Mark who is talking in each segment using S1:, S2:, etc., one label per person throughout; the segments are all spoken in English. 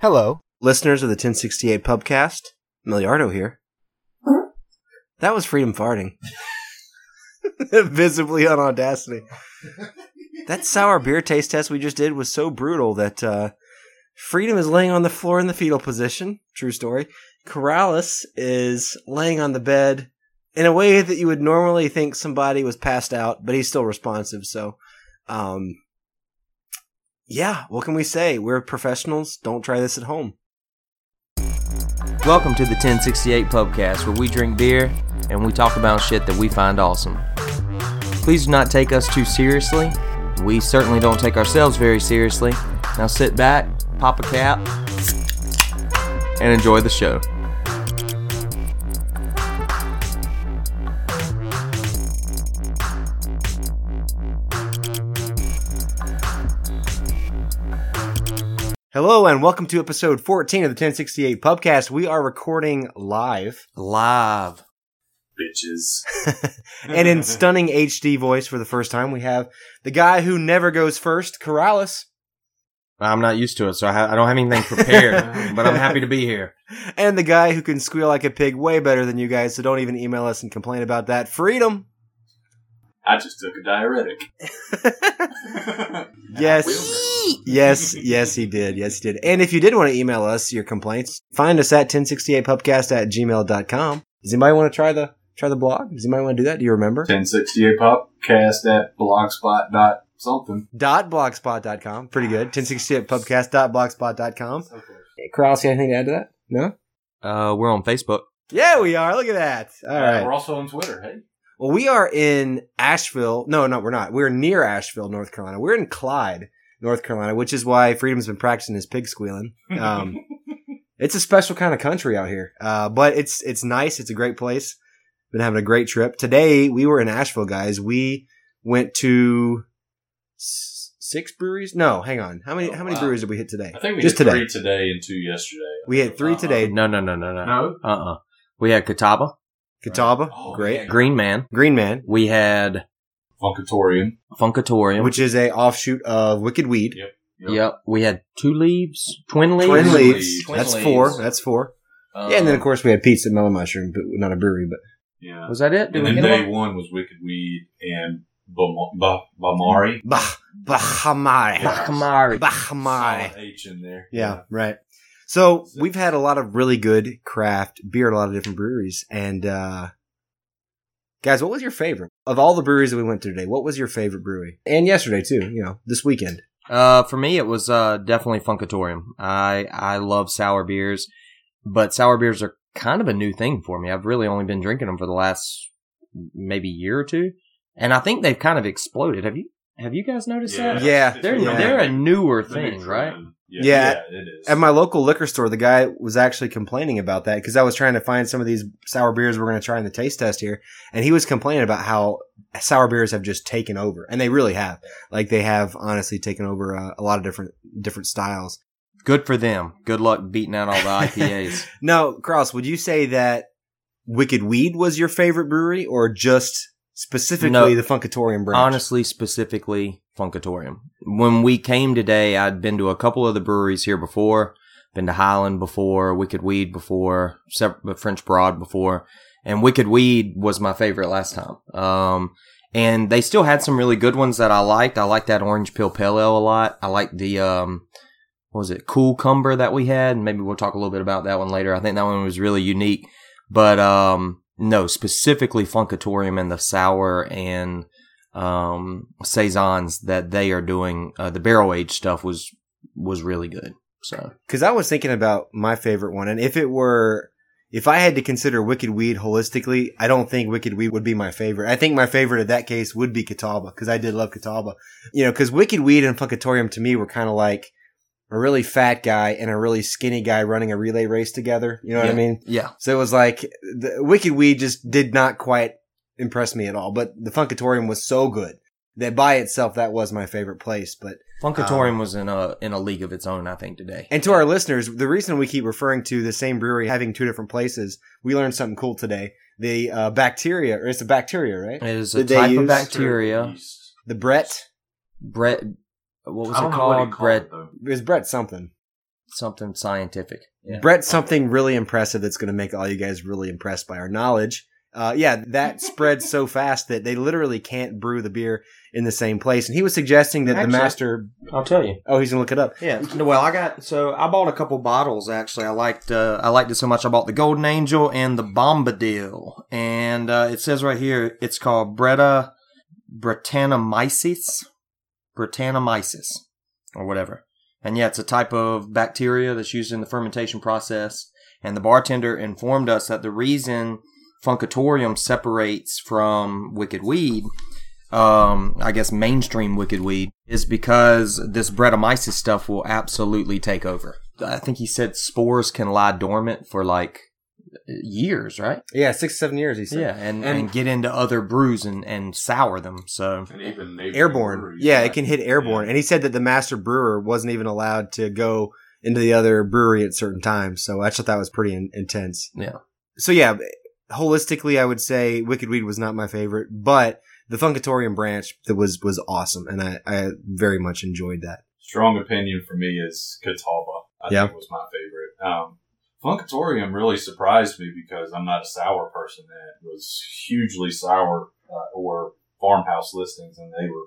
S1: Hello.
S2: Listeners of the 1068 Pubcast, Miliardo here. That was freedom farting. Visibly on audacity. That sour beer taste test we just did was so brutal that uh, Freedom is laying on the floor in the fetal position. True story. Corrales is laying on the bed in a way that you would normally think somebody was passed out, but he's still responsive. So, um, yeah, what can we say? We're professionals. Don't try this at home.
S3: Welcome to the 1068 Pubcast, where we drink beer and we talk about shit that we find awesome. Please do not take us too seriously. We certainly don't take ourselves very seriously. Now sit back, pop a cap, and enjoy the show.
S2: Hello and welcome to episode 14 of the 1068 Pubcast. We are recording live
S3: Live.
S4: bitches.
S2: and in stunning HD voice for the first time. We have the guy who never goes first, Corrales,
S3: I'm not used to it, so I, ha- I don't have anything prepared, but I'm happy to be here.
S2: and the guy who can squeal like a pig way better than you guys. So don't even email us and complain about that. Freedom.
S4: I just took a diuretic.
S2: Yes. Yes, yes, he did. Yes, he did. And if you did want to email us your complaints, find us at 1068pubcast at gmail.com. Does anybody want to try the try the blog? Does anybody want to do that? Do you remember?
S4: 1068 podcast at blogspot dot something. Ah.
S2: dot blogspot.com. Pretty good. 1068pubcast.blogspot.com. Corrales, you got anything to add to that? No?
S3: Uh, we're on Facebook.
S2: Yeah, we are. Look at that. All right.
S4: We're also on Twitter, hey?
S2: Well, we are in Asheville. No, no, we're not. We're near Asheville, North Carolina. We're in Clyde, North Carolina, which is why Freedom's been practicing his pig squealing. Um, it's a special kind of country out here, uh, but it's it's nice. It's a great place. Been having a great trip. Today we were in Asheville, guys. We went to s- six breweries. No, hang on. How many
S4: Oh,
S2: how many
S4: wow.
S2: breweries did we hit today?
S4: I think we
S2: Just
S4: did
S2: today.
S4: three today and two yesterday.
S2: We had three
S4: Uh-uh.
S2: today.
S3: No, no, no, no, no.
S4: No?
S3: Uh-uh. We had Catawba,
S2: Catawba,
S4: Oh,
S2: great.
S4: man.
S3: Green Man.
S2: Green Man,
S3: We had
S4: Funkatorium.
S3: Funkatorium.
S2: which is a offshoot of Wicked Weed.
S3: yep. We had Two Leaves, Twin Leaves.
S2: Twin
S4: Twin
S2: leaves.
S4: leaves.
S3: Twin
S2: That's
S3: leaves.
S2: four. That's four.
S3: Um,
S2: yeah, and then of course we had pizza, mellow mushroom, but not a brewery. But
S4: Yeah.
S3: Was that it? Did
S4: And
S3: we get
S4: then day
S3: them all?
S4: one was Wicked Weed and Bam- Ba- Bamari.
S2: bah, bahamari,
S4: Yeah.
S3: Bakamari.
S2: bahamari.
S4: Solid H in there.
S2: Yeah, right. So we've had a lot of really good craft beer at a lot of different breweries. And uh guys, what was your favorite of all the breweries that we went to today? What was your favorite brewery? And yesterday too. You know, this weekend.
S3: Uh, for me, it was uh, definitely Funkatorium. I I love sour beers, but sour beers are kind of a new thing for me. I've really only been drinking them for the last maybe year or two, and I think they've kind of exploded. Have you Have you guys noticed that?
S2: Yeah.
S4: It's
S3: They're
S4: really
S3: they're a newer
S4: It's a new
S3: thing, right?
S4: trend.
S2: Yeah.
S4: Yeah, it is.
S2: At my local liquor store, the guy was actually complaining about that because I was trying to find some of these sour beers we're going to try in the taste test here, and he was complaining about how sour beers have just taken over, and they really have. Like they have honestly taken over uh, a lot of different different styles.
S3: Good for them. Good luck beating out all the IPAs.
S2: Now, Kraus, would you say that Wicked Weed was your favorite brewery, or just specifically
S3: No.
S2: the Funkatorium brand?
S3: Honestly, specifically Funkatorium. When we came today, I'd been to a couple of the breweries here before, been to Highland before, Wicked Weed before, sev- uh, French Broad before, and Wicked Weed was my favorite last time. Um, and they still had some really good ones that I liked. I liked that Orange Pill Pale Ale a lot. I liked the um, what was it Cool Cumber that we had. and Maybe we'll talk a little bit about that one later. I think that one was really unique. But um, no, specifically Funkatorium and the sour and um, saisons that they are doing. Uh, the barrel aged stuff was was really good. So
S2: Because I was thinking about my favorite one, and if it were, if I had to consider Wicked Weed holistically, I don't think Wicked Weed would be my favorite. I think my favorite in that case would be Catawba, because I did love Catawba. You know, because Wicked Weed and Funkatorium to me were kind of like a really fat guy and a really skinny guy running a relay race together. You know what I
S3: Yeah.
S2: mean?
S3: yeah,
S2: So it was like the Wicked Weed just did not quite impress me at all, but the Funkatorium was so good that by itself that was my favorite place. But
S3: Funkatorium was in a in a league of its own. I think today.
S2: and to our listeners, the reason we keep referring to the same brewery having two different places, we learned something cool today. The uh, bacteria, or it's a bacteria, right?
S3: It is a
S2: Did they
S3: type of
S2: use-
S3: bacteria.
S4: Yeast.
S2: The Brett
S3: Brett, what was
S4: I
S3: it
S4: don't know what he
S3: called?
S4: called
S3: Brett.
S4: it, though.
S2: it was Brett something.
S3: something scientific. Yeah.
S2: Brett, something really impressive that's going to make all you guys really impressed by our knowledge. Uh, yeah, that spread so fast that they literally can't brew the beer in the same place. And he was suggesting that
S3: Actually-
S2: the master.
S3: I'll tell you.
S2: Oh, he's going to look it up.
S3: Yeah. No, Well, I got so I bought a couple bottles actually. I liked uh, I liked it so much. I bought the Golden Angel and the Bombadil, and uh, it says right here it's called Bretta Britannomyces, Britannomyces, or whatever. And yeah, it's a type of bacteria that's used in the fermentation process. And the bartender informed us that the reason Funkatorium separates from Wicked Weed um, I guess mainstream wicked weed is because this Brettanomyces stuff will absolutely take over. I think he said spores can lie dormant for like years, right?
S2: Yeah, six, seven years, he said.
S3: yeah, and,
S2: and-
S3: and, get into other brews and, and sour them. So
S4: And even neighboring
S2: airborne.
S4: breweries,
S2: Yeah,
S4: right?
S2: it can hit airborne.
S4: Yeah.
S2: And he said that the master brewer wasn't even allowed to go into the other brewery at certain times. So I thought that was pretty in- intense.
S3: Yeah.
S2: So yeah, holistically, I would say Wicked Weed was not my favorite, but the Funkatorium branch that was was awesome, and I, I very much enjoyed that.
S4: Strong opinion for me is Catawba. I
S2: Yeah.
S4: think was my favorite. Um, Funkatorium really surprised me because I'm not a sour person. That was hugely sour uh, or farmhouse listings, and they were.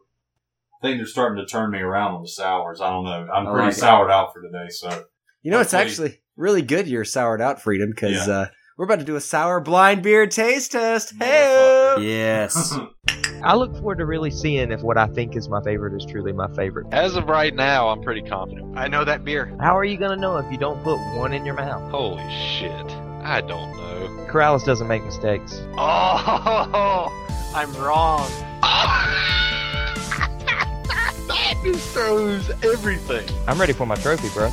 S4: I think they're starting to turn me around on the sours. I don't know. I'm
S3: I
S4: pretty
S3: like it.
S4: soured out for today, so
S2: You know, it's
S4: Hopefully-
S2: actually really good you're soured out, Freedom, because uh, we're about to do a sour blind beer taste test. Hey,
S3: yes,
S1: I look forward to really seeing if what I think is my favorite is truly my favorite.
S5: As of right now, I'm pretty confident.
S6: I know that beer.
S1: How are you gonna know if you don't put one in your mouth?
S5: Holy shit. I don't know.
S1: Corrales doesn't make mistakes.
S6: Oh, I'm wrong.
S5: that just throws everything.
S1: I'm ready for my trophy, bro.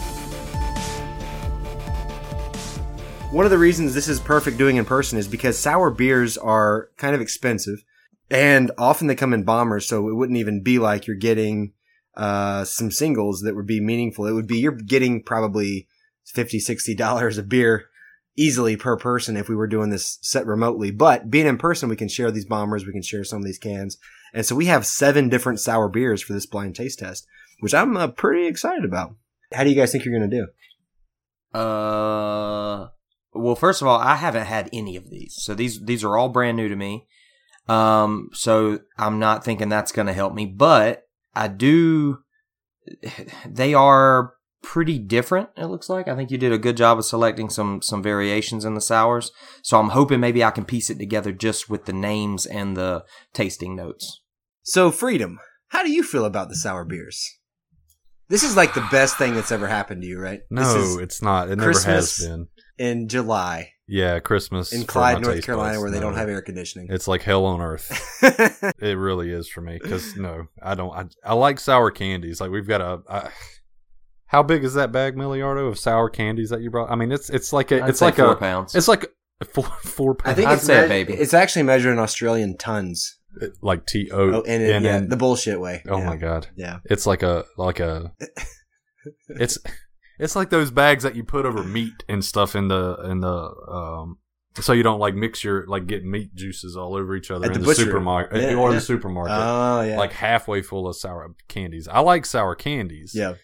S2: One of the reasons this is perfect doing in person is because sour beers are kind of expensive and often they come in bombers. So it wouldn't even be like you're getting uh, some singles that would be meaningful. It would be you're getting probably 50 $60 a beer easily per person if we were doing this set remotely. But being in person, we can share these bombers, we can share some of these cans. And so we have seven different sour beers for this blind taste test, which I'm uh, pretty excited about. How do you guys think you're going to do?
S3: Uh, well, first of all, I haven't had any of these, so these these are all brand new to me. Um, so I'm not thinking that's going to help me, but I do. They are pretty different. It looks like I think you did a good job of selecting some some variations in the sours. So I'm hoping maybe I can piece it together just with the names and the tasting notes.
S2: So, Freedom, how do you feel about the sour beers? This is like the best thing that's ever happened to you, right?
S7: No,
S2: This is
S7: it's not. It never
S2: Christmas
S7: has been.
S2: in July
S7: Yeah, Christmas
S2: in
S7: for
S2: Clyde,
S7: my
S2: North
S7: taste
S2: Carolina,
S7: buds,
S2: where they
S7: no.
S2: don't have air conditioning.
S7: It's like hell on earth. it really is for me because no, I don't. I, I like sour candies. Like we've got a. I, how big is that bag, Miliardo, of sour candies that you brought? I mean, it's it's like a
S3: I'd
S7: it's
S3: say
S7: like
S3: four
S7: a
S3: pounds.
S7: it's like a four four
S2: I
S7: pounds.
S2: think
S3: I'd
S2: it's
S3: say a
S2: me-
S3: baby.
S2: It's actually measured in Australian tons.
S7: like T O
S2: Oh, and it,
S7: N
S2: yeah,
S7: N.
S2: the bullshit way.
S7: Oh
S2: yeah.
S7: my god,
S2: Yeah.
S7: it's like a like a. It's it's like those bags that you put over meat and stuff in the in the um. So you don't like mix your like get meat juices all over each other
S2: At
S7: in
S2: the
S7: the,
S2: butcher.
S7: supermarket
S2: Yeah,
S7: or
S2: yeah.
S7: the supermarket.
S2: Oh yeah.
S7: like halfway full of sour candies. I like sour candies.
S2: yeah.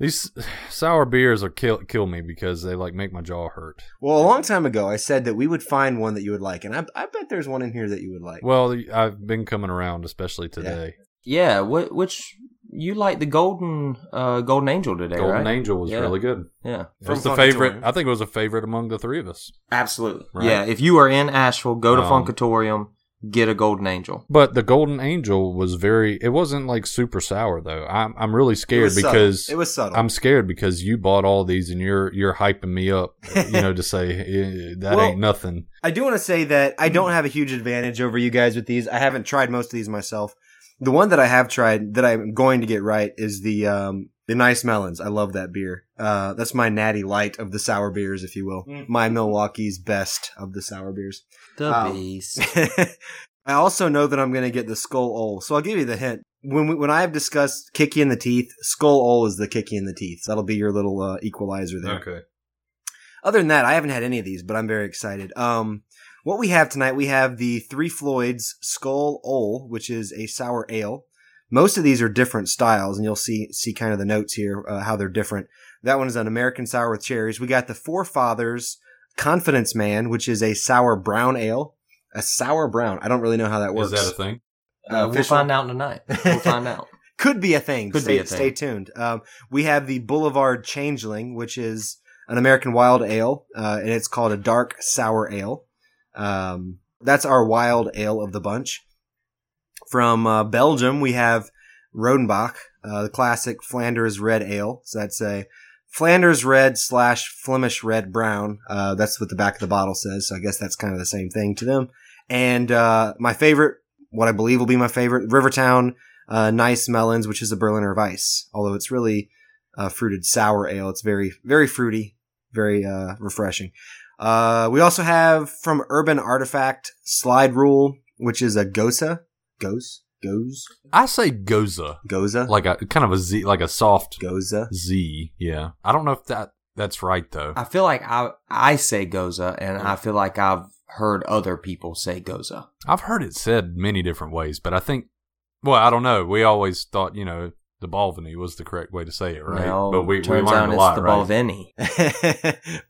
S7: These sour beers are kill kill me because they like make my jaw hurt.
S2: Well, a long time ago, I said that we would find one that you would like, and I, I bet there's one in here that you would like.
S7: Well, I've been coming around, especially today.
S3: yeah. What which you like the golden uh golden angel today?
S7: Golden
S3: right?
S7: Angel was
S3: Yeah.
S7: really good.
S3: Yeah.
S7: It
S2: From
S7: was the
S2: Funkatorium.
S7: favorite. I think it was a favorite among the three of us.
S3: Absolutely.
S7: Right?
S3: Yeah. If you are in Asheville, go to
S7: Um,
S3: Funkatorium, get a Golden Angel.
S7: But the Golden Angel was very. It wasn't like super sour though. I'm I'm really
S2: it
S7: scared
S2: was subtle.
S7: because
S2: it was subtle.
S7: I'm scared because you bought all these and you're you're hyping me up, you know, to say eh, that
S2: Well,
S7: ain't nothing.
S2: I do want to say that I don't have a huge advantage over you guys with these. I haven't tried most of these myself. The one that I have tried that I'm going to get right is the um, the nice melons. I love that beer. Uh, that's my natty light of the sour beers, if you will. My Milwaukee's best of the sour beers.
S3: The
S2: um,
S7: Uh,
S3: Beast.
S2: I also know that I'm going to get the Skull Ole. So I'll give you the hint. When we, when I have discussed kick you in the teeth, Skull Ole is the kick you in the teeth. That'll be your little uh, equalizer there other than that, I haven't had any of these, but I'm very excited. Um, what we have tonight, we have the Three Floyds Skull Ole, which is a sour ale. Most of these are different styles, and you'll see see kind of the notes here uh, how they're different. That one is an American sour with cherries. We got the Forefathers Confidence Man, which is a sour brown ale. A sour brown. I don't really know how that
S7: Is
S2: works.
S7: that a thing?
S2: Uh,
S3: Uh, we'll
S2: official-
S3: find out tonight. We'll find out.
S2: Could be a thing.
S3: Could
S2: stay,
S3: be a thing.
S2: Stay tuned. Um, we have the Boulevard Changeling, which is an American wild ale, uh, and it's called a dark sour ale. Um, that's our wild ale of the bunch. From uh, Belgium, we have Rodenbach, uh, the classic Flanders red ale. So that's a Flanders red slash Flemish red brown. Uh, that's what the back of the bottle says. So I guess that's kind of the same thing to them. And uh, my favorite, what I believe will be my favorite, Rivertown uh, Nice Melons, which is a Berliner Weiss. Although it's really uh, fruited sour ale, it's very very fruity, very uh, refreshing. Uh, we also have from Urban Artifact Slide Rule, which is a Gosa, Goes, Goes,
S7: I say Goza,
S2: Goza,
S7: like a kind of a Z, like a soft
S2: Goza.
S7: Z. Yeah, I don't know if that that's right though.
S3: I feel like I I say Goza, and I feel like I've heard other people say Goza.
S7: I've heard it said many different ways, but I think, well, I don't know. We always thought, you know, the Balvenie was the correct way to say it, right?
S3: Well,
S7: but we, we
S3: turns out
S7: learned a
S3: it's
S7: lot,
S3: the
S7: right?
S3: Balvenie.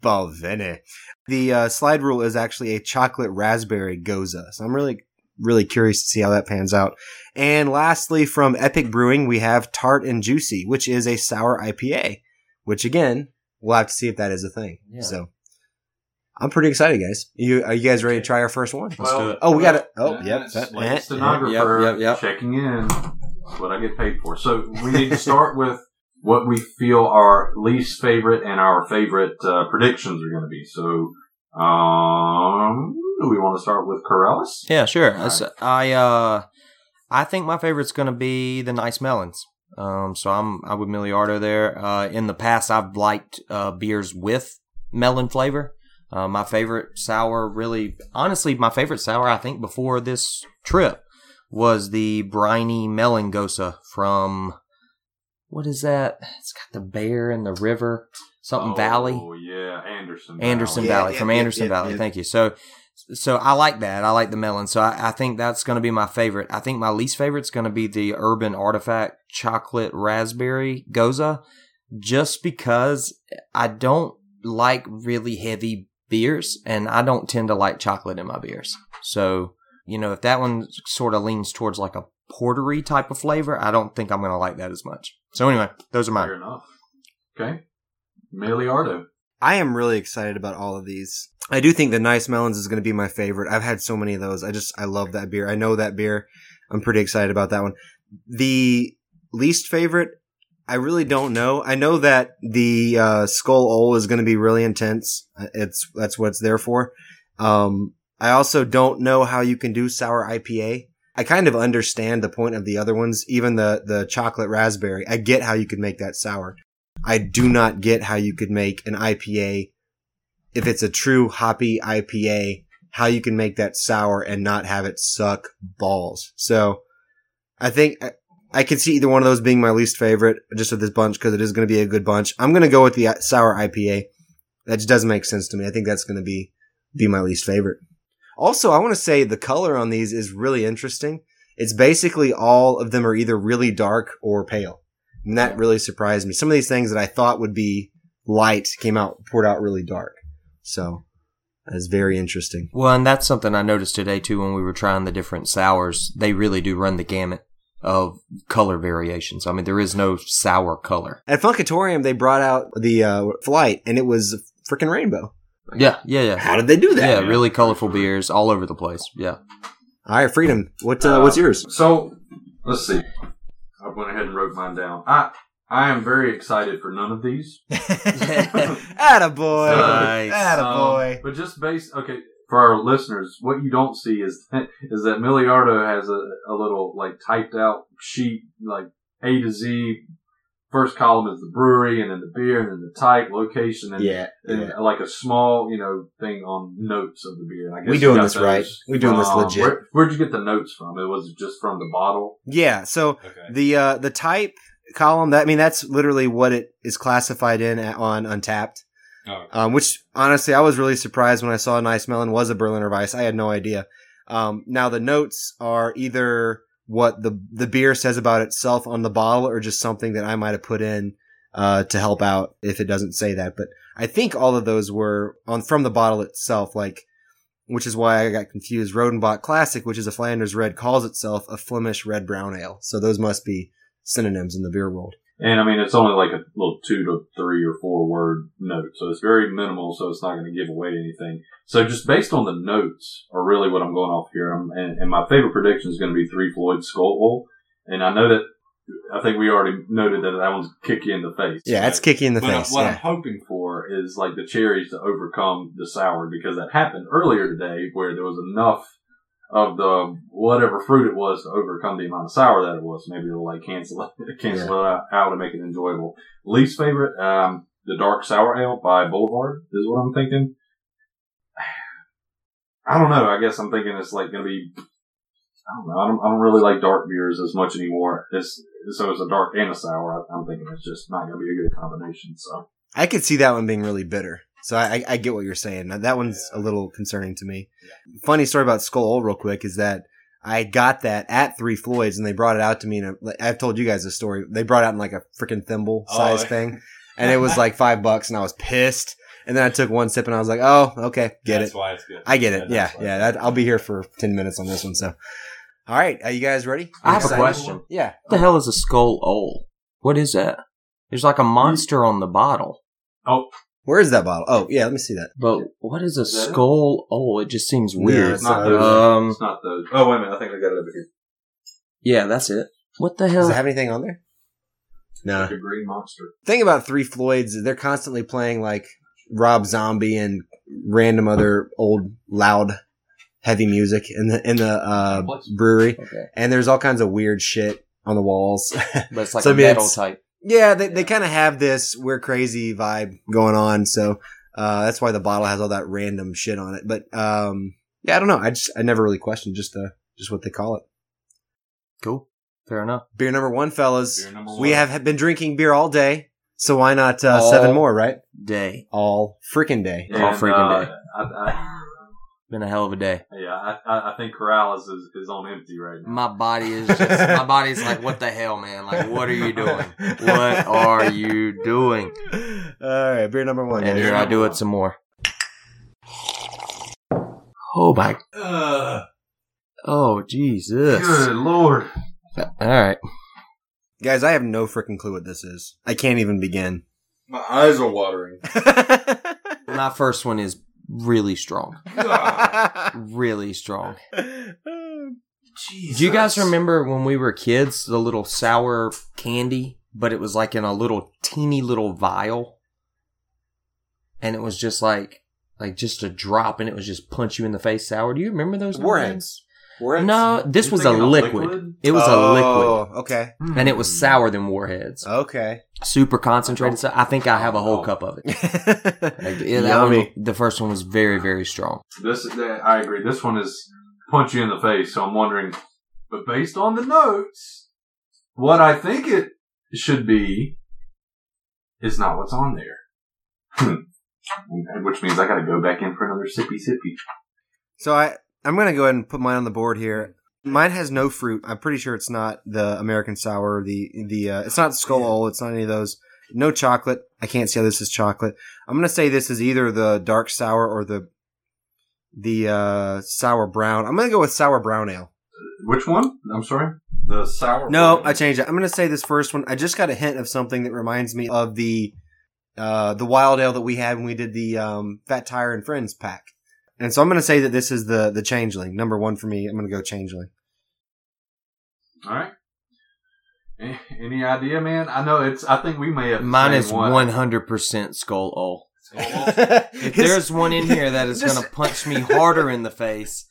S2: Balvenie. The uh, slide rule is actually a chocolate raspberry goza. So I'm really, really curious to see how that pans out. And lastly, from Epic Brewing, we have Tart and Juicy, which is a sour IPA, which again, we'll have to see if that is a thing.
S3: Yeah.
S2: So I'm pretty excited, guys. You Are you guys ready to try our first one?
S3: Let's do it.
S2: Oh, we got it. Oh, yep.
S4: It's
S2: That-
S4: like
S2: eh,
S4: a stenographer
S3: yep, yep.
S4: checking in. That's what I get paid for. So we need to start with what we feel our least favorite and our favorite uh, predictions are going to be. So, um, do we want to start with Corellis?
S3: Yeah, sure.
S4: All right.
S3: I uh, I think my favorite's gonna be the nice melons. Um, so I'm I'm with Miliardo there. Uh, in the past, I've liked uh, beers with melon flavor. Uh, my favorite sour, really, honestly, my favorite sour I think before this trip was the briny melon gosa from what is that? It's got the bear and the river, something
S4: Oh,
S3: valley.
S4: yeah, Anderson.
S3: Anderson
S2: Yeah,
S3: Valley,
S2: yeah,
S3: from
S2: yeah,
S3: Anderson
S2: yeah,
S3: Valley.
S2: yeah.
S3: Thank you. So, so I like that. I like the melon. So I, I think that's going to be my favorite. I think my least favorite's going to be the Urban Artifact Chocolate Raspberry Goza, just because I don't like really heavy beers, and I don't tend to like chocolate in my beers. So you know, if that one sort of leans towards like a portery type of flavor, I don't think I'm going to like that as much. So anyway, those are
S4: Fair
S3: mine.
S4: enough. Okay. Meliardo.
S2: I am really excited about all of these. I do think the Nice Melons is going to be my favorite. I've had so many of those. I just, I love that beer. I know that beer. I'm pretty excited about that one. The least favorite, I really don't know. I know that the uh, Skull Ole is going to be really intense. Uh, It's that's what it's there for. Um, I also don't know how you can do sour IPA. I kind of understand the point of the other ones, even the the chocolate raspberry. I get how you could make that sour. I do not get how you could make an IPA if it's a true hoppy IPA, how you can make that sour and not have it suck balls. So I think I, I could see either one of those being my least favorite just with this bunch because it is going to be a good bunch. I'm going to go with the uh, sour IPA. That just doesn't make sense to me. I think that's going to be be my least favorite. Also, I want to say the color on these is really interesting. It's basically all of them are either really dark or pale. And that really surprised me. Some of these things that I thought would be light came out poured out really dark. So that's very interesting.
S3: Well, and that's something I noticed today too when we were trying the different sours. They really do run the gamut of color variations. I mean, there is no sour color.
S2: At Funkatorium, they brought out the uh, flight, and it was freaking rainbow.
S3: Yeah, yeah, yeah.
S2: How did they do
S3: Yeah,
S2: that?
S3: really colorful beers all over the place. Yeah.
S2: All right, freedom. What uh, what's yours?
S4: So let's see. I went ahead and wrote mine down. I I am very excited for none of these.
S2: Attaboy.
S3: Nice.
S2: Attaboy.
S4: Um, but just based, okay, for our listeners, what you don't see is that, is that Miliardo has a, a little like typed out sheet, like A to Z. First column is the brewery, and then the beer, and then the type, location, and,
S2: yeah.
S4: and uh,
S2: yeah.
S4: like a small, you know, thing on notes of the beer. And I guess
S2: We
S4: you
S2: doing
S4: got
S2: this right.
S4: those
S2: We doing this
S4: from-
S2: legit.
S4: Where, where'd you get the notes from? It was just from the bottle.
S2: Yeah. So
S4: Okay.
S2: the uh, the type column that I mean that's literally what it is classified in at, on Untapped.
S4: Oh.
S2: Um, which honestly, I was really surprised when I saw Nice Melon was a Berliner Weiss. I had no idea. Um, now the notes are either what the the beer says about itself on the bottle, or just something that I might have put in uh, to help out if it doesn't say that. But I think all of those were on from the bottle itself, like, which is why I got confused. Rodenbach Classic, which is a Flanders red, calls itself a Flemish red brown ale. So those must be synonyms in the beer world.
S4: And I mean, it's only like a little two to three or four word note. So it's very minimal. So it's not going to give away anything. So just based on the notes are really what I'm going off here. I'm, and, and my favorite prediction is going to be three Floyd skull hole. And I know that I think we already noted that that one's kick you in the face.
S2: Yeah, it's
S4: Right?
S2: kicky in the
S4: but
S2: face.
S4: what I'm
S2: yeah.
S4: hoping for is like the cherries to overcome the sour because that happened earlier today where there was enough of the whatever fruit it was to overcome the amount of sour that it was. Maybe it'll like cancel it, cancel it out, out and make it enjoyable. Least favorite, um, the dark sour ale by Boulevard is what I'm thinking. I don't know. I guess I'm thinking it's like going to be. I don't know. I don't, I don't really like dark beers as much anymore. It's, so it's a dark and a sour. I, I'm thinking it's just not going to be a good combination. So
S2: I could see that one being really bitter. So I, I, I get what you're saying. Now, That one's a little concerning to me. Funny story about Skull Old real quick is that I got that at Three Floyds and they brought it out to me. And I've told you guys this story. They brought it out in like a freaking thimble size
S4: Oh.
S2: thing, and it was like five bucks, and I was pissed. And then I took one sip and I was like, oh, okay, get
S4: that's
S2: it.
S4: why it's good.
S2: I get it. Yeah,
S4: that's why.
S2: yeah. That, I'll be here for ten minutes on this one. So, all right, are you guys ready?
S3: I have a
S2: Excited?
S3: question.
S2: Yeah.
S3: What the hell is a skull ole? What is that? There's like a monster on the bottle.
S2: Where is that bottle? Oh, yeah. Let me see that.
S3: But what is a
S4: Is that it?
S3: skull ole? It just seems weird.
S2: Yeah,
S4: it's not those.
S3: um,
S4: It's not those. Oh wait a minute. I think I got it over here.
S3: yeah, that's it. What the hell?
S2: Does it have anything on there? No.
S4: Like a green monster.
S2: thing about Three Floyds is they're constantly playing like Rob Zombie and random other old loud heavy music in the in the uh, brewery,
S3: okay,
S2: and there's all kinds of weird shit on the walls.
S3: but it's like
S2: So, I
S3: a
S2: mean,
S3: metal
S2: it's-
S3: type.
S2: yeah, they they kind of have this we're crazy vibe going on, so uh, that's why the bottle has all that random shit on it. But um, yeah, I don't know. I just I never really questioned just uh just what they call it.
S3: Cool. Fair enough.
S2: Beer number one, fellas.
S4: Beer number
S2: We
S4: one.
S2: have have been drinking beer all day, so why not uh,
S3: All
S2: seven more? Right,
S3: Day.
S2: all freaking day.
S3: All freaking day.
S4: uh, I, I,
S3: Been a hell of a day.
S4: yeah, I, I- I think Corrales is, is on empty right now.
S3: My body is just my body's like, what the hell, man? Like what are you doing? What are you doing?
S2: All right, beer number one.
S3: And
S2: guys.
S3: here I do it some more. Oh my
S4: Ugh,
S3: oh Jesus.
S4: good lord.
S3: Alright.
S2: Guys, I have no freaking clue what this is. I can't even begin.
S4: My eyes are watering.
S3: My first one is really strong.
S2: oh,
S3: Really strong.
S4: Jesus.
S3: Do you guys remember when we were kids, the little sour candy, but it was like in a little teeny little vial? And it was just like like just a drop and it was just punch you in the face sour. Do you remember those little
S2: Warheads.
S3: things? No, this
S4: You
S3: was a
S4: thinking of
S3: liquid.
S4: liquid? Hmm.
S3: It was
S2: Oh.
S3: a
S2: Okay.
S3: liquid. And it was sour than warheads.
S2: Oh. Okay.
S3: Super concentrated. So I think I have a whole cup of it. Like, yeah, that one,
S2: Yummy.
S3: the first one was very, very strong.
S4: This, that- I agree. This one is punch you in the face. So I'm wondering, but based on the notes, what I think it should be is not what's on there. Hmm. Which means I got to go back in for another sippy sippy.
S2: So I, I'm gonna go ahead and put mine on the board here. Mine has no fruit. I'm pretty sure it's not the American sour. The the uh, it's not Skull Owl. It's not any of those. No chocolate. I can't see how this is chocolate. I'm gonna say this is either the dark sour or the the uh, sour brown. I'm gonna go with sour brown ale.
S4: Which one? I'm sorry. The sour.
S2: No,
S4: one.
S2: I changed it. I'm gonna say this first one. I just got a hint of something that reminds me of the uh, the wild ale that we had when we did the um, Fat Tire and Friends pack. And so I'm gonna say that this is the the changeling number one for me. I'm gonna go changeling.
S4: All right. A- Any idea, man? I know it's. I think we may have the
S3: Mine
S4: same
S3: is one hundred percent skull ole. If
S2: if
S3: there's one in here that is
S2: Just-
S3: going to punch me harder in the face,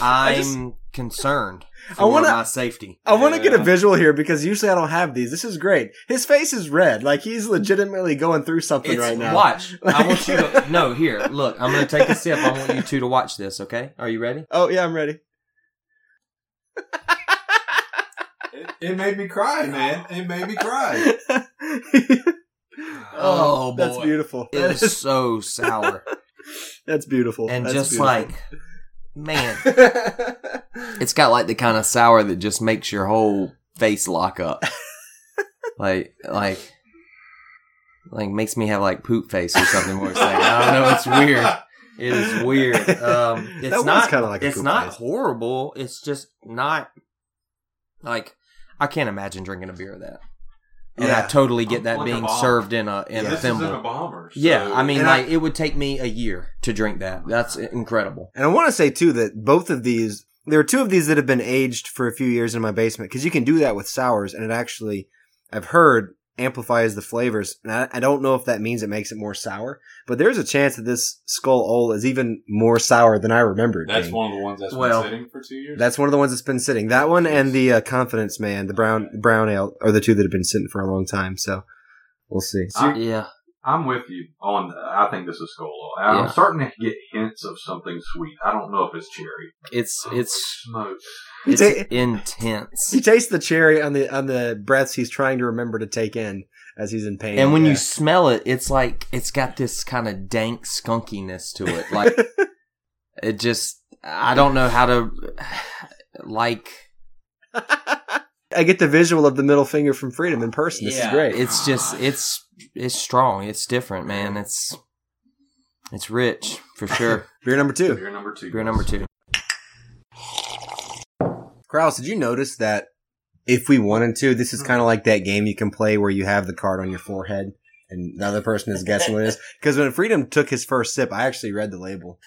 S3: I'm
S2: just-
S3: concerned for
S2: I wanna-
S3: my safety.
S2: I want to get a visual here because usually I don't have these. This is great. His face is red, like he's legitimately going through something
S3: It's,
S2: right now.
S3: Watch. I want you to. No, here. Look, I'm going to take a sip. I want you two to watch this, okay? Are you ready?
S2: Oh yeah, I'm ready.
S4: It, it made me cry, man. It made me cry.
S3: Oh,
S2: that's
S3: boy.
S2: beautiful.
S3: It
S2: That
S3: is
S2: is-
S3: so sour.
S2: that's beautiful.
S3: And
S2: That's
S3: just
S2: beautiful.
S3: like, man, it's got like the kind of sour that just makes your whole face lock up. like, like, like makes me have like poop face or something. Where it's like I don't know, it's weird. It is weird. Um, it's
S2: That was
S3: not
S2: kinda like a
S3: it's
S2: poop
S3: not
S2: face.
S3: horrible. It's just not like I can't imagine drinking a beer of that. And
S2: Yeah.
S3: I totally get that
S4: Like a
S3: being
S4: bomb.
S3: served in a in
S4: this
S3: a
S4: is in
S3: thimble.
S4: a bomber. so-
S3: yeah, I mean,
S2: And I-
S3: like it would take me a year to drink that. That's incredible.
S2: And I want to say too that both of these, there are two of these that have been aged for a few years in my basement because you can do that with sours, and it actually, I've heard, amplifies the flavors. And I, I don't know if that means it makes it more sour, but there's a chance that this skull ole is even more sour than I remembered.
S4: that's
S2: being.
S4: one of the ones that's
S3: Well,
S4: been sitting for two years.
S2: That's one of the ones that's been sitting. That one and the uh, Confidence Man, the brown brown ale, are the two that have been sitting for a long time. So we'll see.
S4: So you-
S3: Yeah,
S4: I'm with you on. The, I think this is Scolo. I'm
S3: Yeah.
S4: starting to get hints of something sweet. I don't know if it's cherry.
S3: it's it's
S4: Smoke.
S2: You
S3: it's
S2: ta-
S3: intense.
S2: He tastes the cherry on the on the breaths he's trying to remember to take in as he's in pain.
S3: And when
S2: Yeah.
S3: you smell it, it's like it's got this kind of dank skunkiness to it. Like it just I don't know how to like
S2: I get the visual of the middle finger from Freedom in person. This
S3: Yeah,
S2: is great.
S3: It's just it's it's strong. It's different, man. It's it's rich for sure.
S2: Beer number two.
S4: Beer number two.
S3: Beer number two.
S2: Kraus, did you notice that if we wanted to, this is kind of like that game you can play where you have the card on your forehead and the other person is guessing what it is? Because when Freedom took his first sip, I actually read the label.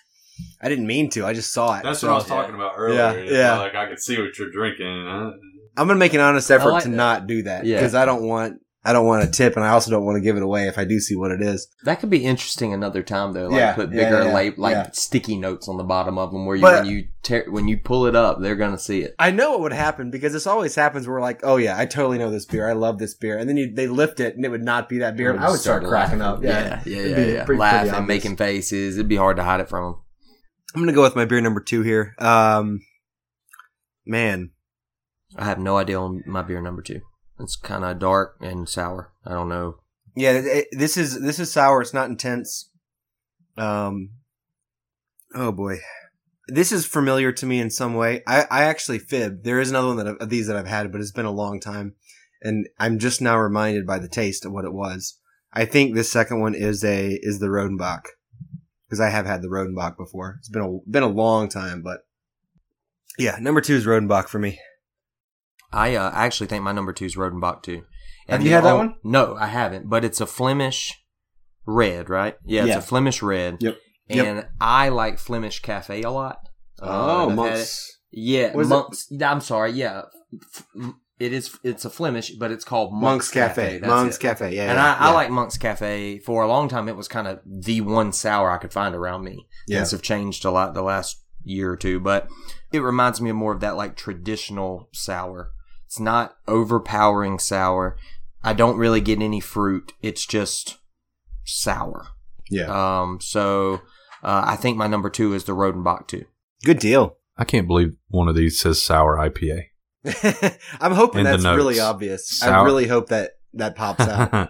S2: I didn't mean to. I just saw it.
S4: That's
S2: So
S4: what I was
S3: Yeah.
S4: talking about earlier.
S2: Yeah,
S4: It's
S2: yeah.
S4: Like I can see what you're drinking. huh?
S2: I'm gonna make an honest effort
S3: like
S2: to
S3: that.
S2: not do that
S3: Yeah.
S2: because I don't want I don't want a tip, and I also don't want to give it away if I do see what it is.
S3: That could be interesting another time though. Like
S2: Yeah,
S3: put
S2: yeah,
S3: bigger
S2: yeah,
S3: lab- like
S2: yeah.
S3: sticky notes on the bottom of them where you
S2: But-
S3: when you tear when you pull it up, they're gonna see it.
S2: I know it would happen because this always happens. We're like, oh yeah, I totally know this beer. I love this beer, and then you, they lift it, and it would not be that beer. and I would
S3: just
S2: start cracking
S3: laughing.
S2: up. Yeah.
S3: yeah,
S2: It'd
S3: yeah,
S2: be
S3: yeah. yeah.
S2: pretty-
S3: Laughing,
S2: pretty obvious.
S3: making faces. It'd be hard to hide it from them.
S2: I'm gonna go with my beer number two here. Um, man,
S3: I have no idea on my beer number two. It's kind of dark and sour. I don't know.
S2: yeah, it- it- this is this is sour. It's not intense. Um, oh boy, this is familiar to me in some way. I I actually fib. There is another one that I've, of these that I've had, but it's been a long time, and I'm just now reminded by the taste of what it was. I think this second one is a is the Rodenbach because I have had the Rodenbach before. It's been a been a long time, but yeah, number two is Rodenbach for me.
S3: I uh, actually think my number two is Rodenbach too.
S2: Have
S3: And
S2: you
S3: the
S2: had that
S3: o-
S2: one?
S3: No, I haven't. But it's a Flemish red, right? Yeah, it's
S2: Yeah.
S3: a Flemish red.
S2: Yep. Yep.
S3: And I like Flemish cafe a lot.
S2: Oh,
S3: Uh, and I've had it- Yeah,
S2: What is it?
S3: monks. I'm sorry. Yeah, F- it is. It's a Flemish, but it's called
S2: Monk's
S3: Monks,
S2: Cafe.
S3: That's
S2: Monk's
S3: it.
S2: Cafe. Yeah,
S3: and
S2: yeah,
S3: I,
S2: yeah.
S3: I like Monk's Cafe. For a long time, it was kind of the one sour I could find around me.
S2: Yeah.
S3: Things have changed a lot the last year or two, but it reminds me more of that like traditional sour. It's not overpowering sour. I don't really get any fruit. It's just sour.
S2: Yeah.
S3: Um. So uh, I think my number two is the Rodenbach two.
S2: good deal.
S7: I can't believe one of these says sour IPA.
S2: I'm hoping
S7: And the
S2: that's really
S7: notes.
S2: obvious. I
S7: Sour-
S2: really hope that that pops out.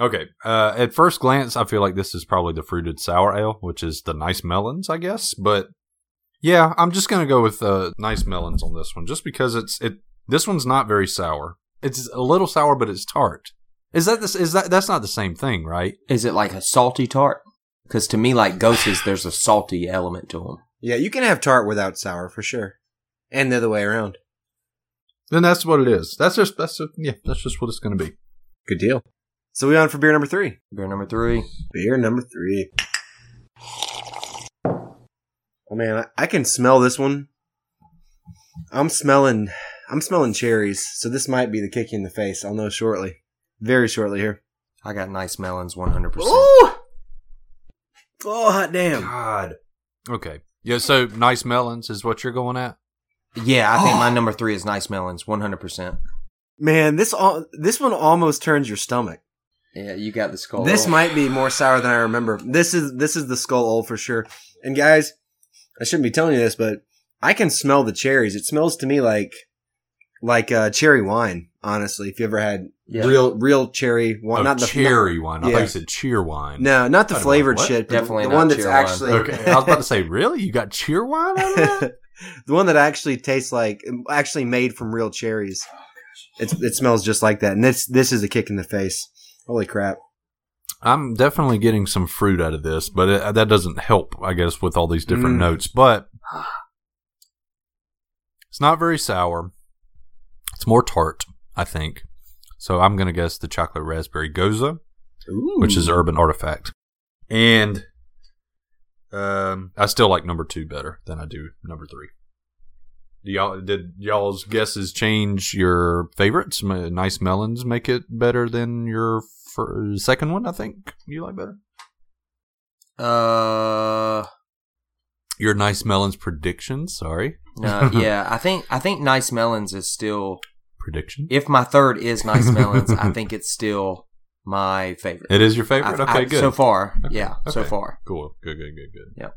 S7: okay. Uh, at first glance, I feel like this is probably the fruited sour ale, which is the nice melons, I guess. But yeah, I'm just gonna go with uh, nice melons on this one, just because it's it. This one's not very sour. It's a little sour, but it's tart. Is that this? Is that that's not the same thing, right?
S3: Is it like a salty tart? Because to me, like ghosts, there's a salty element to them.
S2: yeah, you can have tart without sour for sure, and the other way around.
S7: Then that's what it is. That's just that's just, yeah. That's just what it's gonna be.
S2: Good deal. So we on for beer number three.
S3: Beer number three.
S2: Beer number three. Oh man, I, I can smell this one. I'm smelling, I'm smelling cherries. So this might be the kick you in the face. I'll know shortly, very shortly here.
S3: I got nice melons, one hundred percent.
S2: Ooh! Oh hot damn!
S7: God. Okay. Yeah. So nice melons is what you're going at.
S3: Yeah, I think my number three is nice melons, one hundred percent.
S2: Man, this all this one almost turns your stomach.
S3: Yeah, you got the skull.
S2: This might be more sour than I remember. This is this is the skull old for sure. And guys, I shouldn't be telling you this, but I can smell the cherries. It smells to me like like uh, cherry wine. Honestly, if you ever had
S3: Yeah.
S2: real real cherry wine,
S7: Oh,
S2: not the
S7: cherry wine. I
S2: yeah.
S7: thought you said cheer wine.
S2: No, not the
S7: I don't know,
S2: flavored
S7: what?
S2: shit. but
S3: Definitely
S2: the
S3: not
S2: one that's
S3: cherry wine.
S2: actually
S7: Okay. I was about to say, really? You got cheer wine out of that?
S2: the one that actually tastes like actually made from real cherries. It's, it smells just like that, and this this is a kick in the face. Holy crap!
S4: I'm definitely getting some fruit out of this, but it, that doesn't help, I guess, with all these different
S2: Mm.
S4: notes. But it's not very sour. It's more tart, I think. So I'm going to guess the chocolate raspberry goza which is Urban Artifact. And um, I still like number two better than I do number three. Do y'all did y'all's guesses change your favorites? M- nice melons make it better than your fir- second one. I think you like better.
S3: uh,
S4: Your nice melons predictions. Sorry,
S3: no, yeah. I think I think nice melons is still.
S4: prediction.
S3: If my third is nice melons, I think it's still my favorite.
S4: It is your
S3: I-
S4: favorite. okay,
S3: I-
S4: good.
S3: So far, yeah,
S4: Okay,
S3: so
S4: okay.
S3: far.
S4: cool. Good, good, good, good.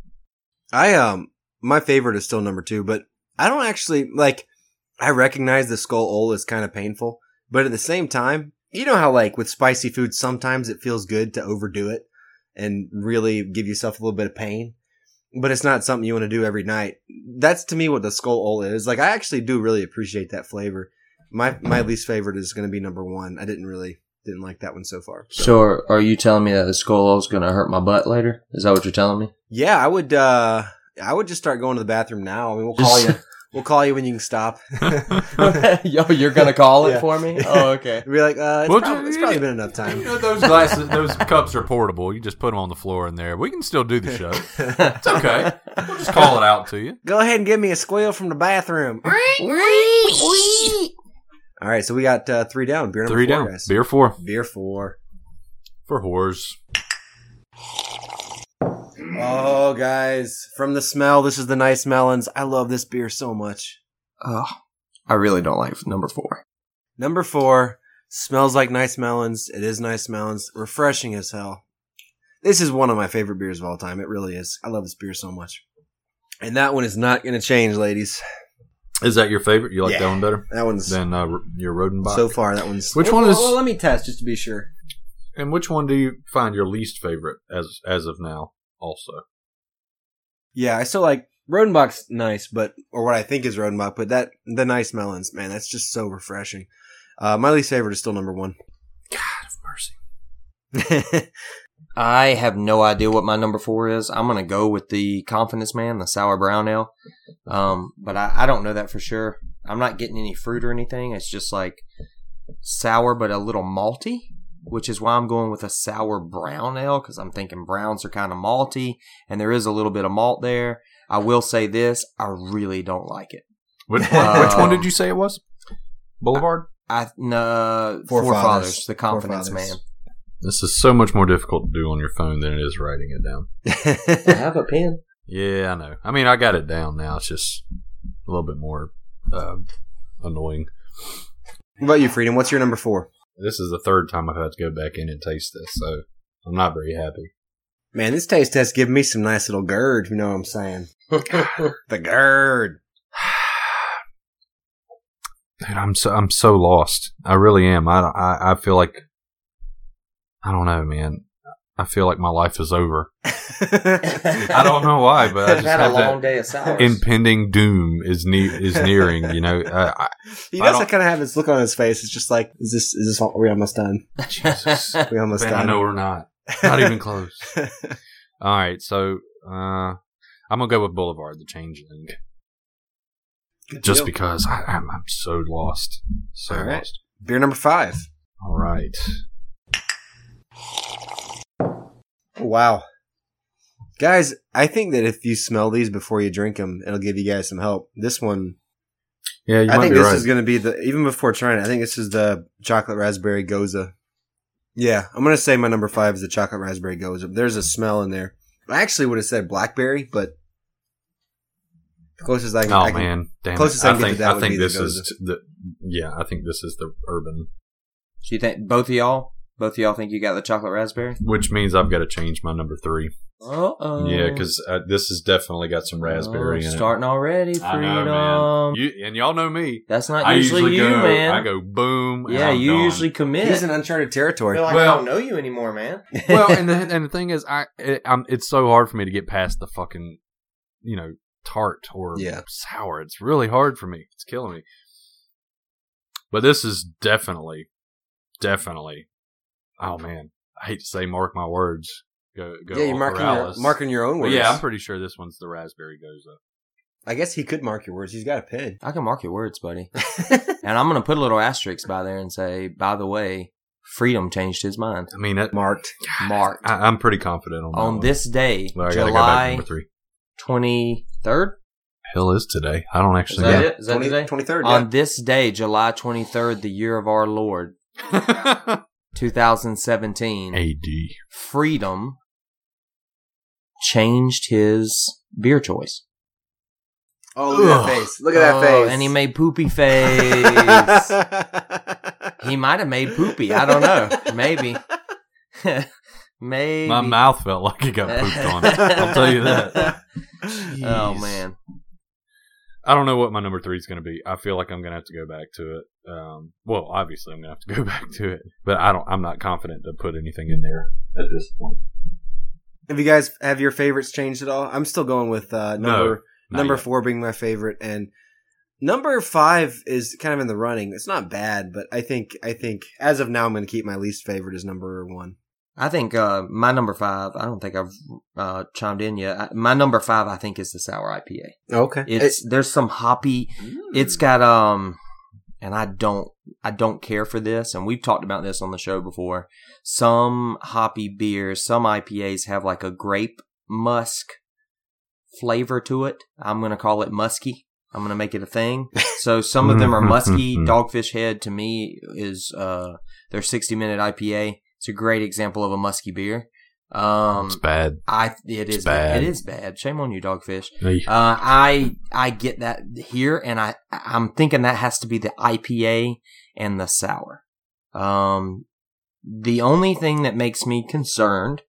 S2: I um my favorite is still number two, but I don't actually like I recognize the skull ol is kind of painful, but at the same time, you know how like with spicy food sometimes it feels good to overdo it and really give yourself a little bit of pain. But it's not something you want to do every night. That's to me what the skull ol is. Like I actually do really appreciate that flavor. My my least favorite is gonna be number one. I didn't really didn't like that one so far. so.
S3: So, are, are you telling me that the skull is going to hurt my butt later? Is that what you're telling me?
S2: Yeah, I would. uh I would just start going to the bathroom now. I mean, we'll call
S3: Just-
S2: you. We'll call you when you can stop.
S3: Yo, you're going to call it
S2: Yeah.
S3: for me? Oh, okay.
S2: We're like, uh, it's,
S4: Well,
S2: prob-
S4: ju-
S2: it's probably
S4: yeah.
S2: been enough
S4: You
S2: time.
S4: know those glasses, those cups are portable. You just put them on the floor in there. We can still do the show. It's okay. We'll just call it out to you.
S2: Go ahead and give me a squeal from the bathroom. All right, so we got uh, three down. Beer number
S4: Three
S2: four,
S4: down.
S2: guys.
S4: Beer four
S2: Beer four.
S4: for whores.
S2: Oh, guys, from the smell, this is the nice melons. I love this beer so much.
S3: Oh, I really don't like number four.
S2: Number four smells like nice melons. It is nice melons. Refreshing as hell. This is one of my favorite beers of all time. It really is. I love this beer so much. And that one is not going to change, ladies.
S4: Is that your favorite? You like that
S2: Yeah.
S4: one better
S2: That one's
S4: than uh, your Rodenbach?
S2: so far. That one's
S4: Which
S2: Oh, Well,
S4: one is-
S2: Well, let me test just to be sure.
S4: and which one do you find your least favorite as as of now? Also,
S2: Yeah, I still like Rodenbach's nice, but or what I think is Rodenbach, but that the nice melons, man, that's just so refreshing. Uh, my least favorite is still number one.
S4: mercy.
S3: I have no idea what my number four is. I'm going to go with the Confidence Man, the Sour Brown Ale. Um, but I, I don't know that for sure. I'm not getting any fruit or anything. It's just like sour, but a little malty, which is why I'm going with a sour brown ale because I'm thinking browns are kind of malty and there is a little bit of malt there. I will say this I really don't like it.
S4: Which one, which one did
S3: Um,
S4: you say it was? Boulevard.
S3: I, no,
S2: Forefathers.
S3: Forefathers, the Confidence
S2: Forefathers.
S4: This is so much more difficult to do on your phone than it is writing it down.
S3: Man. I have a pen.
S4: Yeah, I know. I mean, I got it down now. It's just a little bit more uh, annoying.
S2: what about you, Freedom? What's your number four?
S4: This is the third time I've had to go back in and taste this, so I'm not very happy.
S2: Man, this taste test giving me some nice little gird. if You know what I'm saying? the gird.
S4: Dude, I'm so I'm so lost. I really am. I don't- I, I feel like I don't know, man. I feel like my life is over. I
S2: I
S4: don't know why, but I just have that
S3: day of sour.
S4: impending doom is ne- is nearing. You know, uh, I,
S2: He
S4: I
S2: does
S4: don't-
S2: kind of have this look on his face. It's just like, is this is this all, are we almost done?
S4: Jesus.
S2: We almost
S4: man,
S2: done.
S4: I know we're not not even close. All right, so uh, I'm gonna go with Boulevard, the Changeling,
S2: Good
S4: just
S2: deal.
S4: because I, I'm I'm so lost, so
S2: All right.
S4: lost.
S2: beer number five.
S4: All right,
S2: Wow. Guys, I think that if you smell these before you drink them, it'll give you guys some help. This one,
S4: yeah, you
S2: I
S4: might
S2: think
S4: be
S2: this
S4: right.
S2: is going to be the, even before trying it, I think this is the chocolate raspberry goza. Yeah, I'm going to say my number five is the chocolate raspberry goza. There's a smell in there. I actually would have said blackberry, but the closest I can.
S4: oh
S2: I can-
S4: man, damn
S2: closest
S4: it.
S2: I
S4: I
S2: can get to
S4: think
S2: that
S4: I
S2: would
S4: think
S2: be the
S4: this is the yeah, I think this is the urban,
S3: So you think both of y'all, both of y'all think you got the chocolate raspberry?
S4: which means I've got to change my number three.
S3: Uh oh.
S4: Yeah, because uh, this has definitely got some
S2: Oh,
S4: raspberry in it.
S3: Starting already,
S8: I know, man.
S3: freedom.
S4: You, and y'all know me.
S3: That's not
S4: I
S3: usually,
S4: usually
S3: you,
S4: go.
S3: man.
S4: I go boom. and
S3: yeah,
S4: I'm
S3: you
S4: gone.
S3: usually commit.
S2: He's in uncharted territory.
S3: Bill, I
S4: Well-
S3: don't know you anymore, man.
S4: well, and the, and the thing is, I it, i it's so hard for me to get past the fucking, you know, tart or
S2: Yeah.
S4: sour. It's really hard for me. It's killing me. But this is definitely, definitely. Oh man, I hate to say mark my words. Go, go
S2: yeah, you're marking your,
S4: Corrales.
S2: marking your own
S4: But
S2: words.
S4: Yeah, I'm pretty sure this one's the raspberry goza.
S2: I guess he could mark your words. He's got a pen.
S3: I can mark your words, buddy. and I'm going to put a little asterisk by there and say, by the way, freedom changed his mind.
S4: I mean, it,
S2: Marked.
S3: Marked.
S4: I, I'm pretty confident on that
S3: on
S4: one.
S3: this day,
S4: Well, I gotta go back to
S3: July
S4: number three.
S3: 23rd?
S4: Hell is today. I don't
S3: Is
S4: actually.
S3: that
S4: know.
S3: it? Is that today?
S2: 23rd.
S3: On this day, July 23rd, the year of our Lord, 2017,
S4: AD.
S3: freedom changed his beer choice.
S2: Oh, look at that
S4: Ugh.
S2: face. Look at that
S3: Oh,
S2: face.
S3: And he made poopy face. he might have made poopy. I don't know. Maybe. Maybe.
S4: My mouth felt like it got pooped on. I'll tell you that.
S3: Oh,
S4: Jeez.
S3: man.
S4: I don't know what my number three is going to be. I feel like I'm going to have to go back to it. Um, well, obviously I'm going to have to go back to it, but I don't. I'm not confident to put anything in there at this point.
S2: Have you guys have your favorites changed at all? I'm still going with uh,
S4: No,
S2: number
S4: Not
S2: number
S4: yet.
S2: four being my favorite, and number five is kind of in the running. It's not bad, but I think I think as of now, I'm going to keep my least favorite as number one.
S3: I think uh, my number five, I don't think I've uh, chimed in yet. I, my number five, I think, is the Sour IPA.
S2: Okay,
S3: It's there's some hoppy. It's got um, and I don't I don't care for this, and we've talked about this on the show before. Some hoppy beers, some IPAs have like a grape musk flavor to it. I'm gonna call it musky. I'm gonna make it a thing. So some of them are musky. Dogfish Head to me is uh their 60 minute IPA. It's a great example of a musky beer. Um,
S4: it's bad.
S3: I it
S4: It's
S3: is
S4: bad.
S3: it is bad. Shame on you, Dogfish.
S4: Hey.
S3: Uh, I I get that here, and I I'm thinking that has to be the IPA and the sour. Um, the only thing that makes me concerned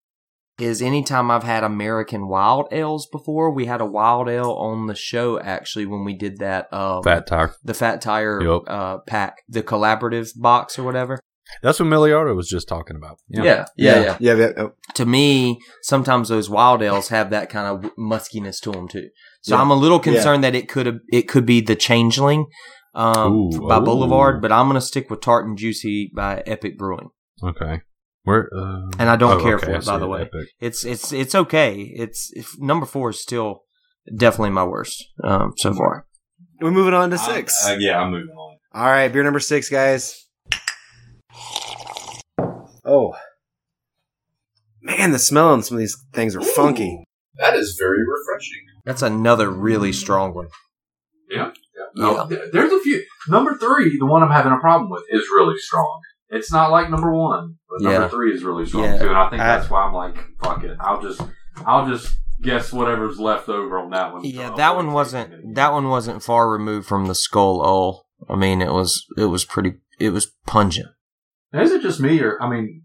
S3: is anytime I've had American wild ales before. We had a wild ale on the show actually when we did that. Um,
S4: Fat tire.
S3: the Fat Tire
S4: Yup.
S3: uh, pack, the collaborative box or whatever.
S4: That's what Miliardo was just talking about.
S3: yeah, yeah. yeah.
S2: yeah. yeah, oh,
S3: to me, sometimes those wild ales have that kind of w- muskiness to them too. So
S2: Yeah.
S3: I'm a little concerned that it could it could be the Changeling um,
S4: Ooh, oh.
S3: by
S4: ooh.
S3: Boulevard, but I'm gonna stick with Tartan Juicy by Epic Brewing,
S4: Okay. Where? Uh,
S3: and I don't
S4: oh,
S3: care
S4: okay, I
S3: for it.
S4: see
S3: By the way,
S4: Epic.
S3: it's it's it's okay. It's if, number four is still definitely my worst um, so far.
S2: we're moving on to
S9: I'm-
S2: 6
S9: uh, yeah, I'm moving on.
S2: All right, beer number six, guys. Oh man, the smell on some of these things are funky.
S9: That is very refreshing.
S3: That's another really strong one. Yeah.
S4: There's a few. Number three, the one I'm having a problem with, is really strong. It's not like number one, but
S3: Yeah.
S4: number three is really strong
S3: Yeah.
S4: too. And I think
S2: I-
S4: that's why I'm like, fuck it. I'll just, I'll just guess whatever's left over on that one.
S3: Yeah,
S4: I'll
S3: that
S4: put
S3: one
S4: Oh, it-
S3: wasn't that one wasn't far removed from the Skull Owl. I mean, it was it was pretty it was pungent.
S4: Now, is it just me or I mean,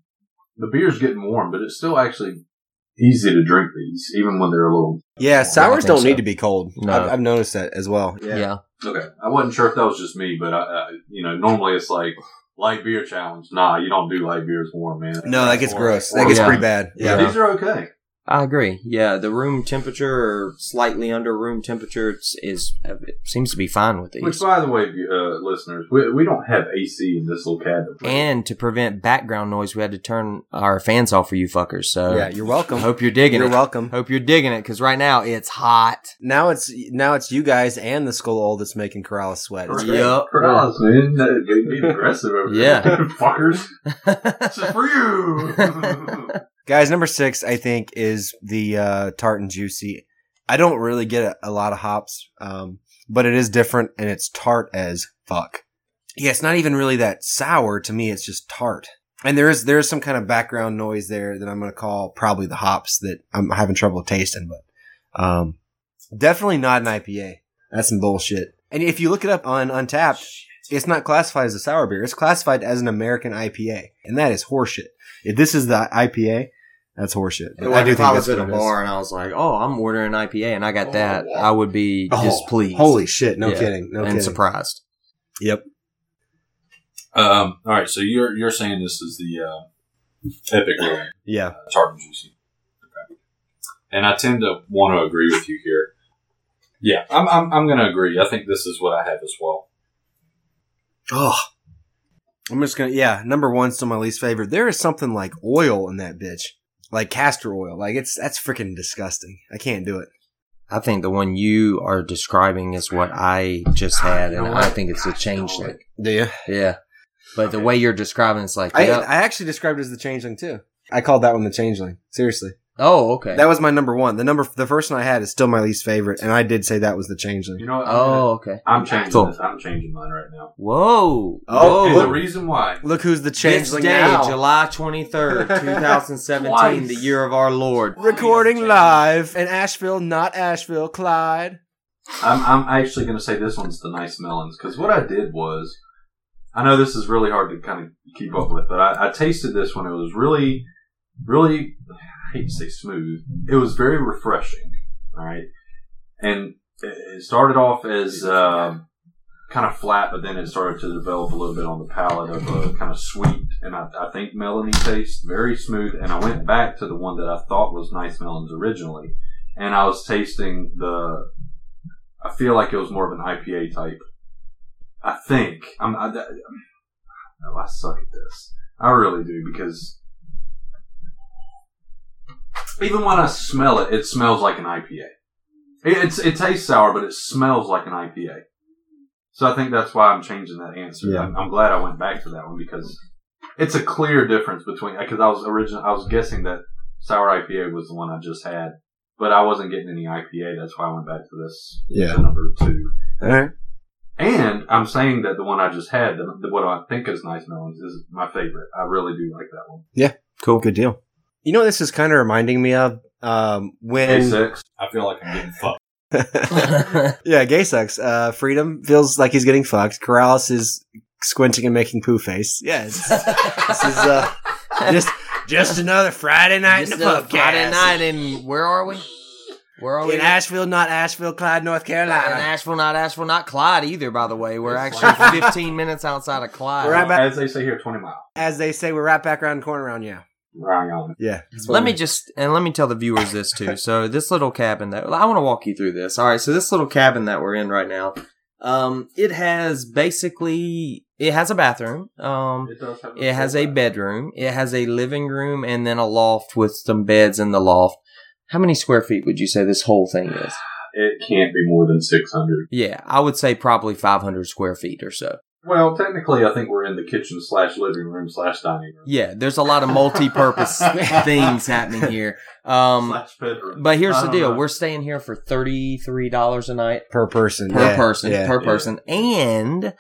S4: the beer's getting warm, but it's still actually easy to drink these, even when they're a little.
S2: Yeah, sours
S3: think
S2: don't
S3: so.
S2: need to be cold.
S3: No.
S2: I've, I've noticed that as well.
S3: yeah.
S4: Okay, I wasn't sure if that was just me, but I, I you know, normally it's like light beer challenge. Nah, you don't do light beers warm, man.
S2: No, that gets
S4: Or-
S2: gross.
S4: or-
S2: That gets
S3: Oh, Yeah.
S2: pretty bad.
S3: Yeah.
S4: These are okay.
S3: I agree. Yeah, the room temperature or slightly under room temperature is, is it seems to be fine with
S4: Which,
S3: these.
S4: by the way, uh, listeners, we, we don't have AC in this little cabin.
S3: And to prevent background noise, we had to turn our fans off for you fuckers. So
S2: Yeah, you're welcome.
S3: hope you're digging
S2: You're
S3: it.
S2: welcome.
S3: Hope you're digging it because right now it's hot.
S2: Now it's now it's you guys and the skull old that's making Corrales sweat. It's great.
S3: Yup.
S4: Corrales, man, that- they being aggressive over
S3: Yeah.
S4: there, fuckers. This is for you.
S2: Guys, number six I think is the uh, tartan juicy. I don't really get a, a lot of hops, um, but it is different and it's tart as fuck. Yeah, it's not even really that sour to me. It's just tart. And there is there is some kind of background noise there that I'm going to call probably the hops that I'm having trouble tasting, but um, definitely not an IPA. That's some bullshit. And if you look it up on Untapped, it's not classified as a sour beer. It's classified as an American IPA, and that is horseshit. If this is the IPA, that's horseshit. But I do think that's what it is.
S3: and I was like, "Oh, I'm ordering an IPA," and I got
S9: Oh,
S3: that,
S9: wow.
S3: I would be
S2: Oh,
S3: displeased.
S2: Holy shit! No
S3: Yeah.
S2: kidding. No
S3: and
S2: kidding.
S3: surprised.
S2: Yep.
S9: Um, all right, so you're you're saying this is the uh, epic room.
S2: Yeah.
S9: uh, tartan juicy. Okay. And I tend to want to agree with you here. Yeah, I'm, I'm, I'm going to agree. I think this is what I have as well.
S2: Oh, I'm just gonna yeah, number one's still my least favorite. There is something like oil in that bitch. Like castor oil. Like it's that's freaking disgusting. I can't do it.
S3: I think the one you are describing is what I just had, and I think it's a changeling.
S2: Do you?
S3: Yeah. But the way you're describing it's like,
S2: I
S3: yep.
S2: I actually described it as the changeling too. I called that one the changeling. Seriously.
S3: oh, okay.
S2: That was my number one. The number the first one I had is still my least favorite, and I did say that was the changeling.
S4: You know what? I'm
S3: oh, okay.
S4: gonna- I'm changing
S3: Cool.
S4: this. I'm changing mine right now.
S3: Whoa.
S2: Oh,
S4: and the
S3: Whoa.
S4: reason why
S2: Look who's the
S3: This
S2: changeling
S3: day,
S2: now.
S3: July 23rd, 2017,
S4: Twice.
S3: the year of our Lord.
S2: Recording live in Asheville, not Asheville, Clyde.
S4: I'm, I'm actually going to say this one's the nice melons because what I did was, I know this is really hard to kind of keep up with, but I, I tasted this one. It was really, really, I hate to say smooth. It was very refreshing. All right, and it it started off as um, kind of flat, but then it started to develop a little bit on the palate of a kind of sweet and I, I think melony taste, very smooth. And I went back to the one that I thought was nice melons originally, and I was tasting the I feel like it was more of an IPA type. I think I'm. I, I, no, I suck at this. I really do because even when I smell it, it smells like an IPA. It, it's it tastes sour, but it smells like an IPA. So I think that's why I'm changing that answer.
S2: Yeah.
S4: I'm, I'm glad I went back to that one because it's a clear difference between because I was originally I was guessing that sour IPA was the one I just had, but I wasn't getting any IPA. That's why I went back to this
S2: Yeah.
S4: to number two.
S2: All right.
S4: And I'm saying that the one I just had, the, the, what I think is nice melons, is my favorite. I really do like that one.
S2: Cool. Good deal. You know what this is kind of reminding me of? Um,
S4: A
S2: when
S4: six. I feel like I'm getting fucked.
S2: yeah, gay sex. Uh, Freedom feels like he's getting fucked. Corrales is squinting and making poo face. Yeah, it's, this is uh, just just another Friday night
S3: Just
S2: in the
S3: a
S2: pub.
S3: Friday night, and where are we? Where are we?
S2: in Asheville, not Asheville, Clyde, North
S3: Not in
S2: Carolina.
S3: Asheville, not Asheville, not Clyde either. By the way, we're actually 15 minutes outside of Clyde.
S2: We're right back-
S4: As they say here, 20 mile.
S2: As they say, we're right back around the corner around you.
S4: Round island.
S2: Yeah.
S3: let me just and let me tell the viewers this too. So this little cabin that I want to walk you through this. All right, so this little cabin that we're in right now, um, it has basically it has a bathroom. Um,
S4: It does have
S3: it has a bedroom. It has a living room and then a loft with some beds in the loft. How many square feet would you say this whole thing is?
S4: It can't be more than 600.
S3: Yeah, I would say probably 500 square feet or so.
S4: Well, technically, I think we're in the kitchen slash living room slash dining room.
S3: Yeah, there's a lot of multi-purpose things happening here. Um,
S4: slash bedroom.
S3: but here's
S4: I
S3: the
S4: don't
S3: deal:
S4: know.
S3: we're staying here for thirty-three dollars a night
S2: Per person.
S3: per
S2: yeah,
S3: person,
S2: yeah.
S3: per
S4: yeah.
S3: person. And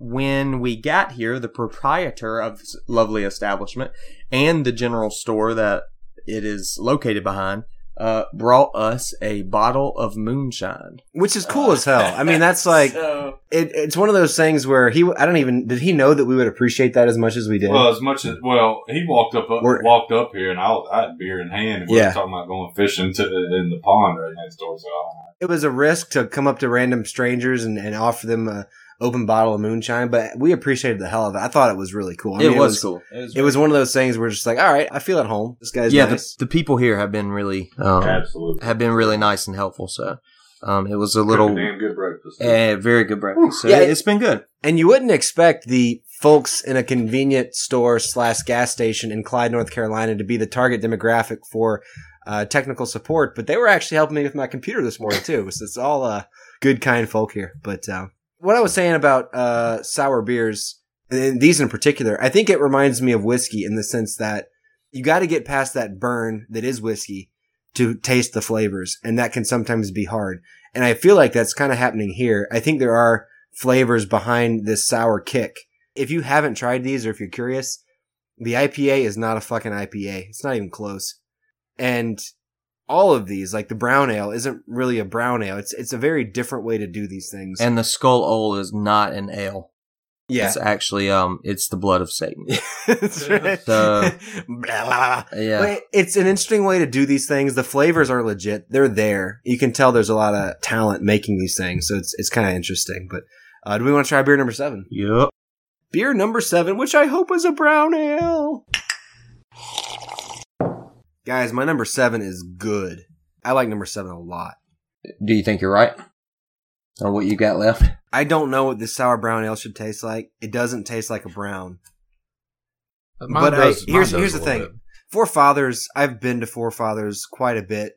S3: when we got here, the proprietor of this lovely establishment and the general store that it is located behind uh, brought us a bottle of moonshine.
S2: Which is cool as hell. I mean, that's like, it, it's one of those things where he, I don't even, did he know that we would appreciate that as much as we did?
S4: Well, as much as well, he walked up, up
S2: We're-
S4: walked up here, and I, was, I had beer in hand. And we
S2: Yeah.
S4: were talking about going fishing to, in the pond right next door. So
S2: it was a risk to come up to random strangers and, and offer them a open bottle of moonshine, but we appreciated the hell of it. I thought it was really cool. I mean,
S3: it was cool.
S2: It was one of those things where it's just like, all right, I feel at home. This guy's
S3: yeah,
S2: nice.
S3: the, the people here have been really um,
S4: absolutely
S3: have been really nice and helpful. So um, it was a little
S4: damn good breakfast.
S3: eh, very good breakfast. So
S2: Yeah,
S3: it, has been good.
S2: and you wouldn't expect the folks in a convenient store slash gas station in Clyde, North Carolina, to be the target demographic for uh, technical support, but they were actually helping me with my computer this morning too. So it's all uh, good, kind folk here. But uh, what I was saying about uh, sour beers, and these in particular, I think it reminds me of whiskey in the sense that you got to get past that burn that is whiskey to taste the flavors, and that can sometimes be hard. And I feel like that's kind of happening here. I think there are flavors behind this sour kick. If you haven't tried these or if you're curious, the IPA is not a fucking IPA. It's not even close. And all of these, like the brown ale, isn't really a brown ale. It's it's a very different way to do these things.
S3: And the skull ole is not an ale.
S2: yeah,
S3: It's actually um, it's the blood of Satan.
S2: That's right.
S3: So-
S2: Blah, blah, blah.
S3: Yeah.
S2: But it- it's an interesting way to do these things. The flavors are legit. They're there. You can tell there's a lot of talent making these things. So it's it's kind of interesting. But uh, do we want to try beer number seven?
S3: Yep.
S2: Beer number seven, which I hope is a brown ale. Guys, my number seven is good. I like number seven a lot.
S3: Do you think you're right on what you got left?
S2: I don't know what this sour brown ale should taste like. It doesn't taste like a brown.
S7: Uh, Mine
S2: but I-
S7: does- mine
S2: here's
S7: does
S2: here's
S7: a
S2: the
S7: little
S2: thing. Forefathers, I've been to Forefathers quite a bit.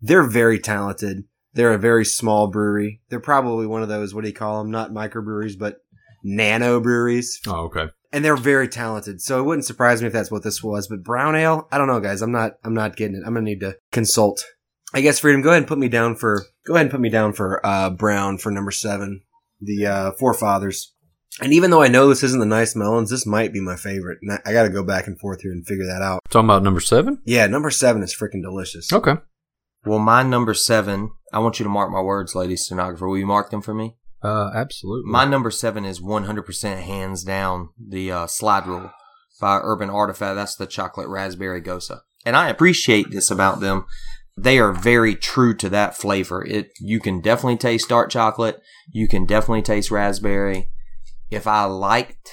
S2: They're very talented. They're a very small brewery. They're probably one of those what do you call them? Not microbreweries, but nano breweries.
S7: bit. Oh, okay.
S2: And they're very talented. So it wouldn't surprise me if that's what this was. But brown ale, I don't know, guys. I'm not. I'm not getting it. I'm gonna need to consult. I guess freedom. Go ahead and put me down for. Go ahead and put me down for uh, brown for number seven, the uh, forefathers. And even though I know this isn't the nice melons, this might be my favorite. And I, I got to go back and forth here and figure that out.
S7: Talking about number seven.
S2: Yeah, number seven is freaking delicious.
S7: Okay.
S3: Well, my number seven, I want you to mark my words, lady stenographer. Will you mark them for me?
S7: Uh, absolutely.
S3: My number seven is 100% hands down the uh, slide rule by Urban Artifact. That's the chocolate raspberry gosa. And I appreciate this about them. They are very true to that flavor. It you can definitely taste dark chocolate. You can definitely taste raspberry. If I liked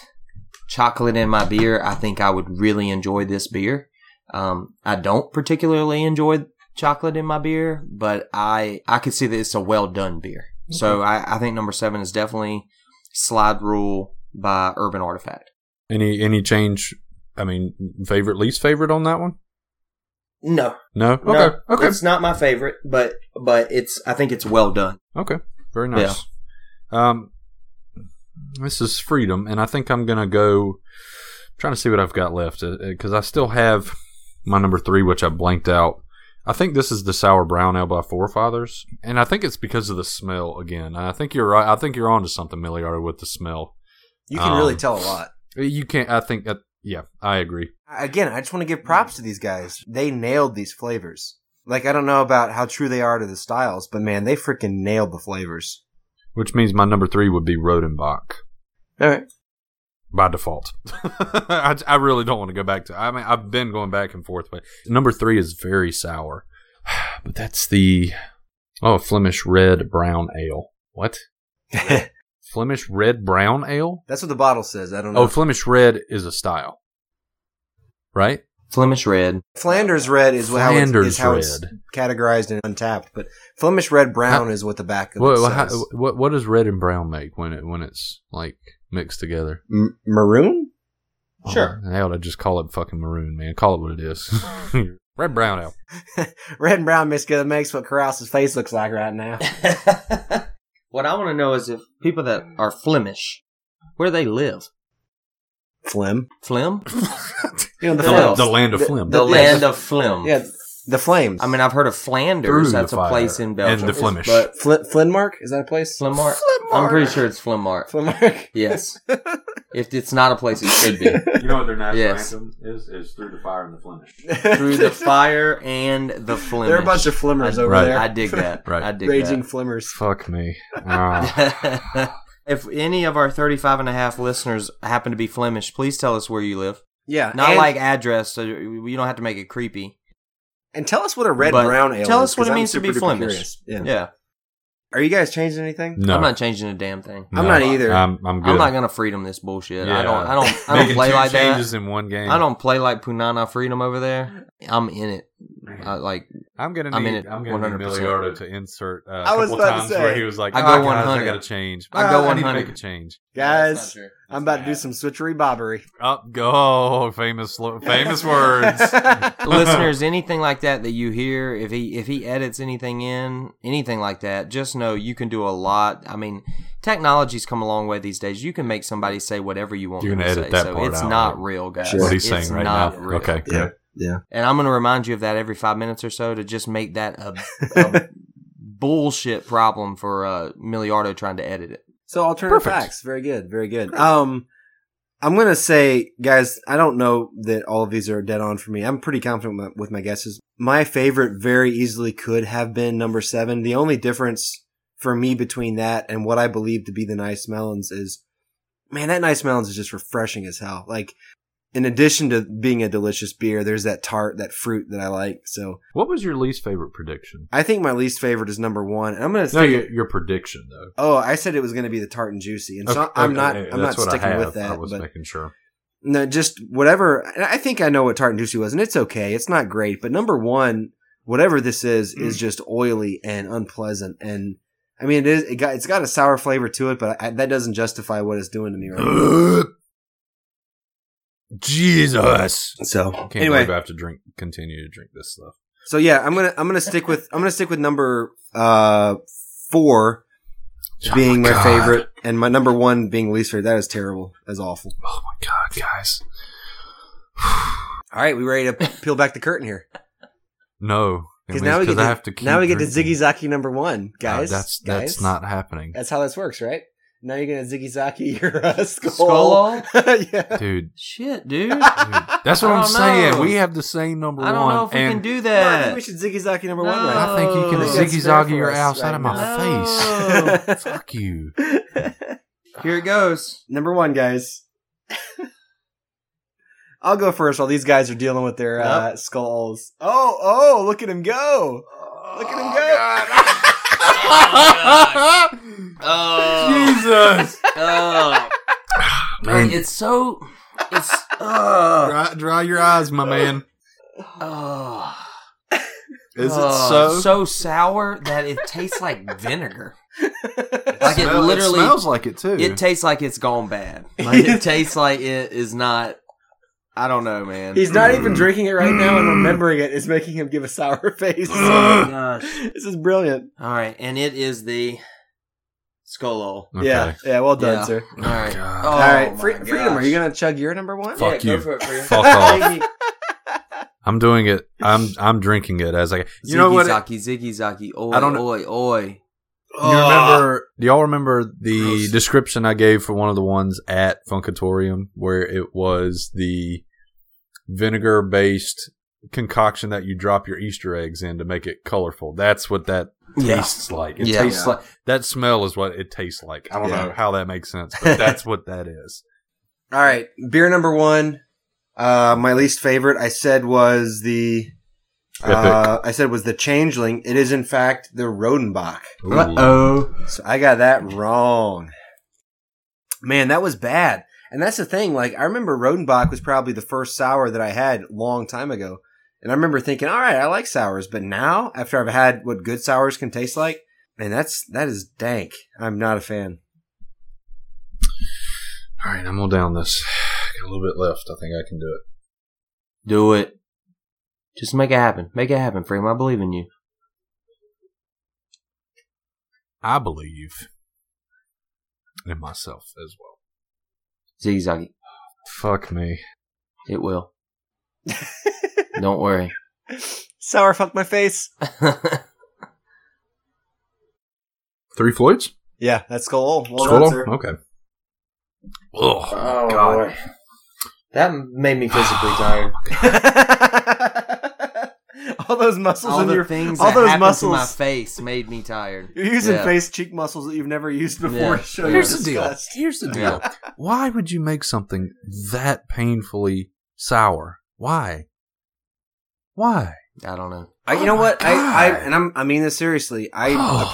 S3: chocolate in my beer, I think I would really enjoy this beer. Um, I don't particularly enjoy chocolate in my beer, but I I could see that it's a well done beer. So I, I think number seven is definitely Slide Rule by Urban Artifact.
S7: any any change? I mean, favorite, least favorite on that one?
S3: No,
S7: No. Okay.
S3: no,
S7: okay.
S3: it's not my favorite, but but it's I think it's well done.
S7: Okay. Very nice. Um, this is freedom, and I think I'm gonna go. Trying to see what I've got left because I still have my number three, which I blanked out. I think this is the sour brown ale by Forefathers, and I think it's because of the smell again. And I think you're right. I think you're onto something, Miliard, with the smell.
S2: You can
S7: Um,
S2: really tell a lot.
S7: You can't. I think. that yeah, I agree.
S2: Again, I just want to
S7: Hmm.
S2: give props to these guys. They nailed these flavors. Like I don't know about how true they are to the styles, but man, they freaking nailed the flavors.
S7: Which means my number three would be Rodenbach.
S2: All right.
S7: by default. I, I really don't want to go back to. I mean, I've been going back and forth, but number three is very sour. but that's the oh Flemish red brown ale. What
S2: That's
S7: Flemish red brown ale?
S2: what the bottle says. I don't know.
S7: Oh, Flemish red is a style, right?
S3: Flemish Red.
S2: Flanders red is what-
S7: Flanders
S2: how it's, is how it's
S7: red.
S2: categorized and untapped, but Flemish red brown is what the back of
S7: What,
S2: it
S7: what,
S2: says.
S7: how- what what does red and brown make when it when it's like mixed together?
S2: M- maroon?
S3: Sure.
S7: Oh, hell, I just call it fucking maroon, man. Call it what it is. red brown ale.
S2: Red and brown mixed together makes what Carouse's face looks like right now.
S3: what I want to know is if people that are Flemish, where they live,
S2: Flim.
S3: Flim,
S2: You know the
S3: The-
S2: flames.
S7: the land of Flim.
S3: the
S2: Yeah.
S3: land of Flim.
S2: Yeah, the flames.
S3: I mean, I've heard of
S7: Through
S3: Flanders.
S7: the
S3: That's a
S7: fire.
S3: place in Belgium.
S7: And the Flemish.
S3: But
S2: Fl- Flinmark? Is that a place?
S3: Flimmark. I'm pretty sure it's Flimmark.
S2: Flinmark.
S3: Yes. if it's not a place, it should be.
S4: You know what their national
S3: Yes.
S4: anthem is? Is through the fire and the Flemish.
S3: Through the fire and the Flemish.
S2: There are a bunch of flimmers
S3: I-
S2: over
S7: Right.
S2: there.
S3: I dig that.
S7: Right.
S3: I dig
S2: Raging flimmers.
S7: Fuck me. Ah.
S3: that. if any of our 35 and a half listeners happen to be Flemish, please tell us where you live.
S2: Yeah.
S3: Not
S2: and,
S3: like address, so you don't have to make it creepy.
S2: And tell us what a red
S3: But
S2: brown ale
S3: tell
S2: is,
S3: us what
S2: 'cause
S3: it
S2: I'm
S3: means to
S2: super
S3: be
S2: duper
S3: Flemish.
S2: curious. Yeah.
S3: Yeah.
S2: Are you guys changing anything?
S7: no.
S3: I'm not changing a damn thing.
S2: I'm not either.
S7: I'm, I'm good.
S3: I'm not gonna freedom this bullshit. I
S7: Yeah.
S3: don't. I don't. I don't
S7: Making
S3: play
S7: two
S3: like
S7: changes
S3: that.
S7: in one game.
S3: I don't play like Punana Freedom over there. I'm in it. I, like
S7: I'm gonna
S3: I'm in
S7: need.
S3: it
S7: I'm gonna need
S3: 100%.
S7: Miliardo to insert uh, a
S2: I was
S7: couple
S2: about to
S7: times where
S2: say,
S7: he was like, "Oh,
S3: I
S7: "I
S3: go
S7: go 100.
S3: 100.
S7: I gotta change.
S3: I go
S7: Ah, need to
S3: 100.
S7: make a change."
S2: Guys, I'm about to do some switchery bobbery.
S7: Up go Oh, famous lo- famous words.
S3: listeners, anything like that that you hear, if he if he edits anything in, anything like that, just know you can do a lot. I mean, technology's come a long way these days. You can make somebody say whatever you want
S7: You
S3: them
S7: can
S3: to
S7: edit
S3: say.
S7: that
S3: so
S7: part
S3: it's
S7: out,
S3: not
S7: right?
S3: real, guys.
S2: Sure.
S7: what he's
S3: It's
S7: saying right now.
S3: not real.
S7: Okay,
S2: Yeah.
S7: good.
S3: And I'm going to remind you of that every five minutes or so to just make that a, a bullshit problem for uh, Miliardo trying to edit it.
S2: So alternative
S7: Perfect.
S2: facts. Very good. Very good. Um, I'm gonna say, guys, I don't know that all of these are dead on for me. I'm pretty confident with my, with my guesses. My favorite very easily could have been number seven. The only difference for me between that and what I believe to be the nice melons is, man, that nice melons is just refreshing as hell. Like, in addition to being a delicious beer, there's that tart, that fruit that I like. So
S7: What was your least favorite prediction?
S2: I think my least favorite is number one. And I'm gonna
S7: No,
S2: say-
S7: your, your prediction though.
S2: Oh, I said it was going to be the tart and juicy, and so
S7: Okay,
S2: I'm not.
S7: okay,
S2: I'm not
S7: that's what I
S2: sticking with
S7: have.
S2: that.
S7: I was
S2: but
S7: making sure.
S2: no, just whatever. and I think I know what tart and juicy was, and it's okay. It's not great, but number one, whatever this is,
S7: Mm.
S2: is just oily and unpleasant. And I mean, it is. It got. It's got a sour flavor to it, but I, that doesn't justify what it's doing to me right now.
S7: Jesus.
S2: So
S7: Can't
S2: anyway,
S7: believe I have to drink, continue to drink this stuff.
S2: so yeah, I'm gonna I'm gonna stick with I'm gonna stick with number uh four being my
S7: Oh God.
S2: favorite and my number one being least favorite. That is terrible. That's awful.
S7: Oh my god, guys.
S2: All right, we ready to peel back the curtain here
S7: No, it
S2: because
S7: means-
S2: now we get to,
S7: I have to keep
S2: now we get to
S7: drinking.
S2: Ziggy Zaki number one,
S7: Uh,
S2: guys.
S7: that's
S2: guys.
S7: that's not happening,
S2: That's how this works, right? Now you're gonna Ziggy Zaki your uh, skull.
S3: Skull?
S2: yeah.
S7: dude.
S3: Shit, dude.
S2: Dude,
S3: I
S7: That's what
S3: I
S7: I'm
S3: don't
S7: saying.
S3: know.
S7: We have the same number
S3: don't
S7: one.
S3: know if we
S7: and
S3: can do
S2: No, I think
S3: that.
S2: we should Ziggy Zaki number
S3: No.
S2: one.
S7: I think you can
S3: I think that's
S7: ziggy
S2: fair
S7: zaggy
S2: for
S7: your
S2: us
S7: ass out of
S2: right
S7: my
S3: now.
S7: face. Fuck you.
S2: Right?
S3: Here it goes.
S2: Number one, guys. I'll go first while these guys are dealing with their uh, skulls. Oh, oh, look at him go. Look at him go.
S3: Oh,
S7: Jesus.
S3: oh.
S7: Man,
S3: it's so. It's. Uh,
S7: dry, dry your eyes, my man.
S3: oh.
S7: Is
S3: Oh,
S7: it so?
S3: so sour that it tastes like vinegar? Like it
S7: Smell-
S3: literally-
S7: smells like it too.
S3: It tastes like it's gone bad. Like it tastes like it is not. I don't know, man.
S2: He's not even drinking it right now, and remembering it is making him give a sour face. this
S3: oh Gosh.
S2: is brilliant.
S3: All right, and it is the skull.
S7: Okay.
S2: Yeah, yeah. Well done,
S3: Yeah.
S2: sir.
S3: All right.
S7: Oh God.
S3: Oh,
S2: All right,
S3: my
S2: Fre-
S3: gosh.
S2: freedom. Are you gonna chug your number one?
S7: Fuck
S3: yeah,
S7: you.
S3: Go for it, Freedom.
S7: Fuck off.
S3: Ziggy,
S7: I'm doing it. I'm I'm drinking it as I. You know what?
S3: Zaki, Ziggy Zaki. Oi,
S7: I don't know-
S3: oi, oi.
S7: You remember? Do y'all remember the
S3: Gross.
S7: description I gave for one of the ones at Funkatorium, where it was the vinegar-based concoction that you drop your Easter eggs in to make it colorful? That's what that tastes like. It
S3: Yeah.
S7: tastes
S3: Yeah.
S7: like that smell is what it tastes like. I don't
S2: Yeah.
S7: know how that makes sense, but that's what that is.
S2: All right, beer number one. Uh, my least favorite, I said, was the. Uh, I said was the changeling. It is in fact the Rodenbach.
S3: oh.
S2: So I got that wrong. Man, that was bad. And that's the thing. Like I remember Rodenbach was probably the first sour that I had a long time ago. And I remember thinking, all right, I like sours, but now after I've had what good sours can taste like, man, that's that is dank. I'm not a fan.
S7: All right, I'm all down this. Got a little bit left. I think I can do it.
S3: Do it. Just make it happen. Make it happen, Freedom. I believe in you.
S7: I believe in myself as well.
S3: Ziggy Zaggy.
S7: Fuck me.
S3: It will. don't worry.
S2: Sour fucked my face.
S7: Three Floyds?
S2: Yeah, that's skull. Well done,
S7: Swallow?
S2: sir.
S7: Okay. Oh, my God.
S3: That made me physically tired.
S2: all those muscles
S3: all
S2: in
S3: the
S2: your
S3: things
S2: all
S3: that
S2: those
S3: happened
S2: muscles-
S3: to my face made me tired.
S2: you're using
S3: Yeah.
S2: face cheek muscles that you've never used before.
S3: Yeah.
S2: to show your
S7: Here's the deal.
S2: disgust.
S7: Here's the deal. Why would you make something that painfully sour? Why? Why?
S3: I don't know.
S2: I, you
S7: Oh
S2: know
S7: my
S2: what? I, I
S7: God.
S2: and I'm, I mean this seriously. I
S7: Oh, that is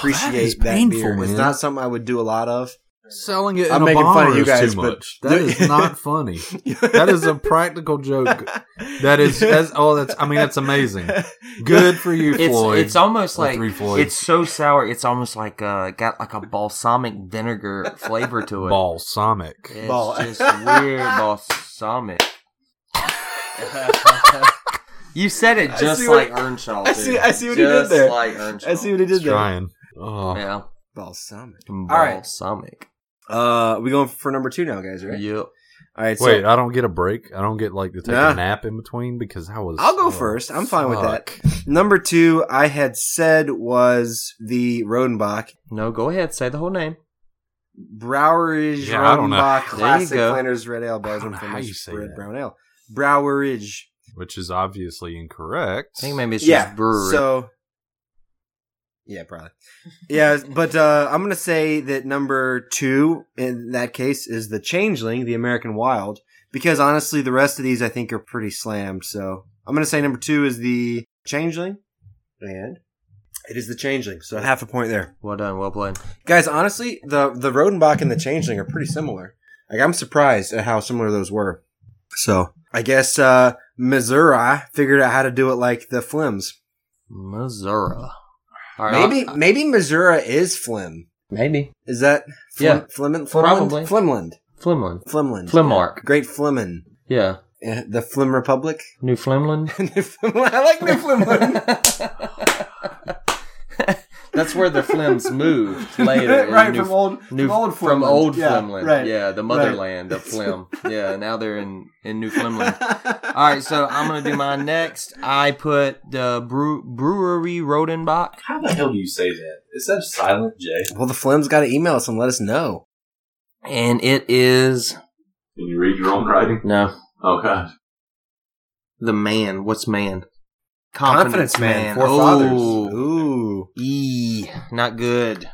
S2: appreciate that,
S7: painful,
S2: beer. It's
S7: man.
S2: not something I would do a lot of.
S7: Selling it in
S2: I'm
S7: a
S2: making
S7: bottle
S2: fun of you
S7: is
S2: guys,
S7: too
S2: but-
S7: much. That is not funny. That is a practical joke. That is that's oh that's I mean that's amazing. Good for you,
S3: It's
S7: Floyd.
S3: it's almost
S7: Or
S3: like
S7: three Floyds.
S3: it's so sour. It's almost like uh, got like a balsamic vinegar flavor to it.
S7: balsamic.
S3: It's
S2: Bal-
S3: just weird balsamic. you said it
S2: I
S3: just
S2: see
S3: like
S2: what-
S3: Earnshaw.
S2: I
S3: dude.
S2: see- I see what he did
S3: just
S2: there.
S3: Like Earnshaw.
S2: I see what he did there.
S7: Trying. Oh,
S3: Yeah,
S2: Balsamic. right.
S3: balsamic.
S2: Uh, we going for number two now, guys? Right?
S3: Yep.
S2: All right. So
S7: Wait, I don't get a break. I don't get like to take
S2: Nah.
S7: a nap in between because I was.
S2: I'll go
S7: oh,
S2: first. I'm fine with that.
S7: fuck.
S2: number two, I had said was the Rodenbach
S3: No, go ahead. Say the whole name.
S2: Broweridge
S7: Yeah, I don't know.
S2: Rodenbach
S3: you
S2: Classic
S3: go.
S2: Flanders Red Ale
S7: I don't
S2: Belgium
S7: know how you
S2: Famous
S7: say
S2: Red
S7: that.
S2: Brown Ale. Broweridge.
S7: Which is obviously incorrect.
S3: I think maybe it's
S2: yeah.
S3: just brewery.
S2: So yeah, probably. Yeah, but uh, I'm gonna say that number two in that case is the Changeling, the American Wild, because honestly, the rest of these I think are pretty slammed. So I'm gonna say number two is the Changeling, and it is the Changeling. So half a point there,
S3: well done. Well played.
S2: guys. Honestly, the the Rodenbach and the Changeling are pretty similar. Like I'm surprised at how similar those were. So I guess uh, Missouri figured out how to do it like the Flims.
S3: Missouri. All uh,
S2: Maybe maybe Missouri is Flim.
S3: Maybe.
S2: Is that Flim,
S3: Yeah.
S2: Flimin, Flimland?
S3: Probably.
S2: Flimland?
S3: Flimlin.
S2: Flimland.
S3: Flimmark.
S2: Great Flimin.
S3: Yeah.
S2: Uh, The Flim Republic.
S3: Newfoundland.
S2: I like Newfoundland.
S3: That's where the Flims moved later. in
S2: right,
S3: New-
S2: from old,
S3: New-
S2: from old
S3: from
S2: Flimland.
S3: old
S2: yeah,
S3: Flimland.
S2: Right.
S3: Yeah, the motherland of Flim. Yeah, now they're in, in Newfoundland. All right, so I'm going to do mine next. I put the brew- Brewery Rodenbach.
S4: How the hell do you say that? Is that silent J?
S2: Well, the Flim's got to email us and let us know.
S3: And it is.
S4: Can you read your own writing?
S3: No.
S4: Oh god.
S3: The man. What's man?
S2: Confidence, man, four fathers. Ooh,
S3: Eee, not good.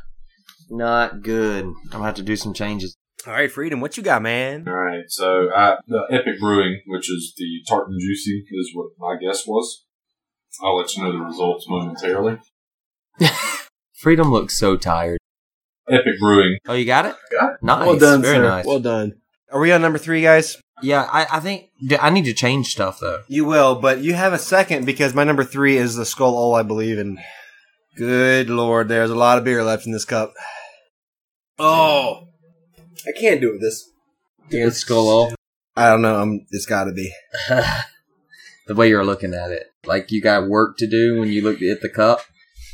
S3: Not good. I'm gonna have to do some changes.
S2: all right, freedom. What you got, man?
S4: All right. So I, the Epic Brewing, which is the tartan juicy, is what my guess was. I'll let you know the results momentarily.
S3: Freedom looks so tired.
S4: Epic Brewing.
S3: Oh, you got it?
S4: Got it.
S3: Nice. Very nice.
S2: done. Are we on number three, guys?
S3: yeah, I, I think d- I need to change stuff though.
S2: You will, but you have a second because my number three is the Skull All I Believe in. Good lord, there's a lot of beer left in this cup. Oh, I can't do it with this.
S3: It's skull off.
S2: I don't know. I'm, it's got to be.
S3: the way you're looking at it, like you got work to do when you look at the cup.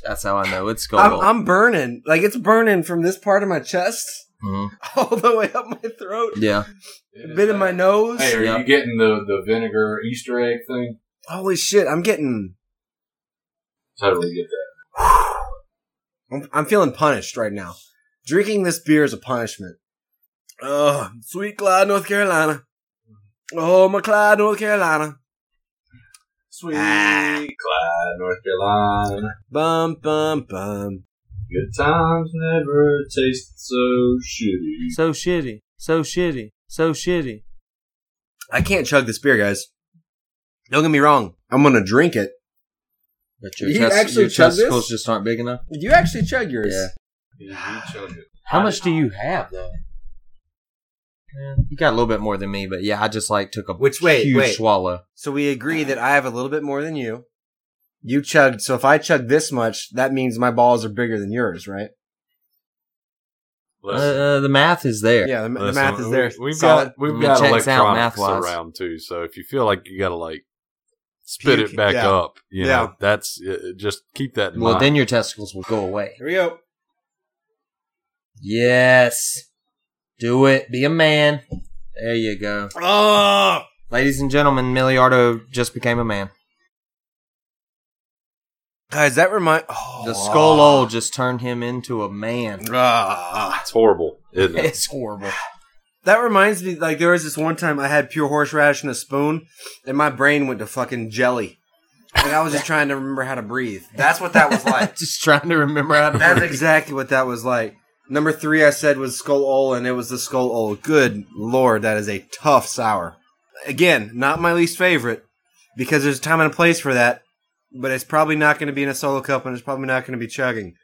S3: That's how I know it's skull
S2: I'm,
S3: off.
S2: I'm burning. Like it's burning from this part of my chest
S3: Mhm.
S2: all the way up my throat,
S3: Yeah.
S2: a bit in my nose.
S4: Hey, are
S3: Yeah.
S4: you getting the, the vinegar Easter egg thing?
S2: Holy shit! I'm getting.
S4: Totally get that.
S2: I'm, I'm feeling punished right now. Drinking this beer is a punishment. Oh, sweet Clyde, North Carolina. Oh, my Clyde, North Carolina.
S4: Sweet
S2: Ah.
S4: Clyde, North Carolina.
S2: Bum bum bum.
S4: Good times never tasted so shitty.
S3: So shitty. So shitty. So shitty.
S2: I can't chug this beer, guys. Don't get me wrong. I'm gonna drink it.
S3: But
S2: You actually chug this?
S3: testicles just aren't big enough.
S2: You actually chug yours.
S3: Yeah.
S4: Yeah, you chug it.
S3: How much do you have though? You got a little bit more than me, but yeah, I just like took a
S2: Which- wait,
S3: huge
S2: wait.
S3: swallow.
S2: So we agree that I have a little bit more than you. You chugged. So if I chug this much, that means my balls are bigger than yours, right?
S3: Uh, uh, the math is there.
S2: Yeah. The, the
S7: Listen,
S2: math is
S7: we-
S2: there.
S7: We've
S2: Solid.
S7: got we've
S3: It
S7: got
S3: checks out
S7: electronics
S3: math-wise.
S7: around too, so if you feel like you got to like spit
S2: Puke,
S7: it back
S2: yeah.
S7: up, you
S2: Yeah.
S7: know, that's uh, just keep that in
S3: Well,
S7: mind.
S3: then your testicles will go away.
S2: Here we go.
S3: Yes. Do it. Be a man. There you go.
S2: Oh.
S3: Ladies and gentlemen, Miliardo just became a man.
S2: Guys, that remind oh.
S3: The skull old just turned him into a man.
S2: Ah.
S7: it's horrible, isn't it?
S3: It's horrible.
S2: That reminds me, like there was this one time I had pure horseradish in a spoon, and my brain went to fucking jelly. Like I was just trying to remember how to breathe. That's what that was like.
S3: just trying to remember how to.
S2: That's
S3: breathe.
S2: exactly what that was like. Number three, I said was skull ol, and it was the skull ol. Good lord, that is a tough sour. Again, not my least favorite because there's a time and a place for that, but it's probably not going to be in a solo cup, and it's probably not going to be chugging.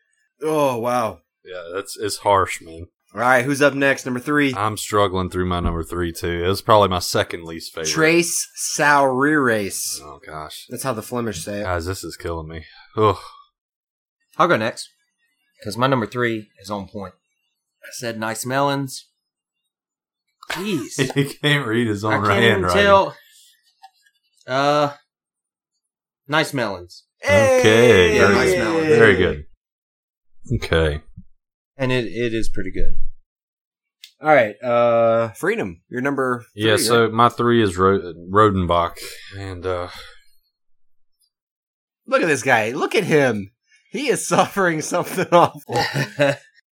S2: Oh wow.
S7: Yeah, that's it's harsh, man.
S2: All right, who's up next? Number three,
S7: I'm struggling through my number three too. It's probably my second least favorite.
S2: Trace Saurirace.
S7: oh gosh,
S2: That's how the Flemish say it.
S7: guys, this is killing me. Ugh.
S3: I'll go next because my number three is on point. I said nice melons. Jeez,
S7: he can't read his
S3: I
S7: own
S3: can't even
S7: handwriting.
S3: tell. Uh, nice melons,
S7: Okay,
S3: Yeah,
S7: very,
S3: nice
S7: good.
S3: melon.
S7: very good. Okay,
S3: and it, it is pretty good.
S2: All right, uh, Freedom. You're number. Three,
S7: yeah. So
S2: right?
S7: my three is Ro- Rodenbach, and uh,
S2: look at this guy. Look at him. He is suffering something awful.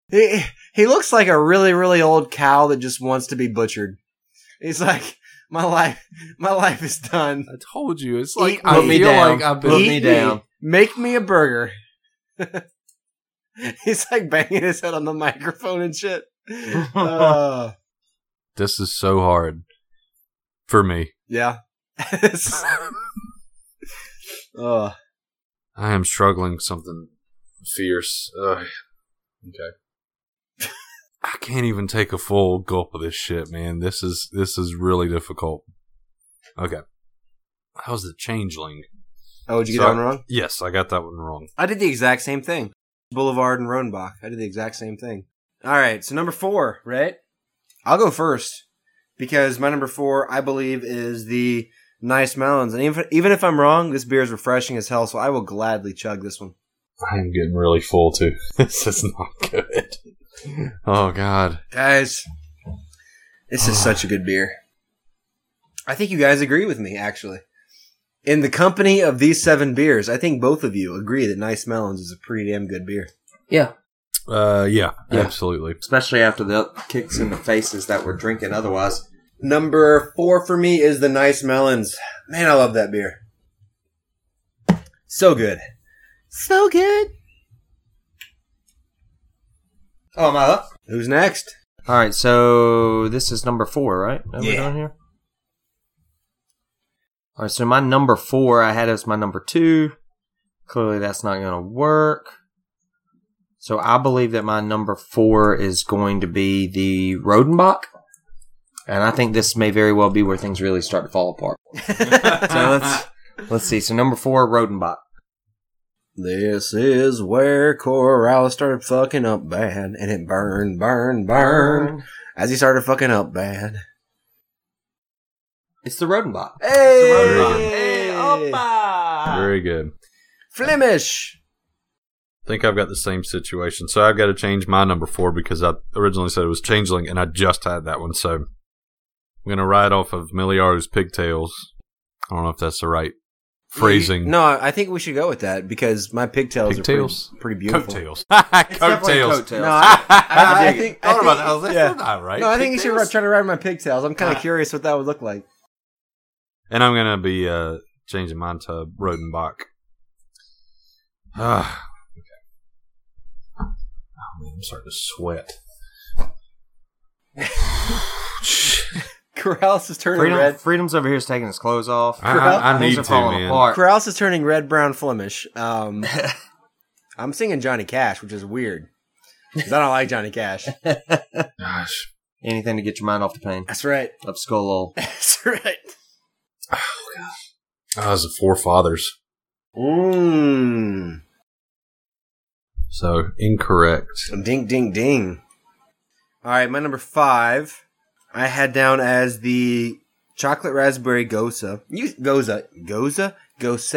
S2: he he looks like a really really old cow that just wants to be butchered. He's like, my life, my life is done.
S7: I told you it's
S2: like-
S7: like
S2: Eat
S7: I
S2: I
S7: feel
S2: me.
S3: feel down.
S7: like
S3: like I've
S7: I've
S3: been-
S7: been.
S3: Put me down.
S2: Make me a burger. He's like banging his head on the microphone and shit. Uh,
S7: This is so hard for me.
S2: Yeah. oh,
S7: I am struggling something fierce. Ugh. Okay. I can't even take a full gulp of this shit, man. This is this is really difficult. Okay. How's the changeling?
S2: oh, did you get
S7: Sorry.
S2: that one wrong?
S7: Yes, I got that one wrong.
S2: I did the exact same thing. Boulevard and Rodenbach. I did the exact same thing. All right, so number four, right? I'll go first because my number four, I believe, is the nice melons. And even, even if I'm wrong, this beer is refreshing as hell, so I will gladly chug this one.
S7: I am getting really full too. This is not good. Oh god.
S2: Guys, this is such a good beer. I think you guys agree with me, actually. In the company of these seven beers, I think both of you agree that Nice Melons is a pretty damn good beer.
S3: Yeah.
S7: Uh, yeah,
S3: Yeah.
S7: absolutely.
S3: Especially after the kicks in the faces that we're drinking otherwise.
S2: Number four for me is the Nice Melons. Man, I love that beer. So good. So good.
S3: Oh, am I up?
S2: Who's next?
S3: All right, so this is number four, right? That we're
S2: Yeah.
S3: doing here? All right, so my number four I had as my number two. Clearly, that's not going to work. So I believe that my number four is going to be the Rodenbach. And I think this may very well be where things really start to fall apart. So let's let's see. So number four, Rodenbach.
S2: This is where Corral started fucking up bad, and it burned, burned, burned, as he started fucking up bad.
S3: It's the Rodenbach.
S2: Hey! Ah.
S7: Very good.
S2: Flemish!
S7: I think I've got the same situation. So I've got to change my number four because I originally said it was Changeling and I just had that one. So I'm going to ride off of Miliaru's pigtails. I don't know if that's the right phrasing.
S2: No, I think we should go with that because my pigtails,
S7: Pigtails?
S2: are pretty, pretty beautiful.
S7: Coattails. coattails.
S2: No, I, I- I think, I
S7: Thought
S2: think,
S7: about that. I was like,
S2: yeah.
S7: that's not right.
S2: No, I think you should ri-
S7: Pigtails? Ah.
S2: try to ride my pigtails. I'm kind of curious what that would look like.
S7: And I'm gonna be uh, changing mine to Rodenbach. Ah, oh, man, I'm starting to sweat.
S2: Corrales is turning
S3: Freedom,
S2: red.
S3: Freedom's over here is taking his clothes off.
S7: I, I, I need to, man.
S2: Corrales is turning red, brown, Flemish. Um, I'm singing Johnny Cash, which is weird. 'Cause I don't like Johnny Cash.
S7: Gosh,
S3: Anything to get your mind off the pain.
S2: That's right.
S3: Up skull lol.
S2: That's right.
S7: I was the forefathers.
S2: Mmm.
S7: So incorrect.
S2: Ding, ding, ding. All right, my number five, I had down as the chocolate raspberry goza. You goza, goza, gose,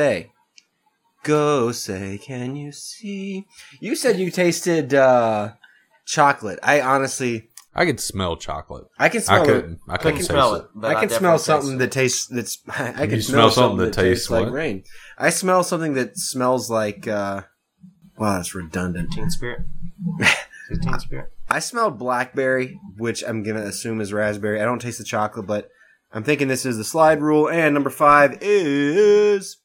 S2: gose. Can you see? You said you tasted uh, chocolate. I honestly,
S7: I could smell chocolate.
S2: I can
S7: I
S2: smell it.
S7: couldn't. I couldn't
S3: can
S7: taste
S3: smell it.
S7: it.
S3: but
S2: I can smell
S3: definitely taste
S2: something
S3: it.
S2: that tastes. That's I
S7: You
S2: can
S7: smell something that tastes
S2: like
S7: what?
S2: rain. I smell something that smells like. Uh, wow, that's redundant.
S3: Teen spirit. Is it teen spirit.
S2: I smelled blackberry, which I'm gonna assume is raspberry. I don't taste the chocolate, but I'm thinking this is the slide rule. And number five is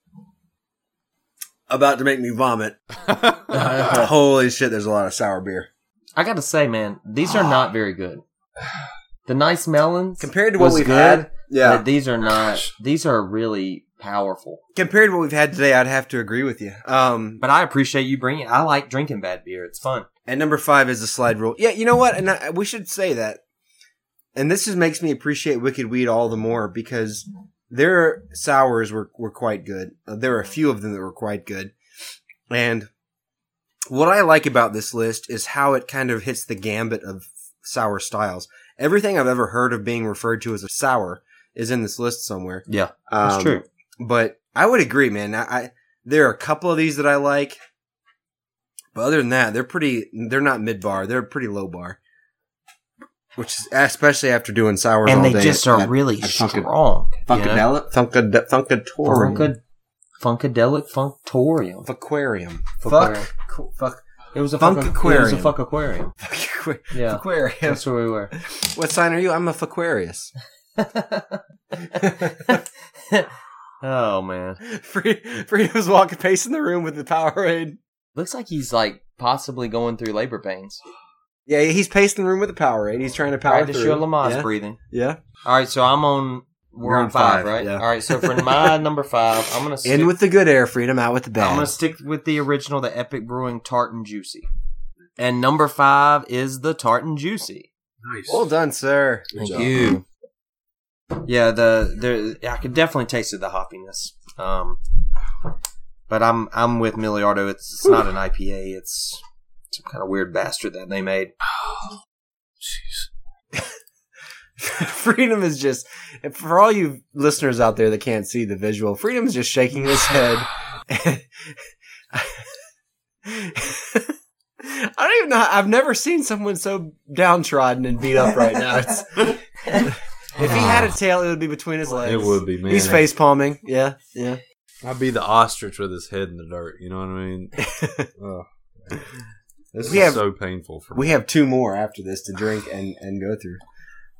S2: about to make me vomit. Holy shit! There's a lot of sour beer
S3: I gotta say, man, these are not very good. The nice melons
S2: compared to what
S3: was
S2: we've
S3: good,
S2: had.
S3: but these are not. These are really powerful.
S2: compared to what we've had today, I'd have to agree with you. Um,
S3: But I appreciate you bringing. I like drinking bad beer. It's fun.
S2: And number five is the slide rule. Yeah, you know what? And I, we should say that. And this just makes me appreciate Wicked Weed all the more because their sours were, were quite good. Uh, There were a few of them that were quite good. And what I like about this list is how it kind of hits the gambit of sour styles. Everything I've ever heard of being referred to as a sour is in this list somewhere.
S3: Yeah,
S2: Um,
S3: that's true.
S2: but I would agree, man. I, I there are a couple of these that I like, but other than that, they're pretty. They're not mid bar. They're pretty low bar, which is especially after doing sours
S3: And
S2: all
S3: they
S2: day
S3: just
S2: at-
S3: are really
S2: at Funka-
S3: strong. you know?
S2: Funkad- Funkadorium,
S3: Funka- Funkadelic Functorium.
S2: Fuckquarium,
S3: Fuck.
S2: fuck, qu- fuck,
S3: It was a
S2: Funk
S3: fuck aquarium. It was a
S2: aquarium.
S3: fuck aquarium.
S2: fuck,
S3: Yeah,
S2: Fuckquarium.
S3: that's where we were.
S2: What sign are you? I'm a Fuckquarius.
S3: oh man,
S2: Free, Freedom's walking, pacing the room with the Powerade.
S3: looks like he's like possibly going through labor pains.
S2: Yeah, he's pacing the room with the Powerade. He's trying to power
S3: All right, to
S2: through.
S3: show Lamaze
S2: yeah.
S3: breathing.
S2: yeah.
S3: All right, so I'm on. We're
S2: You're
S3: on,
S2: on
S3: five,
S2: five,
S3: right?
S2: yeah.
S3: All right, so for my number five, I'm gonna stick,
S2: In with the good air, freedom. Out with the bad.
S3: I'm gonna stick with the original, the Epic Brewing Tartan Juicy, and number five is the Tartan Juicy.
S7: Nice.
S2: well done, sir.
S3: Thank you. Yeah, the there I could definitely taste the hoppiness. Um, but I'm I'm with Miliardo. It's, it's not an IPA. It's some kind of weird bastard that they made.
S7: Jeez.
S2: Freedom is just for all you listeners out there that can't see the visual. Freedom is just shaking his head. I don't even know. how- I've never seen someone so downtrodden and beat up right now. It's, if he had a tail, it would be between his legs.
S7: it would be man.
S2: He's face palming. Yeah, yeah.
S7: I'd be the ostrich with his head in the dirt. You know what I mean? Ugh. this
S2: We
S7: is
S2: have-
S7: so painful for me.
S2: We have two more after this to drink and and go through.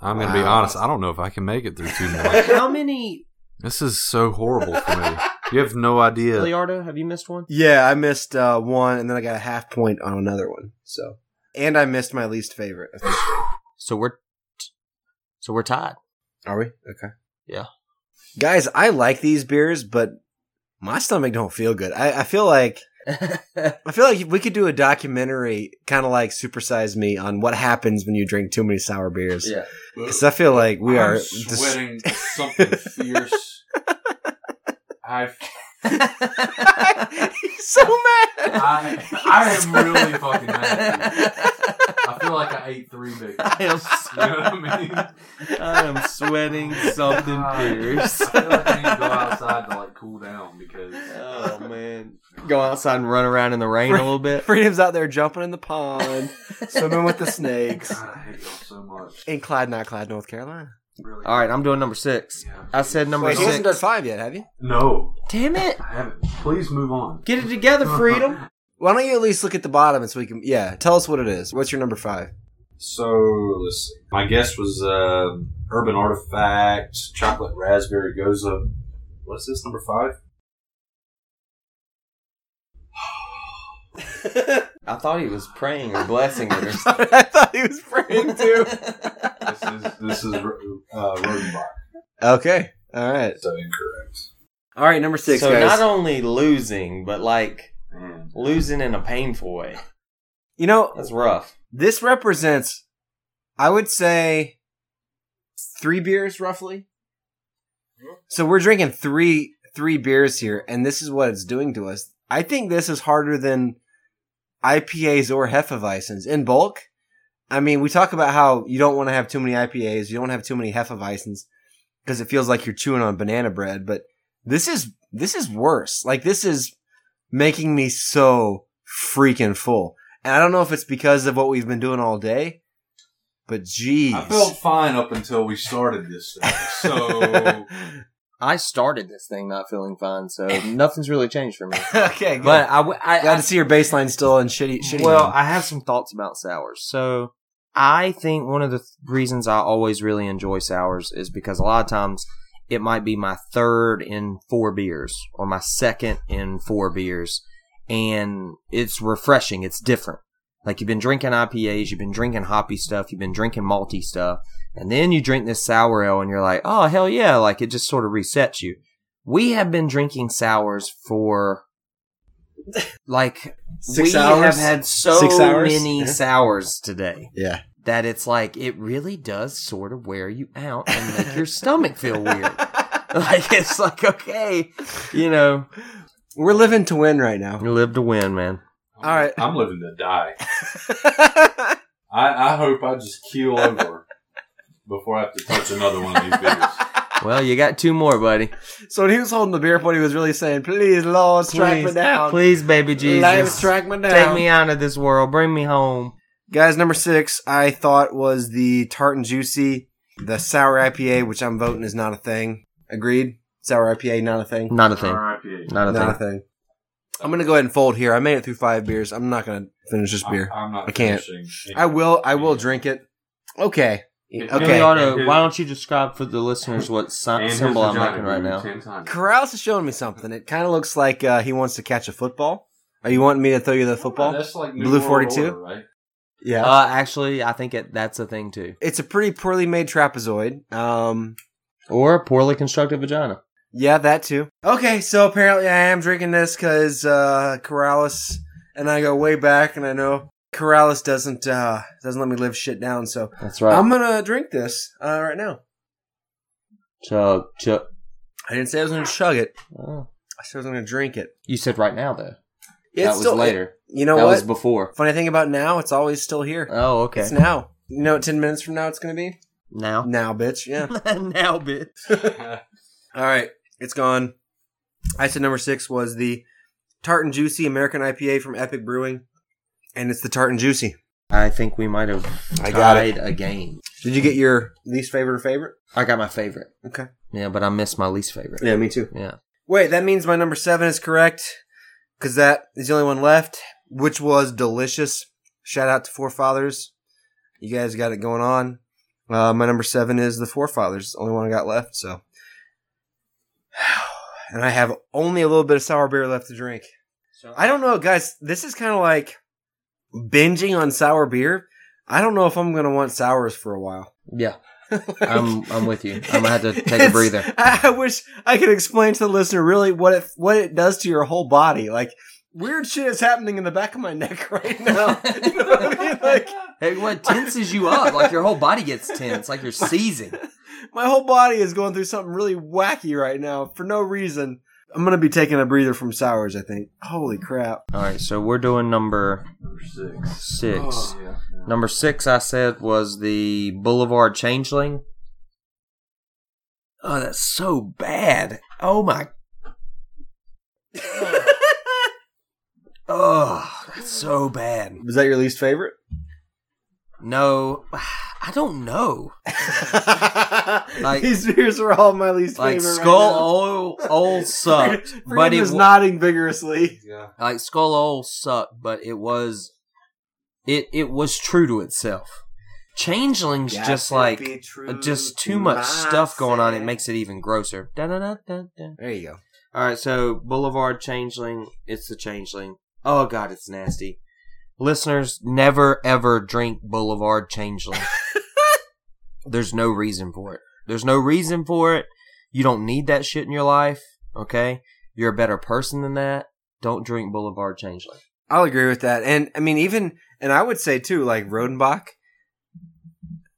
S7: I'm gonna be
S2: Wow.
S7: honest. I don't know if I can make it through two more.
S3: How many?
S7: this is so horrible for me. You have no idea.
S3: Leardo, have you missed one?
S2: Yeah, I missed uh, one, and then I got a half point on another one. So, and I missed my least favorite. I think.
S3: So we're so we're tied.
S2: Are we okay?
S3: Yeah.
S2: guys, I like these beers, but my stomach don't feel good. I, I feel like I feel like we could do a documentary, kind of like Supersize Me, on what happens when you drink too many sour beers.
S3: yeah.
S2: 'Cause I feel like we
S4: I'm
S2: are dis-
S4: sweating something fierce. I,
S2: He's so mad.
S4: I, I am really fucking mad. at you. I feel like I ate three big.
S3: I am,
S4: You know what I mean?
S3: I am sweating something
S4: I-
S3: fierce.
S4: I feel like I need to go outside to like cool down because
S3: Oh man, go outside and run around in the rain a little bit.
S2: Freedom's out there jumping in the pond, swimming with the snakes
S4: God, I hate y'all so much.
S2: in Clyde, not Clyde, North Carolina.
S4: Really.
S3: All right, I'm doing number six.
S4: Yeah.
S3: I said number
S2: Wait, he hasn't done
S3: six.
S2: five yet, have you?
S4: No,
S3: Damn it!
S4: I haven't. Please move on.
S3: Get it together, freedom.
S2: Why don't you at least look at the bottom and so we can? Yeah, tell us what it is. What's your number five?
S4: So let's see. My guess was uh, Urban Artifact, Chocolate Raspberry Goza. What's this number five?
S3: I thought he was praying or blessing it or something.
S2: I thought he was praying too.
S4: This is this is uh, Rodenbach.
S2: okay, all right,
S4: So incorrect.
S2: all right. Number six,
S3: so
S2: guys.
S3: not only losing, but like
S4: Man,
S3: losing in a painful way.
S2: you know,
S3: That's rough.
S2: this represents, I would say, three beers roughly. So we're drinking three three beers here, and this is what it's doing to us. I think this is harder than IPAs or Hefeweizens in bulk. I mean, we talk about how you don't want to have too many IPAs, you don't have too many Hefeweizens because it feels like you're chewing on banana bread. But this is this is worse. Like this is making me so freaking full. And I don't know if it's because of what we've been doing all day, but geez.
S4: I felt fine up until we started this thing. So
S3: I started this thing not feeling fine, so nothing's really changed for me.
S2: okay, good.
S3: But I, w- I-
S2: glad
S3: I-
S2: to see your baseline still in shitty. shitty
S3: well,
S2: land.
S3: I have some thoughts about sours. So I think one of the th- reasons I always really enjoy sours is because a lot of times it might be my third in four beers or my second in four beers, and it's refreshing. It's different. Like you've been drinking IPAs, you've been drinking hoppy stuff, you've been drinking malty stuff, and then you drink this sour ale and you're like, oh hell yeah! Like it just sort of resets you. We have been drinking sours for like
S2: six
S3: we
S2: hours.
S3: have had so
S2: Six hours?
S3: many
S2: Yeah.
S3: sours today
S2: yeah,
S3: that it's like it really does sort of wear you out and make your stomach feel weird. Like it's like okay, you know,
S2: we're living to win right now.
S3: you live to win, man.
S2: All right.
S4: I'm living to die. I, I hope I just keel over before I have to touch another one of these beers.
S3: Well, you got two more, buddy.
S2: so when he was holding the beer point, he was really saying, "Please, Lord, strike me
S3: Please.
S2: down.
S3: Please, baby
S2: Lord,
S3: Jesus,
S2: strike me down.
S3: take me out of this world. Bring me home.
S2: Guys, number six, I thought was the tart and juicy, the sour IPA, which I'm voting is not a thing. Agreed. Sour IPA, not a thing.
S3: Not a thing.
S4: RIP.
S3: Not a
S2: not a
S3: thing.
S2: thing. I'm gonna go ahead and fold here. I made it through five beers. I'm not gonna finish this beer.
S4: I'm, I'm not
S2: I can't.
S4: finishing.
S2: I will. I will drink it. Okay.
S3: Really
S2: Okay.
S3: ought to- why don't you describe for the listeners what si-
S4: And his
S3: symbol I'm
S4: vagina
S3: making right
S4: grew
S3: now?
S4: 10 times.
S2: Corrales is showing me something. It kind of looks like uh, he wants to catch a football. Are you wanting me to throw you the football?
S4: That's like New
S2: Blue
S4: World
S2: 42?
S4: Order, right?
S2: Yeah.
S3: Uh, actually, I think it, that's a thing too.
S2: it's a pretty poorly made trapezoid. Um,
S3: Or a poorly constructed vagina.
S2: Yeah, that too. Okay, so apparently I am drinking this because uh, Corrales and I go way back, and I know Corrales doesn't uh, doesn't let me live shit down. So
S3: That's right.
S2: I'm gonna drink this uh, right now.
S3: Chug, chug.
S2: I didn't say I was gonna chug it.
S3: Oh.
S2: I said I was gonna drink it.
S3: You said right now though.
S2: It's
S3: that was
S2: still-
S3: later.
S2: You know
S3: that
S2: what?
S3: was before.
S2: Funny thing about now, it's always still here.
S3: Oh, okay.
S2: It's now. You know, what ten minutes from now, it's gonna be
S3: Now.
S2: Now, bitch. Yeah.
S3: now, bitch.
S2: All right, it's gone. I said number six was the Tart and Juicy American IPA from Epic Brewing, and it's the Tart and Juicy.
S3: I think we might have
S2: I got it.
S3: tied a game.
S2: Did you get your least favorite or favorite?
S3: I got my favorite.
S2: Okay.
S3: Yeah, but I missed my least favorite.
S2: me too.
S3: Yeah.
S2: Wait, that means my number seven is correct because that is the only one left, which was delicious. Shout out to Forefathers. You guys got it going on. Uh, my number seven is the Forefathers, the only one I got left. So, and I have only a little bit of sour beer left to drink. I don't know, guys. This is kind of like binging on sour beer. I don't know if I'm gonna want sours for a while.
S3: Yeah. I'm I'm with you. I'm gonna have to take a
S2: It's-
S3: breather.
S2: I, I wish I could explain to the listener really what it what it does to your whole body. Like weird shit is happening in the back of my neck right now. you know what I mean? Like
S3: Hey, what tenses you up? Like your whole body gets tense, like you're seizing.
S2: my whole body is going through something really wacky right now for no reason. I'm gonna be taking a breather from sours. I think. Holy crap!
S3: All right, so we're doing number
S4: Number six.
S3: six.
S4: Oh, yeah, yeah.
S3: Number six, I said, was the Boulevard Changeling. Oh, that's so bad. Oh my. oh, that's so bad.
S2: Was that your least favorite?
S3: No, I don't know. Like-
S2: These beers are all my least
S3: Like
S2: favorite.
S3: Skull
S2: right
S3: Oil, Oil
S2: now.
S3: sucked,
S2: Freedom
S3: but it
S2: is
S3: wa-
S2: nodding vigorously.
S4: Yeah.
S3: like Skull Oil sucked, but it was, it it was true to itself. Changeling's just like uh, just too much stuff going on. It makes it even grosser. Da-da-da-da-da.
S2: There you go.
S3: All right, so Boulevard Changeling, it's the Changeling. Oh God, it's nasty. Listeners, never ever drink Boulevard Changeling. There's no reason for it. There's no reason for it. You don't need that shit in your life. Okay, you're a better person than that. Don't drink Boulevard Changeling.
S2: I'll agree with that. And I mean, even, and I would say too, like Rodenbach,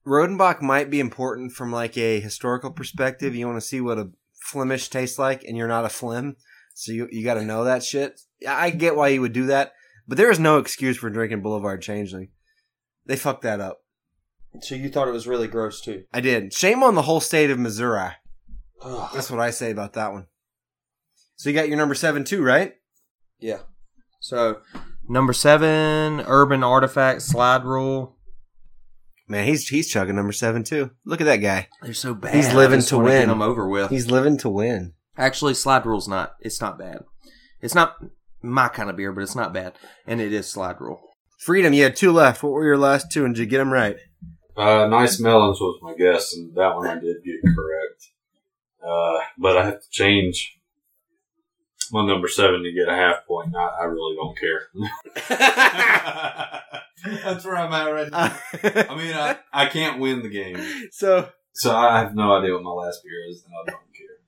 S2: Rodenbach might be important from like a historical perspective. You want to see what a Flemish tastes like and you're not a Flim. So you, you got to know that shit. I I get why you would do that, but there is no excuse for drinking Boulevard Changeling. They fucked that up.
S3: So you thought it was really gross too.
S2: I did. Shame on the whole state of Missouri. That's what I say about that one. So you got your number seven too, right?
S3: Yeah. So number seven, Urban Artifact Slide Rule.
S2: Man, he's he's chugging number seven too. Look at that guy.
S3: They're so bad.
S2: He's living
S3: I just
S2: to
S3: wanna get
S2: win.
S3: them over with.
S2: He's living to win.
S3: Actually, slide rule's not. It's not bad. It's not my kind of beer, but it's not bad, and it is slide rule.
S2: Freedom, you had two left. What were your last two, and did you get them right?
S4: Uh, nice melons was my guess, and that one I did get correct. Uh, but I have to change my number seven to get a half point. I, I really don't care. That's where I'm at right I mean, I, I can't win the game,
S2: so,
S4: so I have no idea what my last beer is, and I don't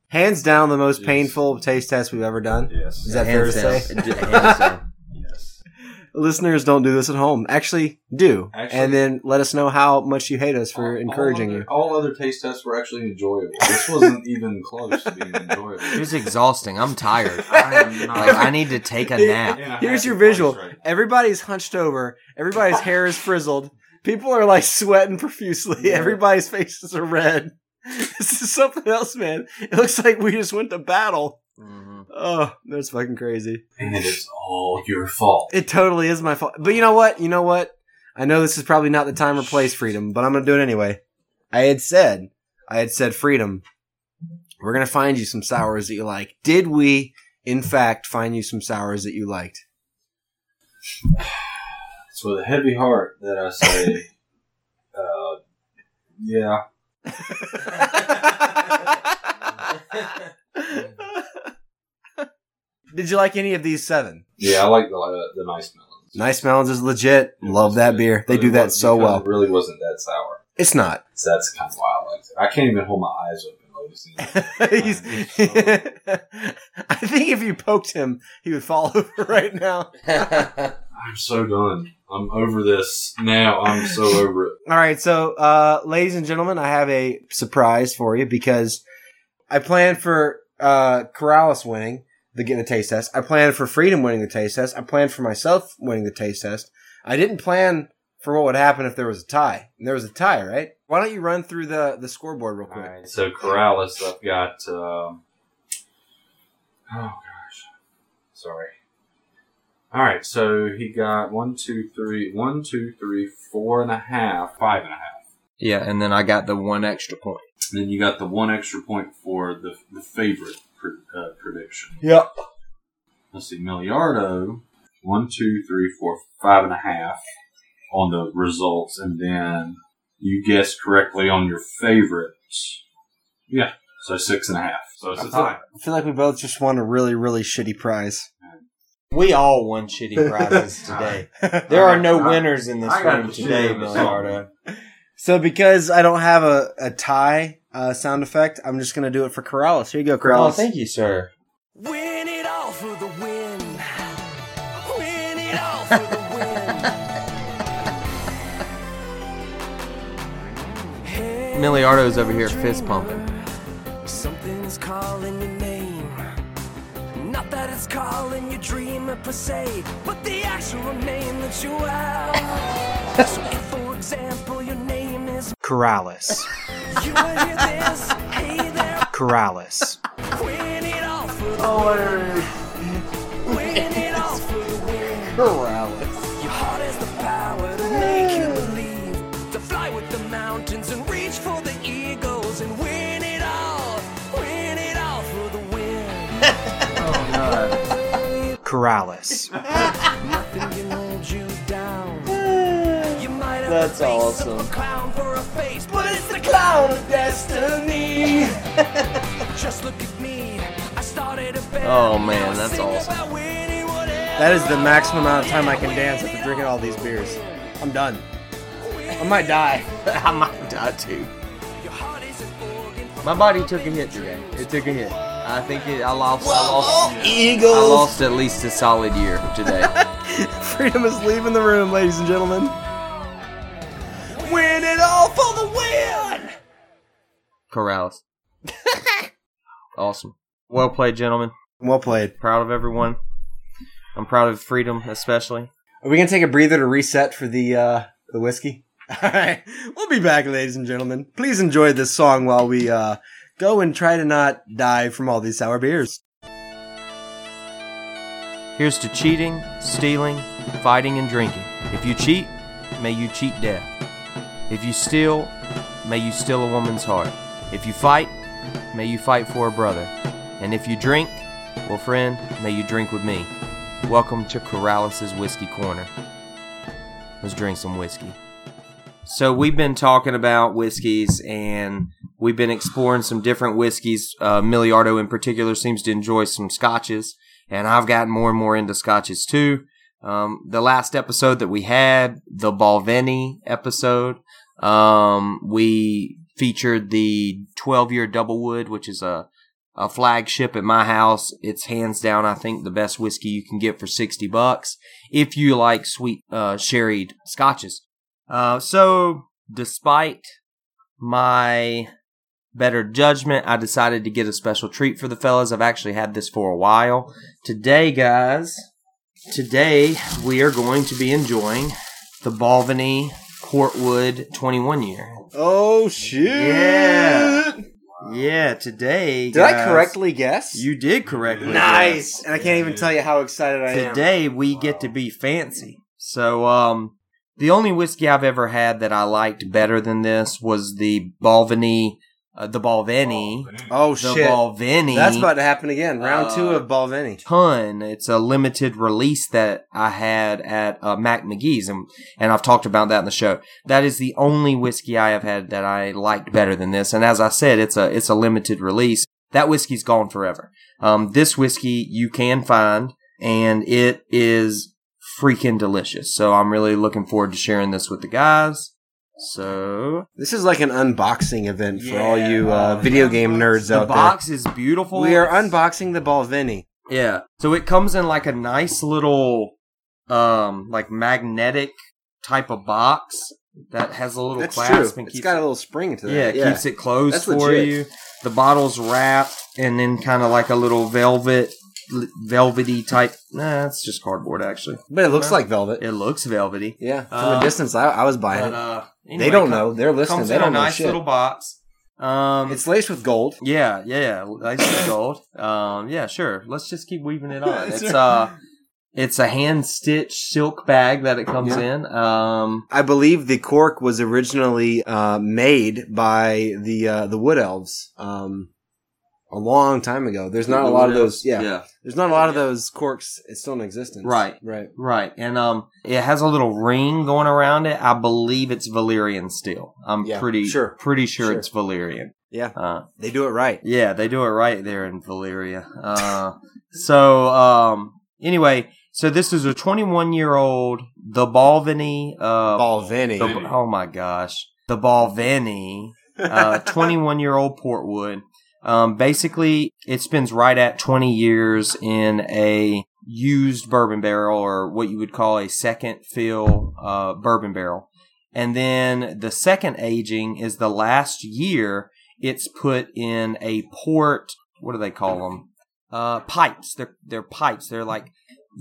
S2: hands down, the most
S4: Yes.
S2: painful taste test we've ever done.
S4: care. Yes,
S2: Is that fair to
S3: down.
S2: say?
S3: D- hands down.
S4: yes.
S2: Listeners, don't do this at home. Actually, do,
S4: Actually-
S2: and then let us know how much you hate us for
S4: All-
S2: encouraging
S4: all
S2: you.
S4: other, All other taste tests were actually enjoyable. This wasn't even close to being enjoyable.
S3: It was exhausting. I'm tired.
S4: I am not.
S3: Like I need to take a nap.
S4: And I
S2: Here's
S4: had
S2: your
S4: the price
S2: visual.
S4: right.
S2: Everybody's hunched over. Everybody's hair is frizzled. People are like sweating profusely. Everybody's faces are red. This is something else, man. It looks like we just went to battle.
S3: Mhm.
S2: Oh, that's fucking crazy.
S4: And it's all your fault.
S2: It totally is my fault. But you know what? You know what? I know this is probably not the time or place, freedom, but I'm gonna do it anyway. I had said, I had said, freedom. We're gonna find you some sours that you like. Did we, in fact, find you some sours that you liked?
S4: It's with a heavy heart that I say, uh, yeah.
S2: Did you like any of these seven?
S4: Yeah, I like the, uh, the nice melons.
S2: Nice Melons is legit. Love that beer. They
S4: But it
S2: do that
S4: was-
S2: so
S4: because
S2: well.
S4: It really wasn't that sour.
S2: It's not.
S4: So that's kind of why I liked it. I can't even hold my eyes open. like, this.
S2: He's- I think if you poked him, he would fall over right now.
S4: I'm so done. I'm over this now. I'm so over it.
S2: All right, so uh, ladies and gentlemen, I have a surprise for you because I planned for uh, Corrales winning the getting the taste test. I planned for Freedom winning the taste test. I planned for myself winning the taste test. I didn't plan for what would happen if there was a tie. And there was a tie, right? Why don't you run through the the scoreboard real quick?
S4: Alright, so Corrales, I've got. Um, oh gosh, sorry. All right, so he got one, two, three, one, two, three, four and a half, five and a half.
S3: Yeah, and then I got the one extra point.
S4: Then you got the one extra point for the the favorite pr- uh, prediction.
S2: Yep.
S4: Let's see, Miliardo, one, two, three, four, five and a half on the results, and then you guessed correctly on your favorite. Yeah, so six and a half. So it's a tie.
S2: I feel like we both just won a really really shitty prize.
S3: We all won shitty prizes today. There are no winners in this
S4: I got
S3: room
S4: the
S3: today,
S4: shit.
S3: Miliardo.
S2: So because I don't have a a tie uh, sound effect, I'm just gonna do it for Corrales. Here you go, Corrales.
S3: Oh, thank you, sir.
S10: Win it all for the win. Win it all for the win.
S3: Miliardo's over here fist pumping.
S10: Something is calling your name. Not that it's calling your dream per se, but the actual name that you have. so if, for example, your name is
S2: Corrales.
S10: you will hear this, hey there,
S2: Corrales.
S10: win it all for the win. Win it all for the win.
S2: Corrales.
S10: Your heart has the power to make you believe, to fly with the mountains and reach for the eagles and win it all, win it all for the win. Oh,
S2: Corrales.
S10: Nothing can hold you down. You might have
S3: That's
S10: the face
S3: awesome.
S10: of a clown for a face, but it's the clown of destiny. Just look at me. I started a band.
S3: Oh, man,
S10: Now I
S3: that's
S10: sing
S3: awesome.
S10: about winning whatever.
S2: That is the maximum amount of time I can dance after drinking all these beers. I'm done. I might die.
S3: I might die too.
S10: Your heart is an organ for
S3: My body took a hit today. It took a hit. I think it. I lost. I lost. I lost at least a solid year today.
S2: Freedom is leaving the room, ladies and gentlemen.
S10: Win it all for the win!
S3: Corrales. awesome. Well played, gentlemen.
S2: Well played.
S3: Proud of everyone. I'm proud of freedom, especially.
S2: Are we gonna take a breather to reset for the uh the whiskey? Alright. We'll be back, ladies and gentlemen. Please enjoy this song while we uh go and try to not die from all these sour beers.
S3: Here's to cheating, stealing, fighting, and drinking. If you cheat, may you cheat death. If you steal, may you steal a woman's heart. If you fight, may you fight for a brother. And if you drink, well, friend, may you drink with me. Welcome to Corrales' Whiskey Corner. Let's drink some whiskey. So, we've been talking about whiskeys and we've been exploring some different whiskeys. Uh, Miliardo, in particular, seems to enjoy some scotches and I've gotten more and more into scotches too. Um, the last episode that we had, the Balvenie episode, um, we featured the 12 year double wood, which is a, a flagship at my house. It's hands down, I think, the best whiskey you can get for 60 bucks if you like sweet, uh, sherried scotches. Uh, so despite my better judgment, I decided to get a special treat for the fellas. I've actually had this for a while today, guys, today we are going to be enjoying the Balvenie Portwood 21 year.
S2: Oh shit.
S3: Yeah. Yeah, today.
S2: Did I
S3: guys-
S2: correctly guess?
S3: You did correctly.
S2: nice. And I can't even tell you how excited I am.
S3: Today we get to be fancy. So, um, the only whiskey I've ever had that I liked better than this was the Balvenie, uh, the Balvenie,
S2: Oh
S3: the
S2: shit.
S3: Balvenie.
S2: That's about to happen again. Round two
S3: Uh,
S2: of Balvenie.
S3: ton. It's a limited release that I had at uh, Mac McGee's, and and I've talked about that in the show. That is the only whiskey I have had that I liked better than this. And as I said, it's a it's a limited release. That whiskey's gone forever. Um, this whiskey you can find, and it is freaking delicious. So I'm really looking forward to sharing this with the guys. So
S2: This is like an unboxing event for all you uh, video game nerds
S3: the
S2: out
S3: box is beautiful.
S2: there. We are unboxing the Balvenie.
S3: Yeah. So it comes in like a nice little um like magnetic type of box that has a little
S2: That's
S3: clasp
S2: true.
S3: and
S2: It's
S3: keeps
S2: got a little spring to that.
S3: yeah, it keeps it closed
S2: That's
S3: for
S2: legit.
S3: you. The bottle's wrapped and then kind of like a little velvet l- velvety type. Nah, it's just cardboard actually.
S2: But it looks like velvet.
S3: It looks velvety.
S2: Yeah, from
S3: Uh,
S2: a distance, I, I was buying
S3: But,
S2: it.
S3: uh,
S2: they
S3: anyway,
S2: don't
S3: com-
S2: know. They're listening.
S3: Comes
S2: They
S3: in
S2: don't
S3: a
S2: know
S3: nice
S2: shit.
S3: little box. Um,
S2: it's laced with gold.
S3: Yeah, yeah, yeah. Lace gold. Um, yeah, sure. Let's just keep weaving it on. It's
S2: Sure.
S3: uh it's a hand stitched silk bag that it comes
S2: Yeah.
S3: in. Um
S2: I believe the cork was originally uh, made by the uh, the wood elves um, a long time ago. There's not a lot of those. Yeah, there's not a lot of those corks. It's still in existence.
S3: Right.
S2: Right.
S3: Right. And um it has a little ring going around it. I believe it's Valyrian steel. I'm
S2: Yeah,
S3: pretty
S2: sure.
S3: pretty sure,
S2: Sure.
S3: it's Valyrian.
S2: Yeah.
S3: Uh
S2: They do it right.
S3: yeah, they do it right there in Valyria. Uh so um anyway, so this is a 21 year old the Balvenie uh
S2: Balvenie.
S3: The, oh my gosh, the Balvenie, uh, 21 year old Portwood. Um, basically, it spends right at 20 years in a used bourbon barrel, or what you would call a second fill uh, bourbon barrel. And then the second aging is the last year it's put in a port. What do they call them? Uh, pipes. They're they're pipes. They're like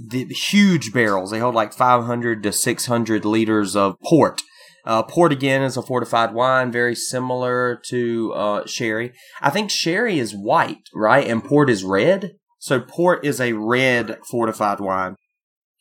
S3: the huge barrels. They hold like 500 to 600 liters of port. Uh, port again is a fortified wine, very similar to uh, sherry. I think sherry is white, right? And port is red. So port is a red fortified wine.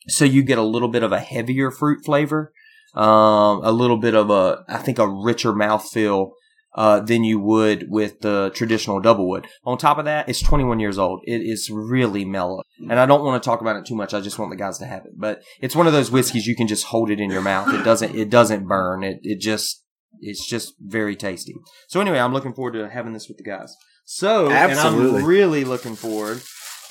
S3: So you get a little bit of a heavier fruit flavor, um, a little bit of a, I think, a richer mouthfeel uh, than you would with the traditional double wood. On top of that, it's 21 years old. It is really mellow. And I don't want to talk about it too much. I just want the guys to have it. But it's one of those whiskeys you can just hold it in your mouth. It doesn't it doesn't burn. It it just it's just very tasty. So anyway, I'm looking forward to having this with the guys. So and
S2: Absolutely.
S3: I'm really looking forward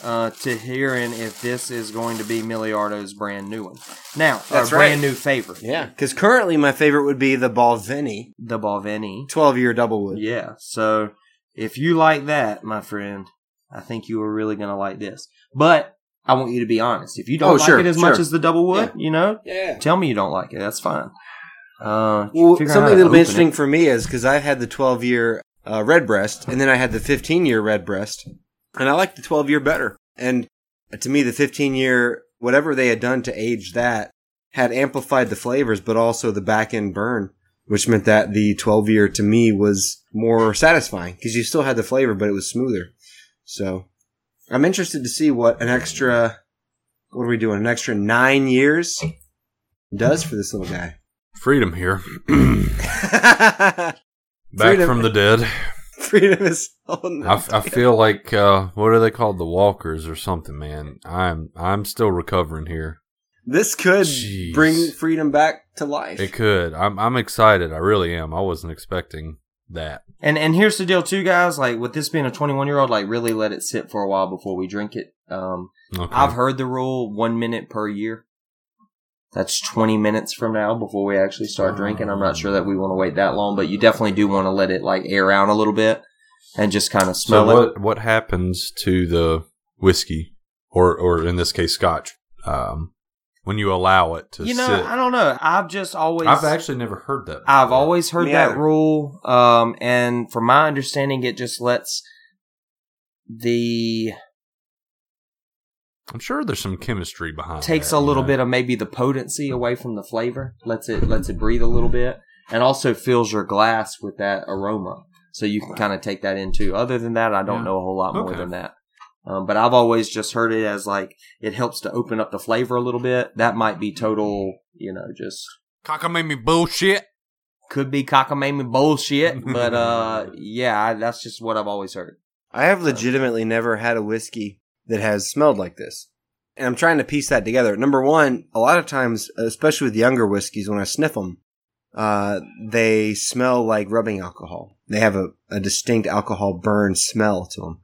S3: uh, to hearing if this is going to be Miliardo's brand new one. Now,
S2: That's
S3: our brand new favorite.
S2: Yeah. Because currently, my favorite would be the Balvenie
S3: The Balvenie.
S2: twelve year double wood.
S3: Yeah. So if you like that, my friend, I think you are really going to like this. But I want you to be honest. If you don't
S2: Oh,
S3: like
S2: sure,
S3: it as
S2: sure.
S3: much as the double wood, you know,
S2: Yeah.
S3: tell me you don't like it. That's fine. Uh,
S2: Well,
S3: figure
S2: something
S3: out how to
S2: that'll be
S3: open
S2: interesting
S3: it.
S2: for me is because I've had the twelve year uh, red breast, and then I had the fifteen year red breast, and I like the twelve year better. And uh, to me, the fifteen year whatever they had done to age that had amplified the flavors, but also the back end burn, which meant that the twelve year to me was more satisfying because you still had the flavor, but it was smoother. So I'm interested to see what an extra what are we doing? An extra nine years does for this little guy.
S7: Freedom here. Back
S2: Freedom.
S7: from the dead.
S2: Freedom is holding
S7: I, I feel like uh, what are they called? The walkers or something, man. I'm I'm still recovering here.
S2: This could
S7: Jeez.
S2: bring freedom back to life.
S7: It could. I'm I'm excited. I really am. I wasn't expecting that.
S3: And and here's the deal, too, guys. Like with this being a 21 year old, like really let it sit for a while before we drink it. Um,
S7: Okay.
S3: I've heard the rule one minute per year. That's 20 minutes from now before we actually start drinking. I'm not sure that we want to wait that long, but you definitely do want to let it like air out a little bit and just kind of
S7: so
S3: smell it.
S7: what what happens to the whiskey or or in this case scotch um, when you allow it to
S3: You know,
S7: sit?
S3: I don't know. I've just always
S7: I've actually never heard that.
S3: I've
S7: before.
S3: always heard
S2: Me
S3: that
S2: either.
S3: rule. Um, and from my understanding, it just lets the
S7: I'm sure there's some chemistry behind.
S3: takes
S7: that,
S3: a little
S7: you know?
S3: bit of maybe the potency away from the flavor. Lets it lets it breathe a little bit, and also fills your glass with that aroma, so you can kind of take that in too. Other than that, I don't
S7: Yeah.
S3: know a whole lot more
S7: Okay.
S3: than that. Um, but I've always just heard it as like it helps to open up the flavor a little bit. That might be total, you know, just
S7: cockamamie bullshit.
S3: could be cockamamie bullshit. But uh, yeah, I, that's just what I've always heard.
S2: I have legitimately never had a whiskey that has smelled like this. And I'm trying to piece that together. Number one, a lot of times, especially with younger whiskeys, when I sniff them, uh, they smell like rubbing alcohol. They have a, a distinct alcohol burn smell to them.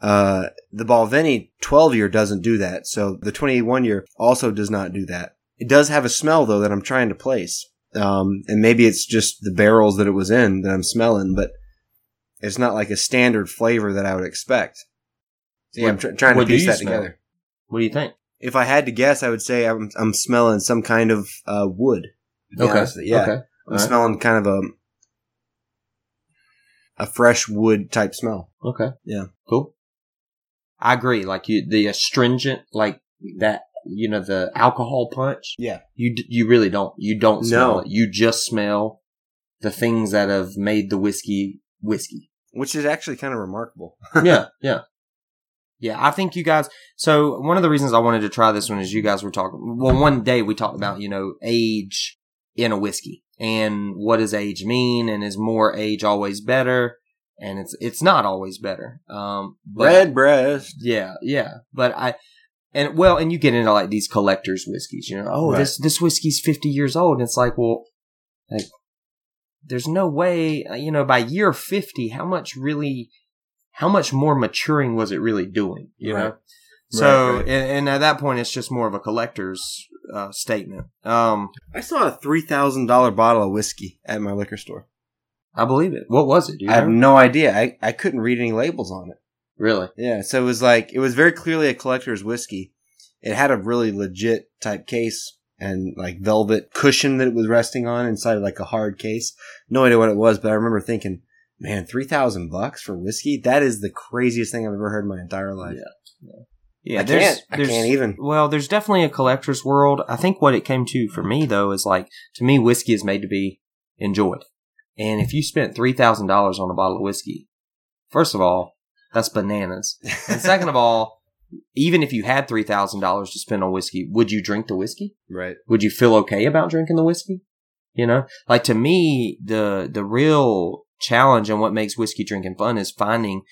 S2: Uh, the Balvenie 12 year doesn't do that. So the 21 year also does not do that. It does have a smell though that I'm trying to place. Um, and maybe it's just the barrels that it was in that I'm smelling, but it's not like a standard flavor that I would expect. So yeah, I'm tr- trying to
S3: What do
S2: piece
S3: you
S2: that
S3: smell?
S2: together.
S3: What do you think?
S2: If I had to guess, I would say I'm, I'm smelling some kind of, uh, wood. to be honest with you. Yeah.
S3: Okay.
S2: I'm
S3: All right.
S2: smelling kind of a a fresh wood type smell.
S3: Okay.
S2: Yeah.
S3: Cool. I agree. Like you, the astringent, like that, you know, the alcohol punch.
S2: Yeah.
S3: You d- you really don't. You don't
S2: No.
S3: smell it. You just smell the things that have made the whiskey whiskey.
S2: which is actually kind of remarkable.
S3: yeah, yeah. Yeah, I think you guys. So one of the reasons I wanted to try this one is you guys were talking. Well, one day we talked about you know age in a whiskey and what does age mean and is more age always better and it's it's not always better. Um, but-
S2: Red breast.
S3: yeah, yeah. But I and well, and you get into like these collectors whiskeys, you know. Oh,
S2: Right.
S3: this this whiskey's fifty years old, and it's like, well, like there's no way, uh, you know, by year fifty, how much really, how much more maturing was it really doing, you know?
S2: Right.
S3: So,
S2: right.
S3: And, and at that point, it's just more of a collector's uh, statement. Um,
S2: I saw a three thousand dollar bottle of whiskey at my liquor store.
S3: I believe it. What was it? Do you
S2: I have
S3: remember?
S2: no idea. I, I couldn't read any labels on it.
S3: really.
S2: Yeah, so it was like it was very clearly a collector's whiskey. It had a really legit type case and like velvet cushion that it was resting on inside of like a hard case. No idea what it was, but I remember thinking, man, three thousand bucks for whiskey? That is the craziest thing I've ever heard in my entire life.
S3: Yeah,
S2: I
S3: there's-
S2: can't. I
S3: there's-
S2: can't even.
S3: Well, there's definitely a collector's world. I think what it came to for me though is like to me whiskey is made to be enjoyed. And if you spent three thousand dollars on a bottle of whiskey, first of all, that's bananas. And second of all, even if you had three thousand dollars to spend on whiskey, would you drink the whiskey?
S2: Right.
S3: Would you feel okay about drinking the whiskey? You know? Like to me, the the real challenge and what makes whiskey drinking fun is finding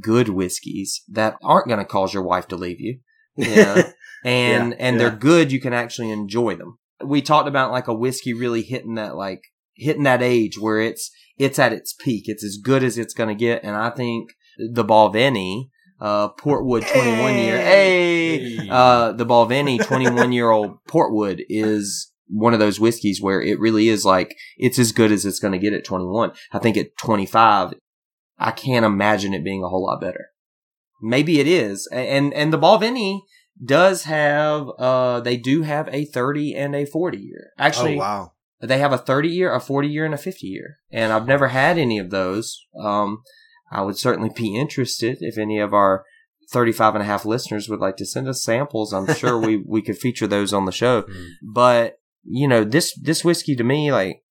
S3: good whiskeys that aren't gonna cause your wife to leave you Yeah. Oh, and
S2: Yeah,
S3: and
S2: yeah.
S3: they're good you can actually enjoy them we talked about like a whiskey really hitting that like hitting that age where it's it's at its peak it's as good as it's gonna get and i think the balvenie uh portwood 21 year hey uh the balvenie 21 year old portwood is one of those whiskeys where it really is like it's as good as it's gonna get at 21 i think at 25 i can't imagine it being a whole lot better maybe it is A- and and the balvenie does have uh they do have a 30 and a 40 year actually
S2: oh wow.
S3: they have a 30 year a 40 year and a 50 year and i've never had any of those um i would certainly be interested if any of our 35 and a half listeners would like to send us samples i'm sure we we could feature those on the show
S7: Hmm.
S3: but you know this this whiskey to me like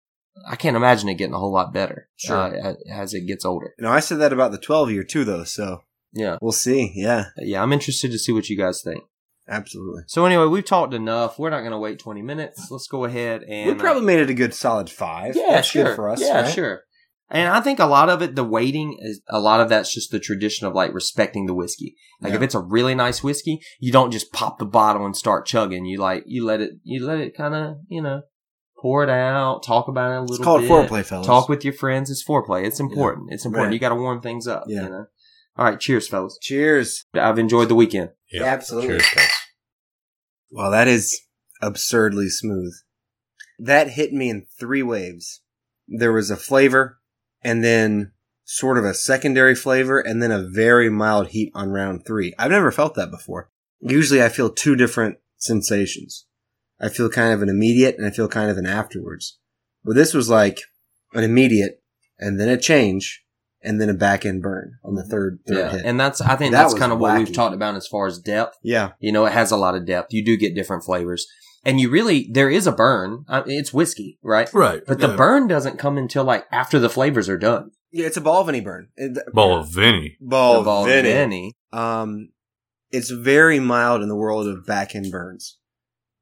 S3: i can't imagine it getting a whole lot better
S2: Sure.
S3: uh, a- as it gets older
S2: No, I said that about the twelve year too though, so
S3: yeah
S2: we'll see. Yeah.
S3: yeah i'm interested to see what you guys think
S2: Absolutely.
S3: so anyway we've talked enough we're not going to wait 20 minutes let's go ahead and
S2: we
S3: uh,
S2: probably made it a good solid five.
S3: Yeah,
S2: That's
S3: sure.
S2: good for us.
S3: Yeah,
S2: right?
S3: sure. And I think a lot of it, the waiting is a lot of that's just the tradition of like respecting the whiskey. Like if
S2: Yeah.
S3: it's a really nice whiskey, you don't just pop the bottle and start chugging. You like you let it you let it kind of you know pour it out, talk about it a little.
S2: It's called
S3: bit.
S2: foreplay, fellas.
S3: Talk with your friends. It's foreplay. It's important. It's important.
S2: Right.
S3: You got to warm things up.
S2: Yeah.
S3: You know? All right. Cheers, fellas.
S2: Cheers.
S3: I've enjoyed the weekend.
S7: Yeah,
S2: Absolutely.
S7: Cheers, Tess.
S2: Well, that is absurdly smooth. That hit me in three waves. There was a flavor, and then sort of a secondary flavor, and then a very mild heat on round three. I've never felt that before. Usually I feel two different sensations. I feel kind of an immediate and I feel kind of an afterwards. But this was like an immediate and then a change and then a back end burn on the third third
S3: Yeah.
S2: hit.
S3: And that's I think
S2: That
S3: that's
S2: was
S3: kind of what we've
S2: wacky.
S3: talked about as far as depth.
S2: yeah.
S3: You know, it has a lot of depth. You do get different flavors. And you really, there is a burn. I mean, It's whiskey, right?
S7: Right.
S3: But the
S7: yeah.
S3: burn doesn't come until like after the flavors are done.
S2: Yeah, it's a Balvenie burn. It-
S7: Ball of Vinny.
S2: Oh,
S3: The Ball and
S2: Balvenie.
S3: Vinny.
S2: um, it's very mild in the world of back end burns,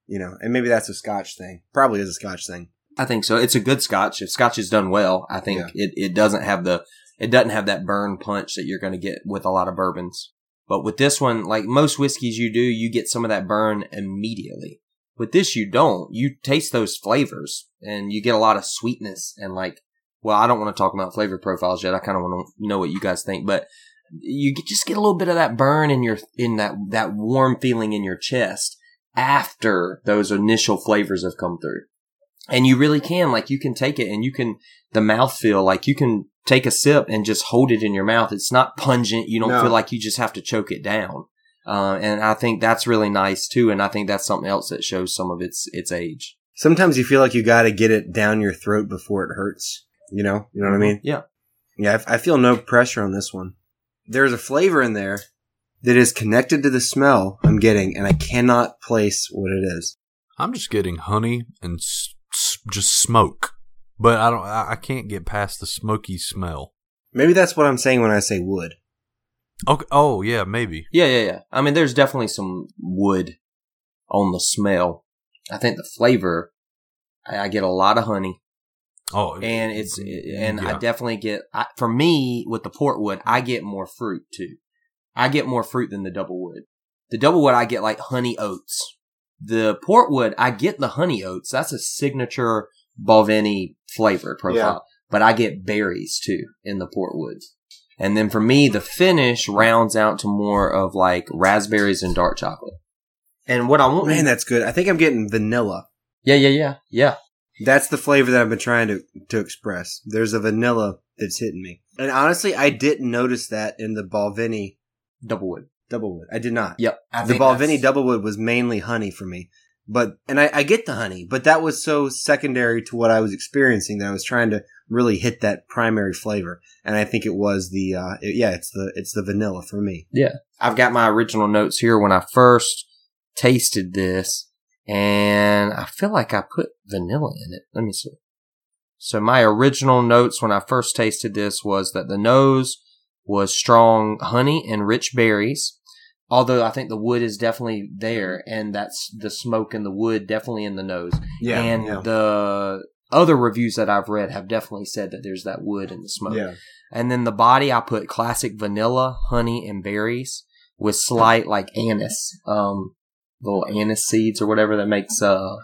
S2: you know, and maybe that's a Scotch thing. Probably is a Scotch thing.
S3: I think so. It's a good scotch. If scotch is done well, I think
S2: Yeah.
S3: it, it doesn't have the, it doesn't have that burn punch that you're going to get with a lot of bourbons. But with this one, like most whiskeys you do, you get some of that burn immediately. With this, you don't. You taste those flavors and you get a lot of sweetness and like, well, I don't want to talk about flavor profiles yet. I kind of want to know what you guys think, but you get- just get a little bit of that burn in your, in that, that warm feeling in your chest after those initial flavors have come through. And you really can, like, you can take it and you can, the mouthfeel, like, you can take a sip and just hold it in your mouth. It's not pungent. You don't
S2: No.
S3: feel like you just have to choke it down. Uh, and I think that's really nice too. And I think that's something else that shows some of its, its age.
S2: Sometimes you feel like you got to get it down your throat before it hurts. You know, you know what I mean?
S3: Yeah.
S2: Yeah, I, I feel no pressure on this one. There's a flavor in there that is connected to the smell I'm getting, and I cannot place what it is.
S7: I'm just getting honey and s- s- just smoke, but I don't. I I can't get past the smoky smell.
S2: Maybe that's what I'm saying when I say wood.
S7: Okay. Oh yeah, maybe.
S3: Yeah, yeah, yeah. I mean, there's definitely some wood on the smell. I think the flavor, I, I get a lot of honey,
S7: Oh,
S3: and it's and I
S7: yeah.
S3: definitely get I, for me with the portwood, I get more fruit too. I get more fruit than the double wood. The double wood, I get like honey oats. The portwood, I get the honey oats. That's a signature Balvenie flavor profile. But I get berries too in the portwood. And then for me, the finish rounds out to more of like raspberries and dark chocolate. And what I want,
S2: Man, that's good. I think I'm getting vanilla.
S3: yeah, yeah, yeah, yeah.
S2: That's the flavor that I've been trying to, to express. There's a vanilla that's hitting me. And honestly, I didn't notice that in the Balvenie
S3: Double wood.
S2: Doublewood. I did not.
S3: Yep. I
S2: the
S3: think
S2: Balvenie
S3: that's-
S2: Doublewood was mainly honey for me. But and I, I get the honey, but that was so secondary to what I was experiencing that I was trying to really hit that primary flavor. And I think it was the uh, it- yeah, it's the it's the vanilla for me.
S3: I've got my original notes here when I first tasted this, and I feel like I put vanilla in it. Let me see. So my original notes when I first tasted this was that the nose was strong honey and rich berries. Although I think the wood is definitely there, and that's the smoke and the wood definitely in the nose. and the other reviews that I've read have definitely said that there's that wood and the smoke.
S2: yeah.
S3: And then the body, I put classic vanilla, honey, and berries with slight like anise, um, little anise seeds or whatever that makes uh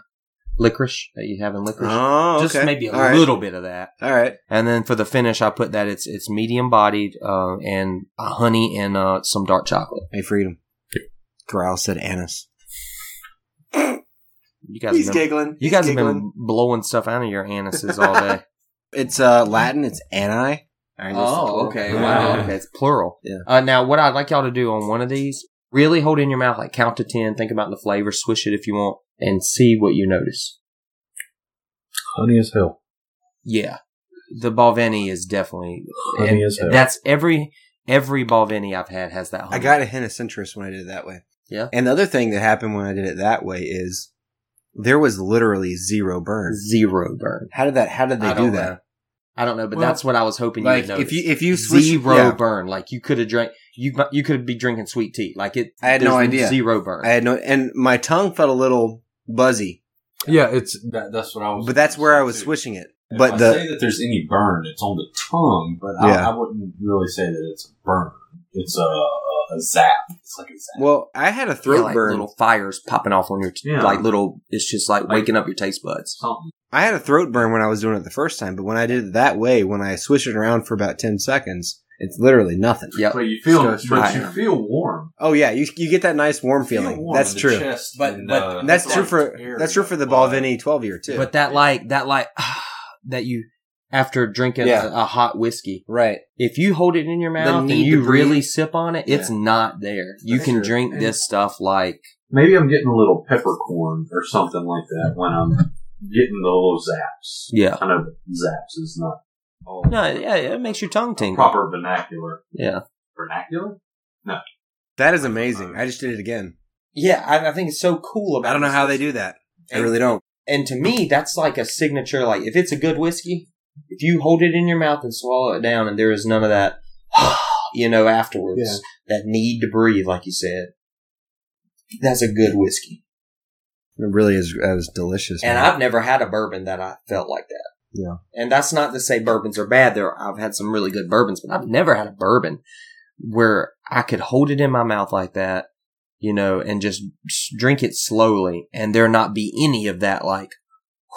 S3: licorice that you have in licorice.
S2: Oh,
S3: Just
S2: okay.
S3: maybe a
S2: All right.
S3: little bit of that.
S2: All right.
S3: And then for the finish, I put that it's it's medium bodied uh, and uh, honey and uh, some dark chocolate.
S2: Hey, freedom. Corral said anise.
S3: You guys, have been,
S2: giggling.
S3: you guys have been blowing stuff out of your anises all day.
S2: It's uh, Latin. It's ani.
S3: Oh, okay.
S7: Wow.
S3: Wow. Okay, it's plural.
S2: Yeah.
S3: Uh, now, what I'd like y'all to do on one of these, really hold it in your mouth, like count to 10, think about the flavor, swish it if you want, and see what you notice.
S7: honey as hell.
S3: Yeah. The Balvenie is definitely.
S7: Honey as hell.
S3: That's every every Balvenie I've had has that honey.
S2: I got a hint of centrist when I did it that way.
S3: Yeah.
S2: And the other thing that happened when I did it that way is there was literally zero burn.
S3: Zero burn.
S2: How did that? How did they
S3: I
S2: do
S3: don't
S2: that?
S3: know. I don't know, but
S7: Well,
S3: that's what I was hoping
S2: Like
S3: you would
S2: if
S3: notice.
S2: you if you swish,
S3: zero
S2: yeah.
S3: burn, like you could have drank, you you could be drinking sweet tea, like it.
S2: I had no
S3: there's
S2: idea.
S3: Zero burn.
S2: I had no, and my tongue felt a little buzzy,
S7: Yeah, it's
S4: That, that's what I was.
S2: but that's where I was
S4: too.
S2: swishing it.
S4: If
S2: But
S4: I
S2: the
S4: say that there's any burn, it's on the tongue, but
S2: Yeah.
S4: I, I wouldn't really say that it's a burn. It's a, a, a zap. It's like a zap.
S2: well, I had a throat
S3: Yeah, like
S2: burn.
S3: little fires popping off on your t-
S4: Yeah.
S3: like little. It's just like
S4: Like-
S3: waking up your taste buds.
S4: Something.
S2: I had a throat burn when I was doing it the first time, but when I did it that way, when I swish it around for about ten seconds, it's literally nothing.
S3: Yeah,
S4: But you feel,
S2: Starts
S4: but
S3: right.
S4: you feel warm.
S2: Oh yeah, you you get that nice warm
S4: You feel
S2: feeling.
S4: warm
S2: That's
S4: in the
S2: true.
S4: chest
S3: But-
S4: and,
S3: but-
S4: uh,
S2: And that's
S4: it's
S2: true
S4: like
S2: for
S4: air
S2: that's true
S4: in
S2: for
S4: your
S2: the
S4: blood.
S2: Balvenie twelve year too.
S3: but that like that like that you after drinking
S2: Yeah.
S3: a, a hot whiskey,
S2: right,
S3: if you hold it in your mouth and
S2: need to
S3: you
S2: breathe.
S3: really sip on it, it's not there. You
S2: That's
S3: can
S2: true.
S3: drink this stuff like
S4: Maybe I'm getting a little peppercorn or something like that when I'm getting the little zaps.
S3: yeah.
S4: I know that zaps is not all
S3: No, yeah, it makes your tongue tingle.
S4: proper vernacular.
S3: Yeah,
S4: Vernacular?
S2: that is amazing. I just did it again.
S3: yeah. I, I think it's so cool about.
S2: I don't know
S3: this.
S2: how they do that. I
S3: And-
S2: really don't.
S3: And to me, that's like a signature. Like if it's a good whiskey, if you hold it in your mouth and swallow it down, and there is none of that, you know, afterwards, that need to breathe, like you said, that's a good whiskey.
S2: It really is as delicious.
S3: And
S2: man.
S3: I've never had a bourbon that I felt like that.
S2: Yeah.
S3: And that's not to say bourbons are bad. There, I've had some really good bourbons, but I've never had a bourbon where I could hold it in my mouth like that, you know, and just s- drink it slowly, and there not be any of that like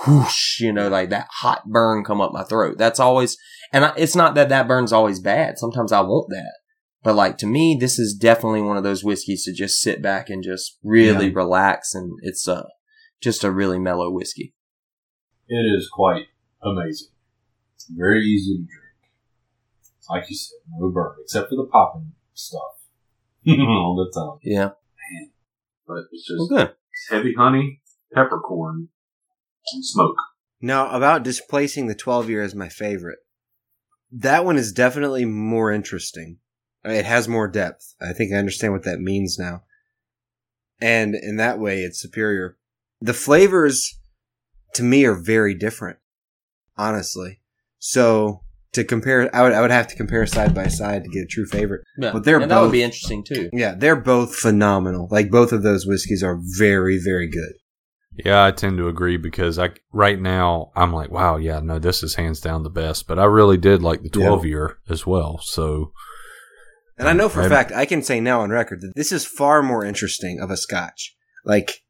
S3: whoosh, you know, like that hot burn come up my throat. That's always, and I, it's not that that burn's always bad. Sometimes I want that. But like to me, this is definitely one of those whiskeys to just sit back and just really relax, and it's a just a really mellow whiskey.
S4: It is quite amazing. Very easy to drink. Like you said, no burn, except for the popping stuff all the time.
S3: Yeah.
S4: But it's just
S3: Well, good.
S4: heavy honey, peppercorn, and smoke.
S2: Now, about displacing the 12 year as my favorite. That one is definitely more interesting. It has more depth. I think I understand what that means now. And in that way, it's superior. The flavors to me are very different, honestly. So to compare, I would, I would have to compare side by side to get a true favorite.
S3: Yeah.
S2: But they're
S3: and that would
S2: both-
S3: be interesting too.
S2: Yeah, they're both phenomenal. Like both of those whiskeys are very, very good.
S7: Yeah, I tend to agree because I right now I'm like, wow, yeah, no, this is hands down the best. But I really did like the
S2: Yeah.
S7: twelve year as well. So
S2: And I know for a
S7: Right.
S2: fact, I can say now on record that this is far more interesting of a scotch. Like,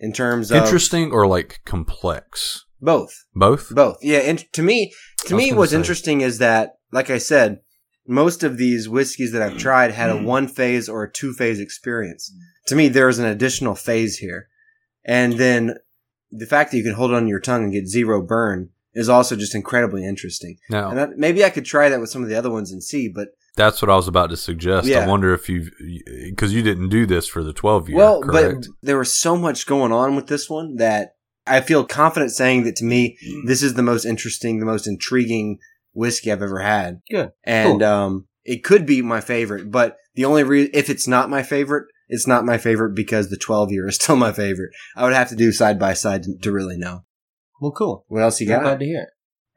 S2: in terms of
S7: interesting or like complex,
S2: both.
S7: both.
S2: Both. Yeah, and to me, to
S7: I was
S2: me,
S7: gonna
S2: what's
S7: say.
S2: interesting is that, like I said, most of these whiskeys that I've tried had
S7: Mm.
S2: a one phase or a two phase experience. To me, there is an additional phase here, and then the fact that you can hold it on your tongue and get zero burn is also just incredibly interesting.
S7: Now
S2: And that, maybe I could try that with some of the other ones and see, but
S7: that's what I was about to suggest.
S2: Yeah.
S7: I wonder if you because you didn't do this for the twelve year.
S2: Well,
S7: correct?
S2: but there was so much going on with this one that I feel confident saying that to me,
S3: Mm.
S2: this is the most interesting, the most intriguing whiskey I've ever had.
S3: Good.
S2: And
S3: Cool.
S2: um, it could be my favorite, but the only reason, if it's not my favorite, it's not my favorite because the 12 year is still my favorite. I would have to do side by side to, to really know.
S3: Well, cool.
S2: What else you
S3: I'm
S2: got?
S3: glad to hear. it.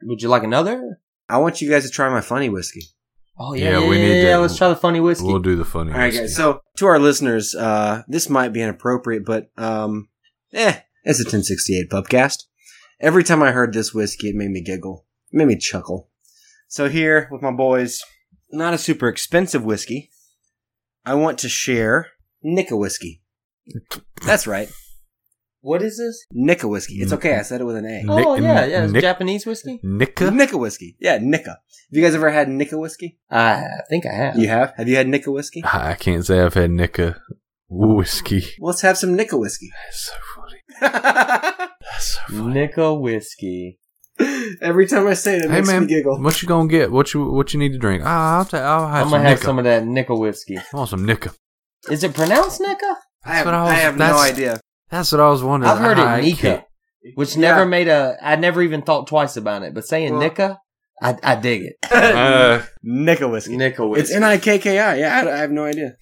S3: Would you like another?
S2: I want you guys to try my funny whiskey.
S3: Oh
S7: Yeah, we need
S3: Yeah,
S7: to-
S3: let's try the funny whiskey.
S7: we'll do the funny.
S2: All right,
S7: whiskey.
S2: guys. So to our listeners, uh, this might be inappropriate, but um, eh, it's a 1068 pubcast. Every time I heard this whiskey, it made me giggle, it made me chuckle. So here with my boys, not a super expensive whiskey. I want to share Nicka whiskey. That's right,
S3: what is this?
S2: Nicka whiskey. It's okay. I said it with an A.
S3: oh
S7: Nick-
S3: yeah, yeah, it's
S7: Nick-
S3: Japanese whiskey.
S7: Nika.
S2: Nicka whiskey. Yeah, Nicka. Have you guys ever had Nika whiskey?
S3: I think I have.
S2: You have. Have you had Nika whiskey?
S7: I can't say I've had Nika whiskey.
S2: Well, let's have some Nika whiskey.
S7: That's so funny. That's so funny.
S3: Nickel whiskey.
S2: Every time I say it, it
S7: Hey
S2: makes
S7: man,
S2: me giggle.
S7: what you gonna get? What you what you need to drink? Ah, I'll, ta- I'll
S3: I'm
S7: have some
S3: gonna have
S7: Nika.
S3: some of that nickel whiskey.
S7: I want some Nika.
S3: Is it pronounced Nika?
S2: I have,
S7: what I was-
S2: I have no
S7: that's-
S2: idea.
S7: That's what I was wondering.
S3: I've heard
S7: Ah, I
S3: it Nika,
S7: can't-
S3: which
S2: Yeah.
S3: never made a. I never even thought twice about it. But saying
S2: Well-
S3: Nika, I, I dig it.
S7: Uh,
S2: Nika whiskey.
S3: Nickel
S2: It's
S3: whiskey.
S2: N I K K I. Yeah, I, I have no idea.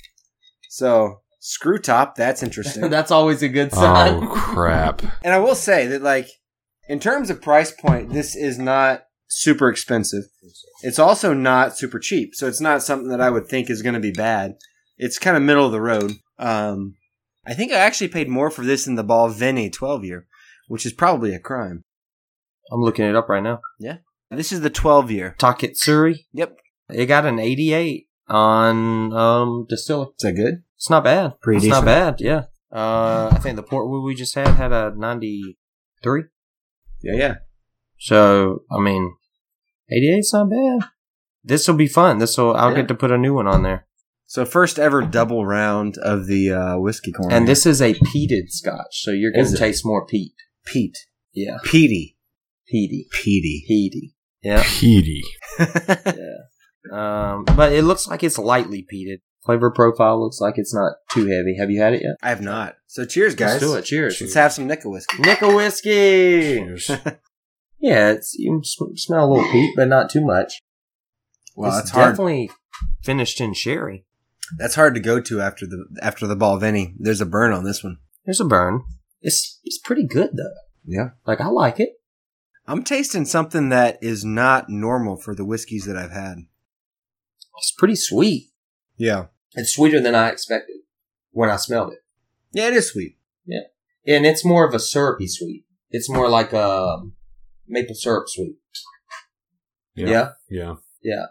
S2: So screw top. That's interesting.
S3: That's always a good sign.
S7: oh crap!
S2: and I will say that, like, in terms of price point, this is not super expensive. It's also not super cheap, so it's not something that I would think is going to be bad. It's kind of middle of the road. Um, I think I actually paid more for this than the Ball Vinny 12 year, which is probably a crime.
S3: I'm looking it up right now.
S2: This is the 12 year.
S3: Takitsuri.
S2: Yep.
S3: It got an 88 on um distiller.
S2: Is that good?
S3: It's not bad.
S2: Pretty
S3: it's
S2: decent.
S3: not bad. Yeah. Uh, I think the port we just had had a 93.
S2: Yeah, yeah.
S3: So I mean, 88's not bad. This will be fun. This will. I'll
S2: Yeah.
S3: get to put a new one on there.
S2: So first ever double round of the uh, whiskey corn,
S3: And this is a peated scotch, so you're
S2: Is
S3: gonna
S2: it?
S3: taste more peat.
S2: peat,
S3: Yeah,
S2: peaty,
S3: peaty,
S2: peaty.
S3: peaty. Yeah,
S7: Petey.
S3: yeah. Um, but it looks like it's lightly peated. Flavor profile looks like it's not too heavy. Have you had it yet?
S2: I have not. So cheers, guys.
S3: Let's do it. Cheers.
S2: Let's have some nickel whiskey.
S3: Nickel whiskey. Yeah, it's you can sm- smell a little peat, but not too much.
S2: Wow,
S3: it's
S2: that's hard.
S3: definitely finished in sherry.
S2: That's hard to go to after the after the ball Vinny. There's a burn on this one.
S3: There's a burn. It's it's pretty good though.
S2: Yeah.
S3: Like I like it.
S2: I'm tasting something that is not normal for the whiskeys that I've had.
S3: It's pretty sweet.
S2: Yeah,
S3: It's sweeter than I expected when I smelled it,
S2: yeah, it is sweet.
S3: and it's more of a syrupy sweet. It's more like a maple syrup sweet. Yeah. yeah,
S7: Yeah.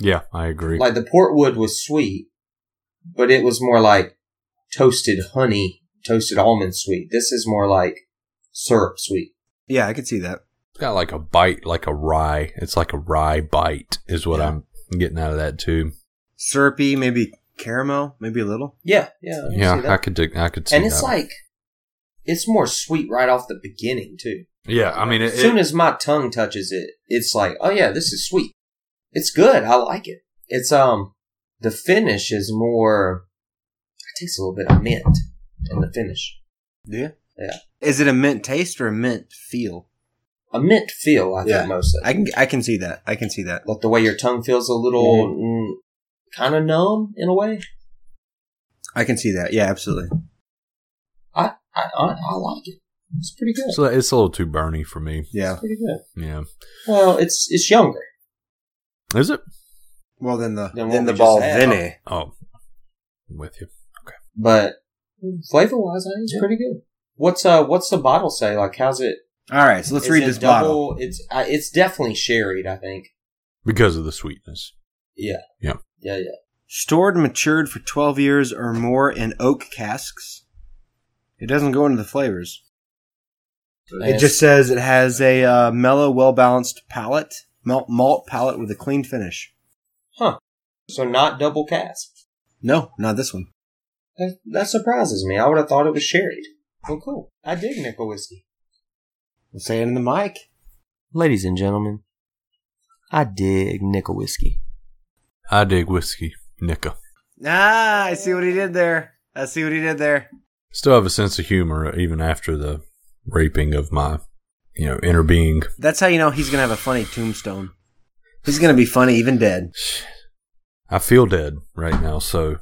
S7: Yeah, I agree.
S3: Like the portwood was sweet, but it was more like toasted honey, toasted almond sweet. This is more like syrup sweet.
S2: Yeah, I could see that.
S7: it's got like a bite, like a rye. It's like a rye bite, is what
S2: Yeah.
S7: I'm getting out of that too.
S2: Syrupy, maybe caramel, maybe a little.
S3: Yeah, yeah, I can Oh, see
S7: Yeah,
S3: that.
S7: I could, dig- I could see
S3: and it's
S7: that.
S3: like it's more sweet right off the beginning too.
S7: yeah, I mean, it,
S3: as soon
S7: it-
S3: as my tongue touches it, it's like, oh yeah, this is sweet. It's good. I like it. It's um, the finish is more. It tastes a little bit of mint in the finish.
S2: Yeah,
S3: Yeah.
S2: Is it a mint taste or a mint feel?
S3: A mint feel, I
S2: Yeah.
S3: think mostly.
S2: I can I can see that. I can see that.
S7: Mm-hmm.
S3: like the way your tongue feels a little mm, kind of numb in a way.
S2: I can see that. Yeah, absolutely.
S3: I, I, I like it. It's pretty good.
S7: So it's a little too burny for me.
S2: Yeah.
S3: It's pretty good.
S7: Yeah.
S3: Well, it's it's younger.
S7: Is it?
S2: Well, then the then,
S3: Then what we
S2: the
S3: just
S2: ball
S3: had.
S2: Vinny.
S7: Oh, I'm with you.
S3: but flavor wise, I think it's pretty good. What's uh What's the bottle say? Like, how's it?
S2: All right, so let's
S3: is
S2: read
S3: it
S2: this bottle.
S3: double, It's uh, it's definitely sherried. I think.
S7: Because of the sweetness.
S3: Yeah.
S7: Yeah.
S3: Yeah. Yeah.
S2: Stored and matured for 12 years or more in oak casks. It doesn't go into the flavors. It
S3: And-
S2: just says it has a uh, mellow, well balanced palate, malt, malt palate with a clean finish.
S3: so not double cask.
S2: No, not this one.
S3: That, that surprises me. I would have thought it was sherried. Well, cool. I dig nickel whiskey.
S2: I'm saying in the mic.
S3: Ladies and gentlemen, I dig nickel whiskey.
S7: I dig whiskey. Nika.
S2: Ah, I see what he did there. I see what he did there.
S7: Still have a sense of humor uh, even after the raping of my, you know, inner being.
S2: That's how you know he's going to have a funny tombstone. He's going to be funny even dead.
S7: I feel dead right now, so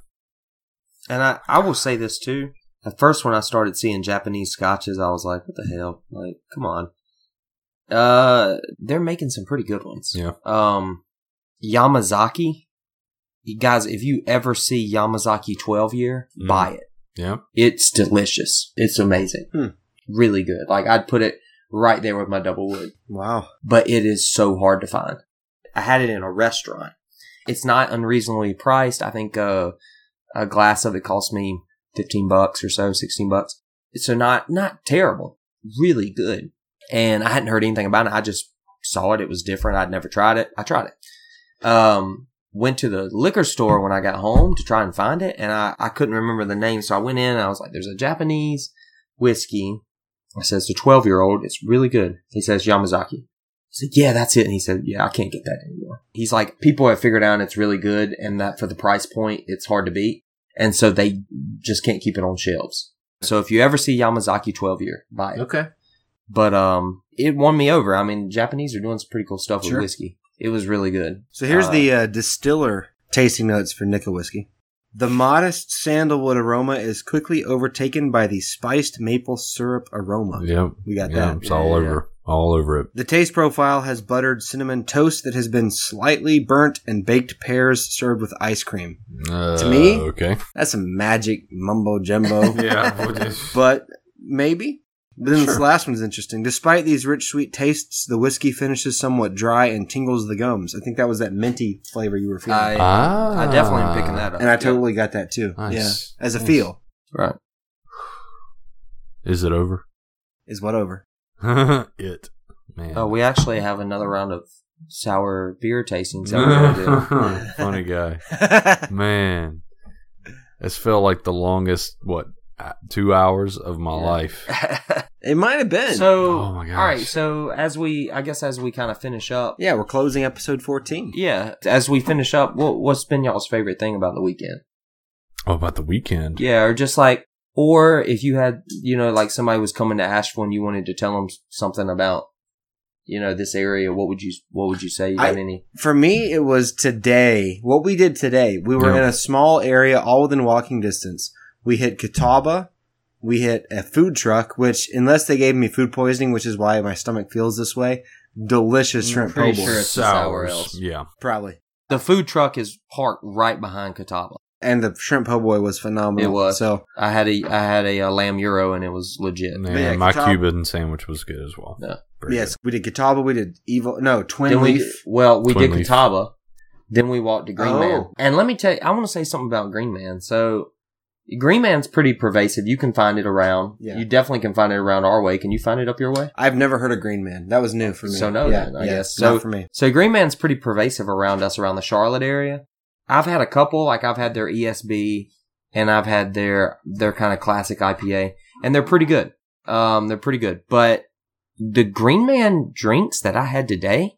S3: And I, I will say this too. At first, when I started seeing Japanese scotches, I was like, what the hell? Like, come on. Uh, they're making some pretty good ones.
S7: Yeah.
S3: Um, Yamazaki. You guys, if you ever see Yamazaki 12 year,
S7: Mm.
S3: buy it.
S7: yeah.
S3: It's delicious. It's amazing.
S2: Hmm.
S3: Really good. Like, I'd put it right there with my double wood
S2: Wow.
S3: but it is so hard to find. I had it in a restaurant. It's not unreasonably priced. I think uh, a glass of it cost me 15 bucks or so, 16 bucks. So not, not terrible. Really good. And I hadn't heard anything about it. I just saw it. It was different. I'd never tried it. I tried it. Um, went to the liquor store when I got home to try and find it. And I, I couldn't remember the name. So I went in and I was like, there's a Japanese whiskey. I says, the 12 year old. It's really good. He says, Yamazaki. I said, yeah, that's it. And he said, yeah, I can't get that anymore. He's like, people have figured out it's really good and that for the price point, it's hard to beat. And so they just can't keep it on shelves. So if you ever see Yamazaki 12 year, buy it.
S2: Okay.
S3: But, um, it won me over. I mean, Japanese are doing some pretty cool stuff
S2: Sure.
S3: with whiskey. It was really good.
S2: So here's
S3: Uh,
S2: the uh, distiller tasting notes for Nika whiskey. The modest sandalwood aroma is quickly overtaken by the spiced maple syrup aroma.
S7: Yeah.
S2: We got
S7: Yeah.
S2: that.
S7: It's all
S3: Yeah.
S7: over. All over it.
S2: The taste profile has buttered cinnamon toast that has been slightly burnt and baked pears served with ice cream.
S7: Uh,
S2: me?
S7: Okay.
S2: That's some magic mumbo jumbo.
S7: Yeah.
S2: but maybe. But then this
S7: Sure.
S2: last one's interesting. Despite these rich, sweet tastes, the whiskey finishes somewhat dry and tingles the gums. I think that was that minty flavor you were feeling.
S3: I,
S7: ah.
S3: I definitely am picking that up.
S2: and I totally got that too.
S7: Nice.
S2: Yeah, as a
S7: Nice.
S2: feel
S3: Right.
S7: Is it over?
S2: is what over.
S7: it. Man.
S3: Oh, we actually have another round of sour beer tastings that we're going to do.
S7: Funny guy. Man, this felt like the longest what uh, two hours of my
S3: Yeah.
S7: life.
S2: it might have been.
S3: so,
S7: Oh my gosh.
S3: all right. So, as we, I guess, as we kind of finish up,
S2: yeah, we're closing episode fourteen.
S3: yeah, as we finish up, what, what's been y'all's favorite thing about the weekend?
S7: Oh, about the weekend.
S3: Yeah, or just like, or if you had, you know, like somebody was coming to Asheville and you wanted to tell them something about, you know, this area, what would you, what would you say? You got
S2: I-
S3: any?
S2: For me, it was today. What we did today, we were
S7: Yeah.
S2: in a small area, all within walking distance. We hit Catawba. We hit a food truck, which, unless they gave me food poisoning, which is why my stomach feels this way, delicious
S3: I'm
S2: shrimp
S3: pretty
S2: po' boy.
S3: sure it's the sour ales.
S7: Yeah.
S2: Probably.
S3: The food truck is parked right behind Catawba.
S2: And the shrimp po' boy was phenomenal.
S3: It was.
S2: So,
S3: I had a, I had a, uh lamb euro and it was legit.
S7: And
S2: yeah,
S7: my
S2: Catawba-
S7: Cuban sandwich was good as well.
S3: Yeah.
S7: Very
S2: yes, we did Catawba. We did Evil. No, Twin
S3: then
S2: Leaf.
S3: We, well, we
S7: Twin
S3: did
S7: Leaf.
S3: Catawba. Then we walked to Green Man.
S2: Oh.
S3: And let me tell you, I want to say something about Green Man. So, Green Man's pretty pervasive. You can find it around.
S2: Yeah.
S3: You definitely can find it around our way. Can you find it up your way?
S2: I've never heard of Green Man. That was new for me.
S3: So no, then, I guess. So-
S2: not for me.
S3: So, Green Man's pretty pervasive around us, around the Charlotte area. I've had a couple, like I've had their ESB and I've had their, their kind of classic IPA and they're pretty good. Um, they're pretty good, but the Green Man drinks that I had today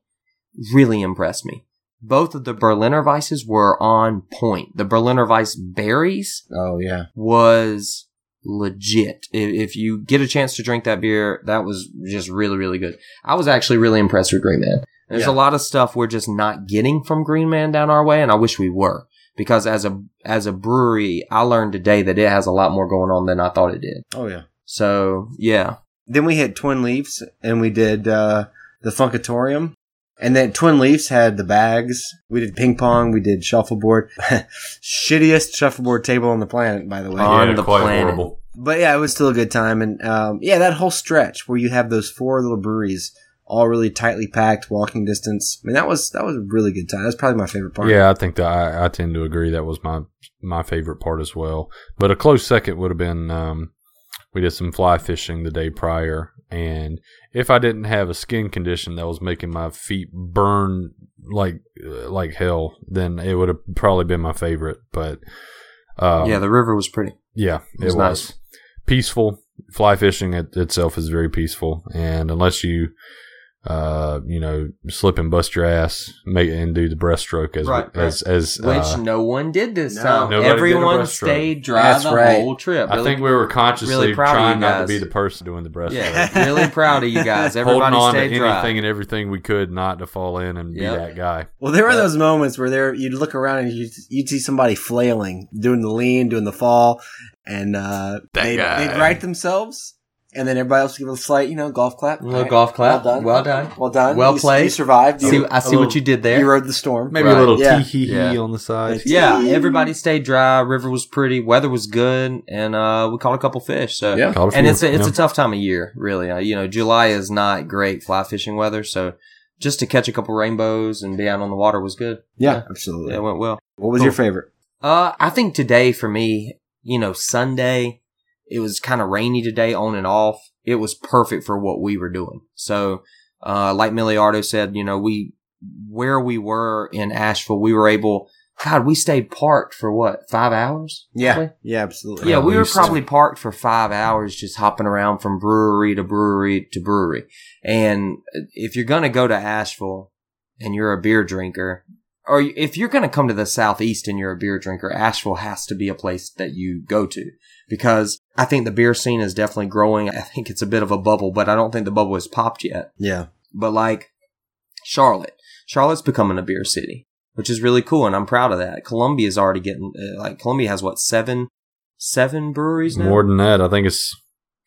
S3: really impressed me. Both of the Berliner Weisses were on point. The Berliner Weiss berries
S2: Oh yeah,
S3: was legit. I- If you get a chance to drink that beer, that was just really, really good. I was actually really impressed with Green Man. There's
S2: Yeah.
S3: a lot of stuff we're just not getting from Green Man down our way, and I wish we were. because as a as a brewery, I learned today that it has a lot more going on than I thought it did.
S2: Oh yeah.
S3: So yeah,
S2: Then we had Twin Leafs, and we did uh, the Funkatorium, and then Twin Leafs had the bags. We did ping pong. We did shuffleboard. Shittiest shuffleboard table on the planet, by the way.
S3: On the planet.
S2: But yeah, it was still a good time, and um, yeah, that whole stretch where you have those four little breweries all really tightly packed, walking distance. I mean, that was that was a really good time. That's probably my favorite part.
S7: Yeah, I think that I, I tend to agree. That was my my favorite part as well. But a close second would have been um, we did some fly fishing the day prior, and if I didn't have a skin condition that was making my feet burn like uh, like hell, then it would have probably been my favorite. But um,
S3: yeah, the river was pretty.
S7: yeah,
S3: It was nice.
S7: peaceful. Fly fishing it, itself is very peaceful, and unless you, uh, you know, slip and bust your ass, make and do the breaststroke as
S3: Right, right.
S7: as as
S3: Which
S7: uh,
S3: no one did this
S2: No.
S3: time.
S7: Nobody did a
S3: Everyone
S7: breaststroke.
S3: stayed dry
S2: That's
S3: the
S2: right.
S3: whole trip.
S7: I
S3: Really-
S7: think we were consciously
S3: really proud of you
S7: trying not to
S3: guys.
S7: be the person doing the breaststroke.
S3: yeah, really proud of you guys. Everybody
S7: Holding on to
S3: stayed
S7: anything
S3: dry.
S7: and everything we could not to fall in and
S3: Yep.
S7: be that guy.
S2: Well, there were
S3: Yeah.
S2: those moments where there you'd look around and you'd, you'd see somebody flailing, doing the lean, doing the fall, and uh,
S7: That
S2: they'd,
S7: guy.
S2: they'd right themselves, and then everybody else would give a slight, you know, golf clap.
S3: Little
S2: All right.
S3: golf clap.
S2: Well done.
S3: Well done.
S2: Well done.
S3: Well
S2: You s- You
S3: played.
S2: survived. You,
S3: See, I see what you did there.
S2: you rode the storm.
S7: Maybe
S3: Right.
S7: a little
S2: Yeah.
S7: tee hee hee
S3: Yeah.
S7: on the side.
S3: Yeah, everybody stayed dry. River was pretty. Weather was good, and uh, we caught a couple fish. So
S2: Yeah.
S7: Caught a
S3: and
S7: few,
S3: it's a, it's
S7: yeah.
S3: a tough time of year, really. Uh, you know, July is not great fly fishing weather, so just to catch a couple rainbows and be out on the water was good.
S2: Yeah, absolutely.
S3: Yeah, it went well.
S2: What was
S3: Cool.
S2: your favorite?
S3: Uh, I think today for me, you know, Sunday, it was kind of rainy today on and off. It was perfect for what we were doing. So, uh, like Miliardo said, you know, we, where we were in Asheville, we were able, God, we stayed parked for what, five hours?
S2: Yeah,
S3: Probably?
S2: yeah, absolutely.
S3: Yeah,
S7: At
S3: we were
S7: least.
S3: probably parked for five hours just hopping around from brewery to brewery to brewery. And if you're going to go to Asheville and you're a beer drinker, or if you're going to come to the Southeast and you're a beer drinker, Asheville has to be a place that you go to because I think the beer scene is definitely growing. I think it's a bit of a bubble, but I don't think the bubble has popped yet
S2: yeah.
S3: but like Charlotte, Charlotte's becoming a beer city, which is really cool, and I'm proud of that. Columbia's already getting uh, like Columbia has what seven, seven breweries now.
S7: More than that, I think it's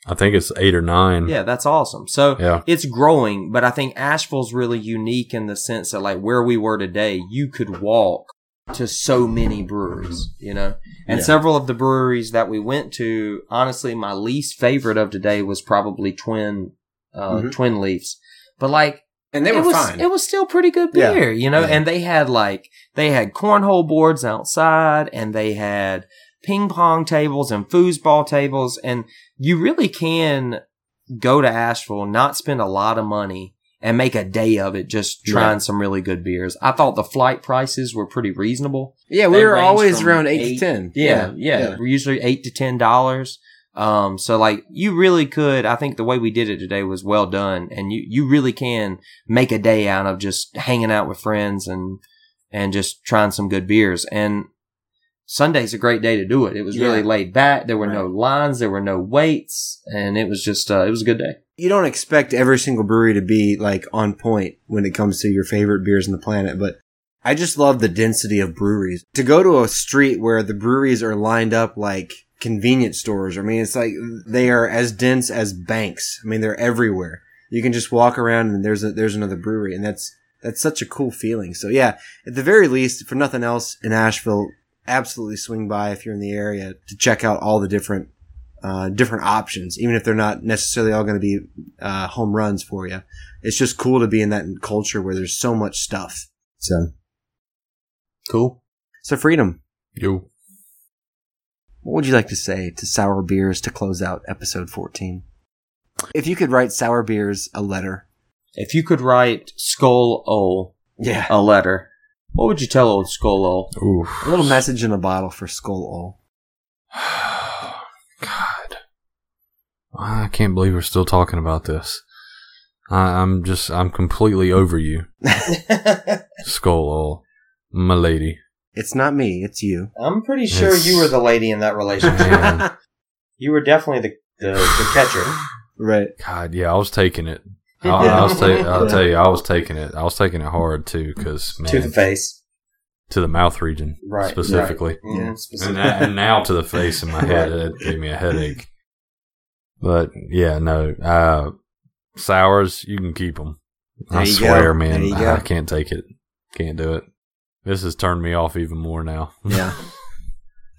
S7: I think it's eight or nine.
S3: yeah, that's awesome. So
S7: Yeah.
S3: it's growing, but I think Asheville's really unique in the sense that like where we were today, you could walk to so many breweries, you know, and
S2: Yeah.
S3: several of the breweries that we went to, honestly, my least favorite of today was probably Twin, uh,
S7: Mm-hmm.
S2: Mhm.
S3: Twin Leafs, but like
S2: And they were
S3: it was,
S2: fine.
S3: It was still pretty good
S2: Yeah.
S3: beer, you know.
S2: Yeah.
S3: And they had like they had cornhole boards outside, and they had ping pong tables and foosball tables, and you really can go to Asheville, not spend a lot of money, and make a day of it just trying some really good beers. I thought the flight prices were pretty reasonable.
S2: yeah, we
S3: They
S2: were
S3: ranged
S2: always
S3: from
S2: around eight, to
S3: eight-
S2: ten.
S3: Yeah, yeah, We're usually eight to ten dollars. Um, so like you really could. I think the way we did it today was well done, and you you really can make a day out of just hanging out with friends and and just trying some good beers. And Sunday's a great day to do it. It was really
S2: Yeah.
S3: laid back. There were no lines. There were no waits, and it was just uh, it was a good day.
S2: you don't expect every single brewery to be like on point when it comes to your favorite beers on the planet, but I just love the density of breweries. To go to a street where the breweries are lined up like convenience stores, I mean, it's like they are as dense as banks. I mean, they're everywhere. You can just walk around and there's a, there's another brewery, and that's that's such a cool feeling. So yeah, at the very least, for nothing else in Asheville, absolutely swing by if you're in the area to check out all the different uh, different options, even if they're not necessarily all going to be uh, home runs for you. It's just cool to be in that culture where there's so much stuff. So,
S3: Cool.
S2: so freedom.
S7: You
S2: What would you like to say to sour beers to close out episode 14? If you could write sour beers a letter,
S3: If you could write Skull Ole
S2: yeah,
S3: a letter, what would you tell old Skull Ole?
S7: oof.
S2: a little message in a bottle for Skull All.
S7: God, I can't believe we're still talking about this. I, I'm just I'm completely over you, Skull All, my lady.
S2: It's not me, it's you.
S3: I'm pretty sure you were the lady in that relationship.
S7: Man.
S3: You were definitely the the, the catcher.
S2: Right.
S7: God, yeah, I was taking it. I, I was ta- I'll tell you, I was taking it. I was taking it hard too, because man,
S3: to the face. Mm,
S7: to the mouth region
S2: Right,
S7: specifically.
S2: right. Yeah,
S7: And,
S2: specifically.
S7: that, and now to the face in my head.
S2: Right.
S7: It gave me a headache. But yeah, no. Uh, sours, you can keep them.
S2: There
S7: I
S2: you go.
S7: swear,
S2: There
S7: man.
S2: you go.
S7: I can't take it. Can't do it. This has turned me off even more now.
S2: Yeah.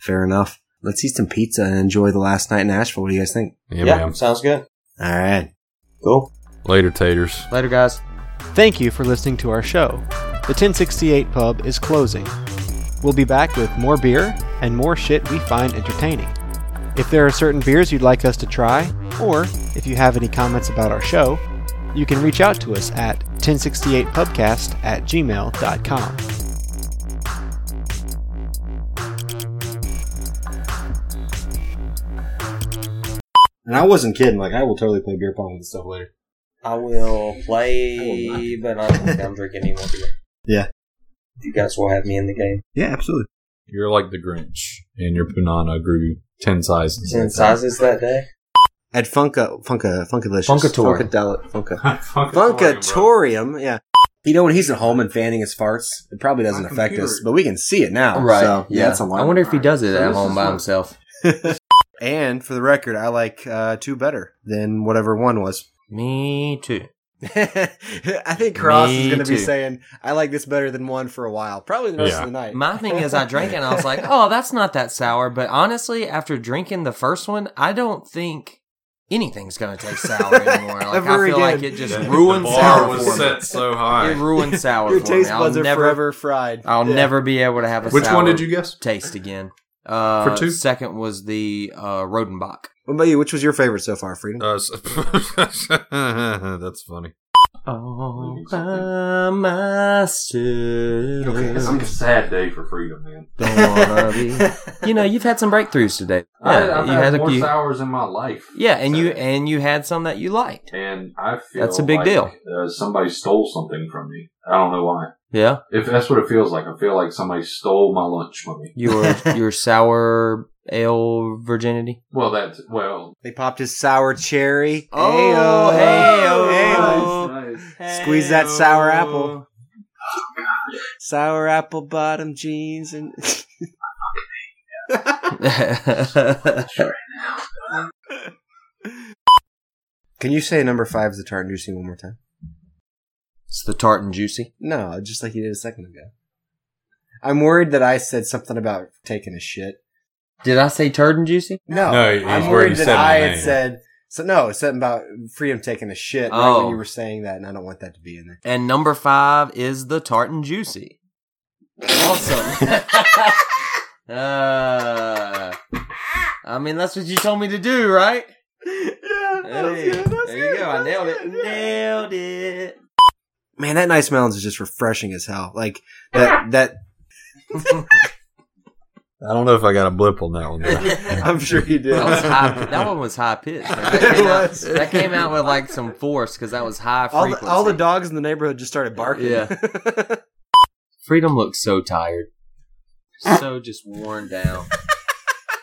S2: Fair enough. Let's eat some pizza and enjoy the last night in Nashville. What do you guys think?
S7: yeah,
S3: yeah,
S7: man.
S3: sounds good.
S2: All right.
S3: Cool.
S7: Later, taters.
S3: Later, guys.
S11: Thank you for listening to our show. The 1068 Pub is closing. We'll be back with more beer and more shit we find entertaining. If there are certain beers you'd like us to try, or if you have any comments about our show, you can reach out to us at 1068pubcast at gmail.com.
S2: And I wasn't kidding. Like, I will totally play beer pong with this stuff later.
S3: I will
S2: I
S3: play, but I don't think I'm drinking any more beer.
S2: Yeah.
S3: You guys will have me in the game.
S2: Yeah, absolutely.
S7: You're like the Grinch, and your punana grew ten sizes.
S3: Ten sizes that day.
S2: At Funka, Funka, Funkalicious.
S3: Funkatorium.
S2: Funkadel- Funka.
S7: Funkatorium.
S2: Funkatorium, yeah. You know, when he's at home and fanning his farts, it probably doesn't
S7: My
S2: affect us,
S7: computer-
S2: but we can see it now.
S3: Right.
S2: So,
S3: yeah.
S2: That's a lot.
S3: I wonder if he does it
S7: So
S3: at
S7: this
S3: home
S7: is
S3: by
S7: what-
S3: himself.
S2: And for the record, I like uh, two better than whatever one was.
S3: Me too.
S2: I think Cross
S3: Me
S2: is going to be
S3: too.
S2: saying, I like this better than one for a while. Probably the rest
S7: Yeah.
S2: of the night.
S3: My thing is, I drank it and I was like, oh, that's not that sour. But honestly, after drinking the first one, I don't think anything's going to taste sour anymore. Like,
S2: Ever
S3: I feel
S2: again.
S3: like it just
S7: The- the
S3: ruined
S7: bar
S3: sour
S7: was
S3: for
S7: set
S3: me.
S7: so
S3: It
S7: high.
S3: ruined sour
S2: Your
S3: for
S2: taste
S3: me. I'll
S2: buds are
S3: never,
S2: forever fried.
S3: I'll
S2: Yeah.
S3: never be able to have a
S7: Which
S3: sour
S7: one did you guess?
S3: taste again. Uh,
S7: For two?
S3: Second was the uh, Rodenbach.
S2: What about you? Which was your favorite so far, Freedom?
S7: Uh, s- that's funny.
S3: All by myself.
S4: I'm a sad day for freedom, man.
S3: Don't wanna be- You know, you've had some breakthroughs today. Yeah,
S4: I, I've
S3: you
S4: had,
S3: had a
S4: more
S3: few-
S4: sours in my life.
S3: Yeah, and you
S4: Saturday.
S3: and you had some that you liked.
S4: and I feel
S3: That's a big
S4: like,
S3: deal.
S4: Uh, somebody stole something from me. I don't know why.
S3: Yeah,
S4: If that's what it feels like, I feel like somebody stole my lunch from me.
S3: your your sour ale virginity.
S4: Well, that's well.
S2: They popped his sour cherry.
S3: Oh,
S2: Ayo.
S3: hey-o.
S7: Oh,
S2: Ayo. Squeeze that sour apple. Sour apple bottom jeans and Can you say number five is the tartan juicy one more time?
S3: it's the tart and juicy.
S2: No, just like you did a second ago. I'm worried that I said something about taking a shit.
S3: Did I say turd and juicy?
S2: No,
S7: No, he's
S2: I'm
S7: worried
S2: worried
S7: he
S2: that
S7: said my
S2: I had
S7: name.
S2: said so. No, it's something about freedom taking a shit. Right
S3: Oh.
S2: when you were saying that, and I don't want that to be in there.
S3: And number five is the tart and juicy. Awesome. uh, I mean, that's what you told me to do, right? Yeah. there you go. I nailed it. Nailed it.
S2: Man, that nice melons is just refreshing as hell. Like that. That
S7: I don't know if I got a blip on that one. but-
S2: I'm sure you did.
S3: That, was high, that one was high pitched. That,
S2: It
S3: came out-
S2: was.
S3: that came out with like some force because that was high
S2: all
S3: frequency.
S2: the, all the dogs in the neighborhood just started barking.
S3: Yeah. Freedom looks so tired, so just worn down.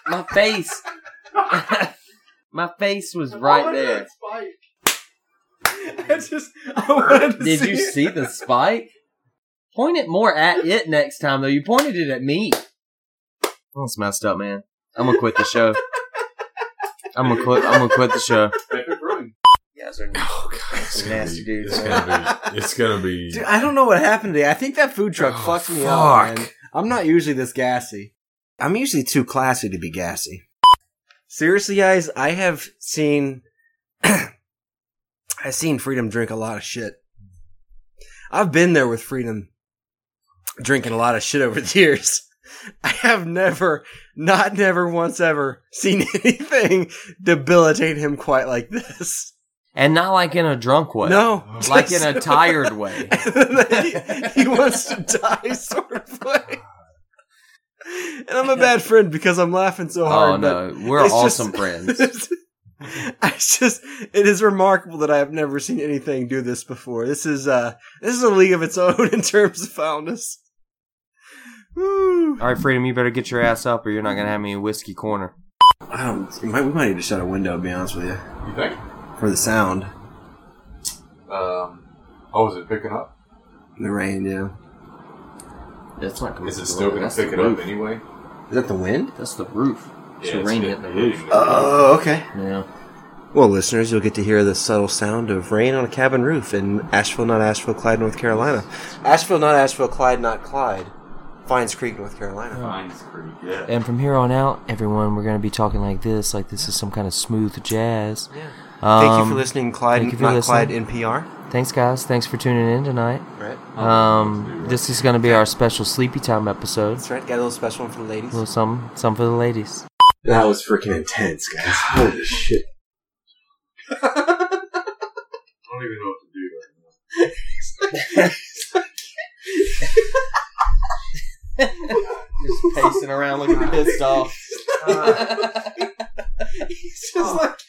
S3: My face, my face was right there.
S2: I just I wanted to
S3: Did
S2: see
S3: you see the spike? Point it more at it next time, though. You pointed it at me. That's messed up, man. I'm gonna quit the show. I'm gonna quit. I'm gonna quit the show. You guys are
S7: Oh, God, it's gonna
S3: Nasty
S7: be-
S3: dudes,
S7: It's
S3: man.
S7: gonna be. It's gonna be.
S2: Dude, I don't know what happened today. I think that food truck
S7: Oh,
S2: fucked me up.
S7: fuck.
S2: Man. I'm not usually this gassy. I'm usually too classy to be gassy. Seriously, guys, I have seen I've seen Freedom drink a lot of shit. I've been there with Freedom drinking a lot of shit over the years. I have never, not never once ever seen anything debilitate him quite like this.
S3: and not like in a drunk way.
S2: No.
S3: like in
S2: just-
S3: a tired way.
S2: he, he wants to die sort of way. And I'm a bad friend because I'm laughing so hard.
S3: Oh no, we're
S2: it's just-
S3: awesome
S2: but
S3: friends.
S2: It's just it is remarkable that I have never seen anything do this before. This is uh this is a league of its own in terms of foulness. Woo.
S3: All right, freedom. You better get your ass up, or you're not gonna have me in whiskey corner.
S2: I don't, we might, we might need to shut a window. To be honest with you,
S4: You think?
S2: for the sound,
S4: Um, oh, is it picking up?
S2: the rain. Yeah,
S3: It's not coming
S4: Is
S3: through the
S4: it still
S3: roof,
S4: going to
S3: that's the
S4: pick it
S3: roof.
S4: up anyway?
S2: Is that the wind?
S3: That's the roof. It's
S4: Yeah, it's
S3: raining
S4: good.
S3: at the
S4: It
S3: roof.
S4: is.
S2: Oh, okay.
S3: Yeah.
S2: Well, listeners, you'll get to hear the subtle sound of rain on a cabin roof in Asheville, not Asheville, Clyde, North Carolina. Asheville, not Asheville, Clyde, not Clyde. Fines Creek, North Carolina.
S4: Pines Creek, yeah.
S3: And from here on out, everyone, we're going to be talking like this, like this is some kind of smooth jazz.
S2: Yeah.
S3: Um,
S2: thank you for listening, Clyde,
S3: thank you for
S2: not Clyde
S3: listening.
S2: NPR.
S3: Thanks, guys. Thanks for tuning in tonight.
S2: Right.
S4: Oh,
S3: Um, this is going to be our special sleepy time episode.
S2: That's right. Got a little special one for the ladies.
S3: A little something, something for the ladies.
S2: That was freaking intense, guys. Holy shit.
S4: I don't even know what to do right now.
S3: Just pacing around looking pissed off.
S2: He's just like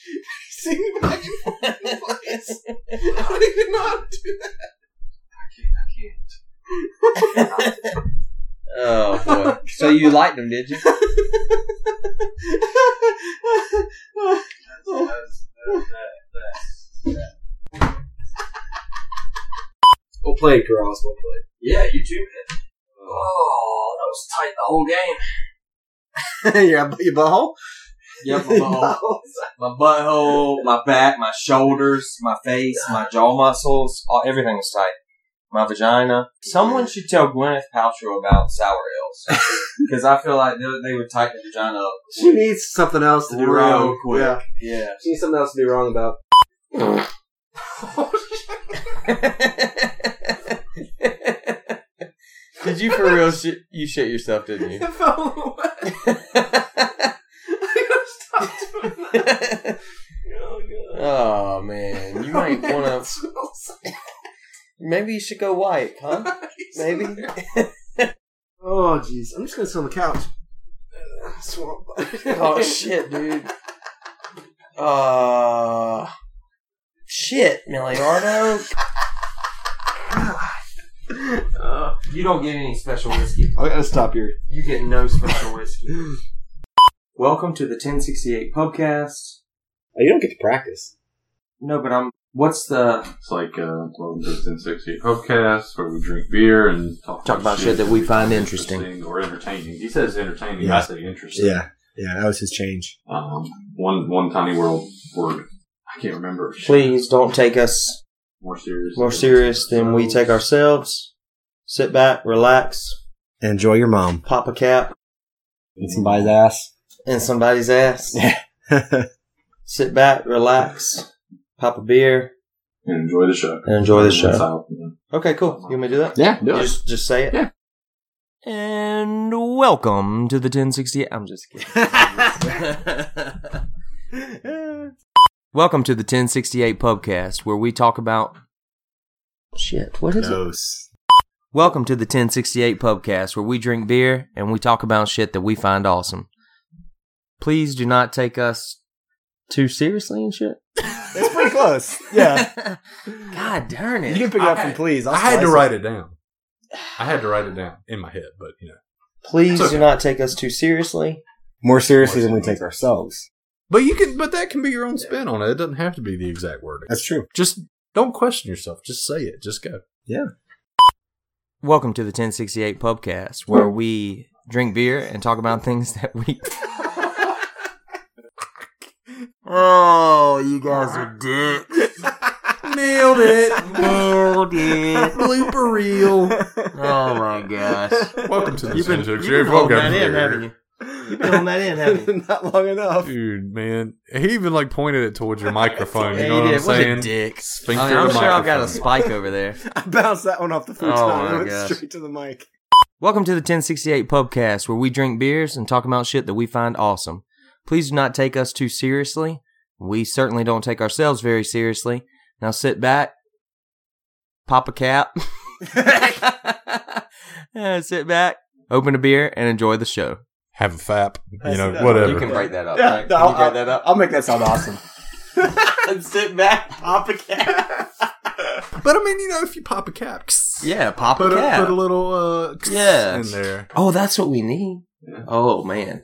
S2: singing back and forth in place. I don't even know how to do that.
S3: Oh, boy. So you liked them, did you?
S2: We'll play it, girls. We'll play it.
S3: Yeah, you too, man. Oh, that was tight the whole game.
S2: your, your butthole?
S3: Yep, my butthole, my, butthole, my back, my shoulders, my face, my jaw muscles, all, everything was tight. My vagina. Someone should tell Gwyneth Paltrow about sour ales because I feel like they, they would tighten the vagina up.
S2: She needs something else to do
S3: Real
S2: wrong.
S3: quick.
S2: Yeah.
S3: Yeah.
S2: She needs something else to be wrong about.
S3: Did you for real? Sh- you shit yourself, didn't you? oh man, you might want to. Maybe you should go white, huh? Maybe.
S2: Oh, jeez. I'm just going to sit on the couch. Swamp butt.
S3: oh shit, dude. Uh, shit, Miliardo. Uh, you don't get any special whiskey.
S2: I gotta stop here.
S3: You get no special whiskey. Welcome to the 1068 Pubcast.
S11: Oh, you don't get to practice.
S3: No, but I'm. What's the
S4: It's like uh, Welcome to the 1060 Podcast, where we drink beer and talk,
S3: Talk about shit that we find interesting.
S4: or entertaining. He says entertaining,
S2: Yeah.
S4: I say interesting.
S2: yeah, that was his change.
S4: Um, one one tiny world word. I can't remember.
S3: please don't take us
S4: More serious.
S3: more serious than we take ourselves. Sit back, relax,
S2: Enjoy your mom.
S3: pop a cap
S11: Get somebody's ass.
S3: in somebody's ass. Sit back, relax, pop a beer,
S4: And enjoy the show.
S3: and enjoy the
S4: That's
S3: show.
S4: how, you know.
S3: Okay, cool. You want me to do that?
S11: yeah, do
S3: You
S11: it.
S3: Just, just say it.
S11: Yeah.
S3: And welcome to the 1068. I'm just kidding. welcome to the 1068 Pubcast, where we talk about. Shit, what is it?
S11: Gross.
S3: Welcome to the 1068 Pubcast, where we drink beer and we talk about shit that we find awesome. Please do not take us too seriously and shit.
S11: It's pretty close. Yeah.
S3: God darn
S11: You
S3: it.
S11: can pick it up from please. I'll
S7: I had to
S11: slice
S7: write it down. I had to write it down in my head, but you know.
S3: Please
S7: It's okay.
S3: do not take us too seriously.
S11: More seriously than we take ourselves.
S7: But you can, but that can be your own spin on it. It doesn't have to be the exact wording.
S11: That's true.
S7: Just don't question yourself. Just say it. Just go.
S3: Welcome to the 1068 Pubcast, where we drink beer and talk about things that we. oh, you guys are dicks. Nailed it. Nailed it.
S7: Blooper reel.
S3: Oh my gosh.
S7: Welcome to the
S3: You've been, you've
S7: 1068
S3: been holding
S7: Podcast.
S3: that in, haven't you? You've been holding that in, haven't you?
S11: Not long enough.
S7: Dude, man, he even like pointed it towards your microphone. You
S3: Yeah,
S7: know
S3: you
S7: what I'm
S3: did. What a
S7: saying?
S3: dick. I
S7: Sphincter
S3: am
S7: to
S3: sure I've got a
S7: microphone.
S3: spike over there.
S11: I bounced that one off the futon.
S3: Oh
S11: Oh,
S3: my
S11: it went
S3: gosh.
S11: straight to the mic.
S3: Welcome to the 1068 Pubcast, where we drink beers and talk about shit that we find awesome. Please do not take us too seriously. We certainly don't take ourselves very seriously. Now sit back, pop a cap, Yeah, sit back, open a beer, and enjoy the show.
S7: Have a fap.
S11: That's
S7: you know,
S11: enough.
S7: whatever.
S3: You can break that up.
S11: Yeah,
S3: right?
S11: no,
S3: can you break
S11: I'll-
S3: that up?
S11: I'll make that sound awesome.
S3: sit back, pop a cap.
S7: But I mean, you know, if you pop a cap,
S3: Yeah, pop
S7: put
S3: a
S7: a,
S3: cap.
S7: put a little uh,
S3: Yeah.
S7: in there.
S3: Oh, that's what we need. Oh man,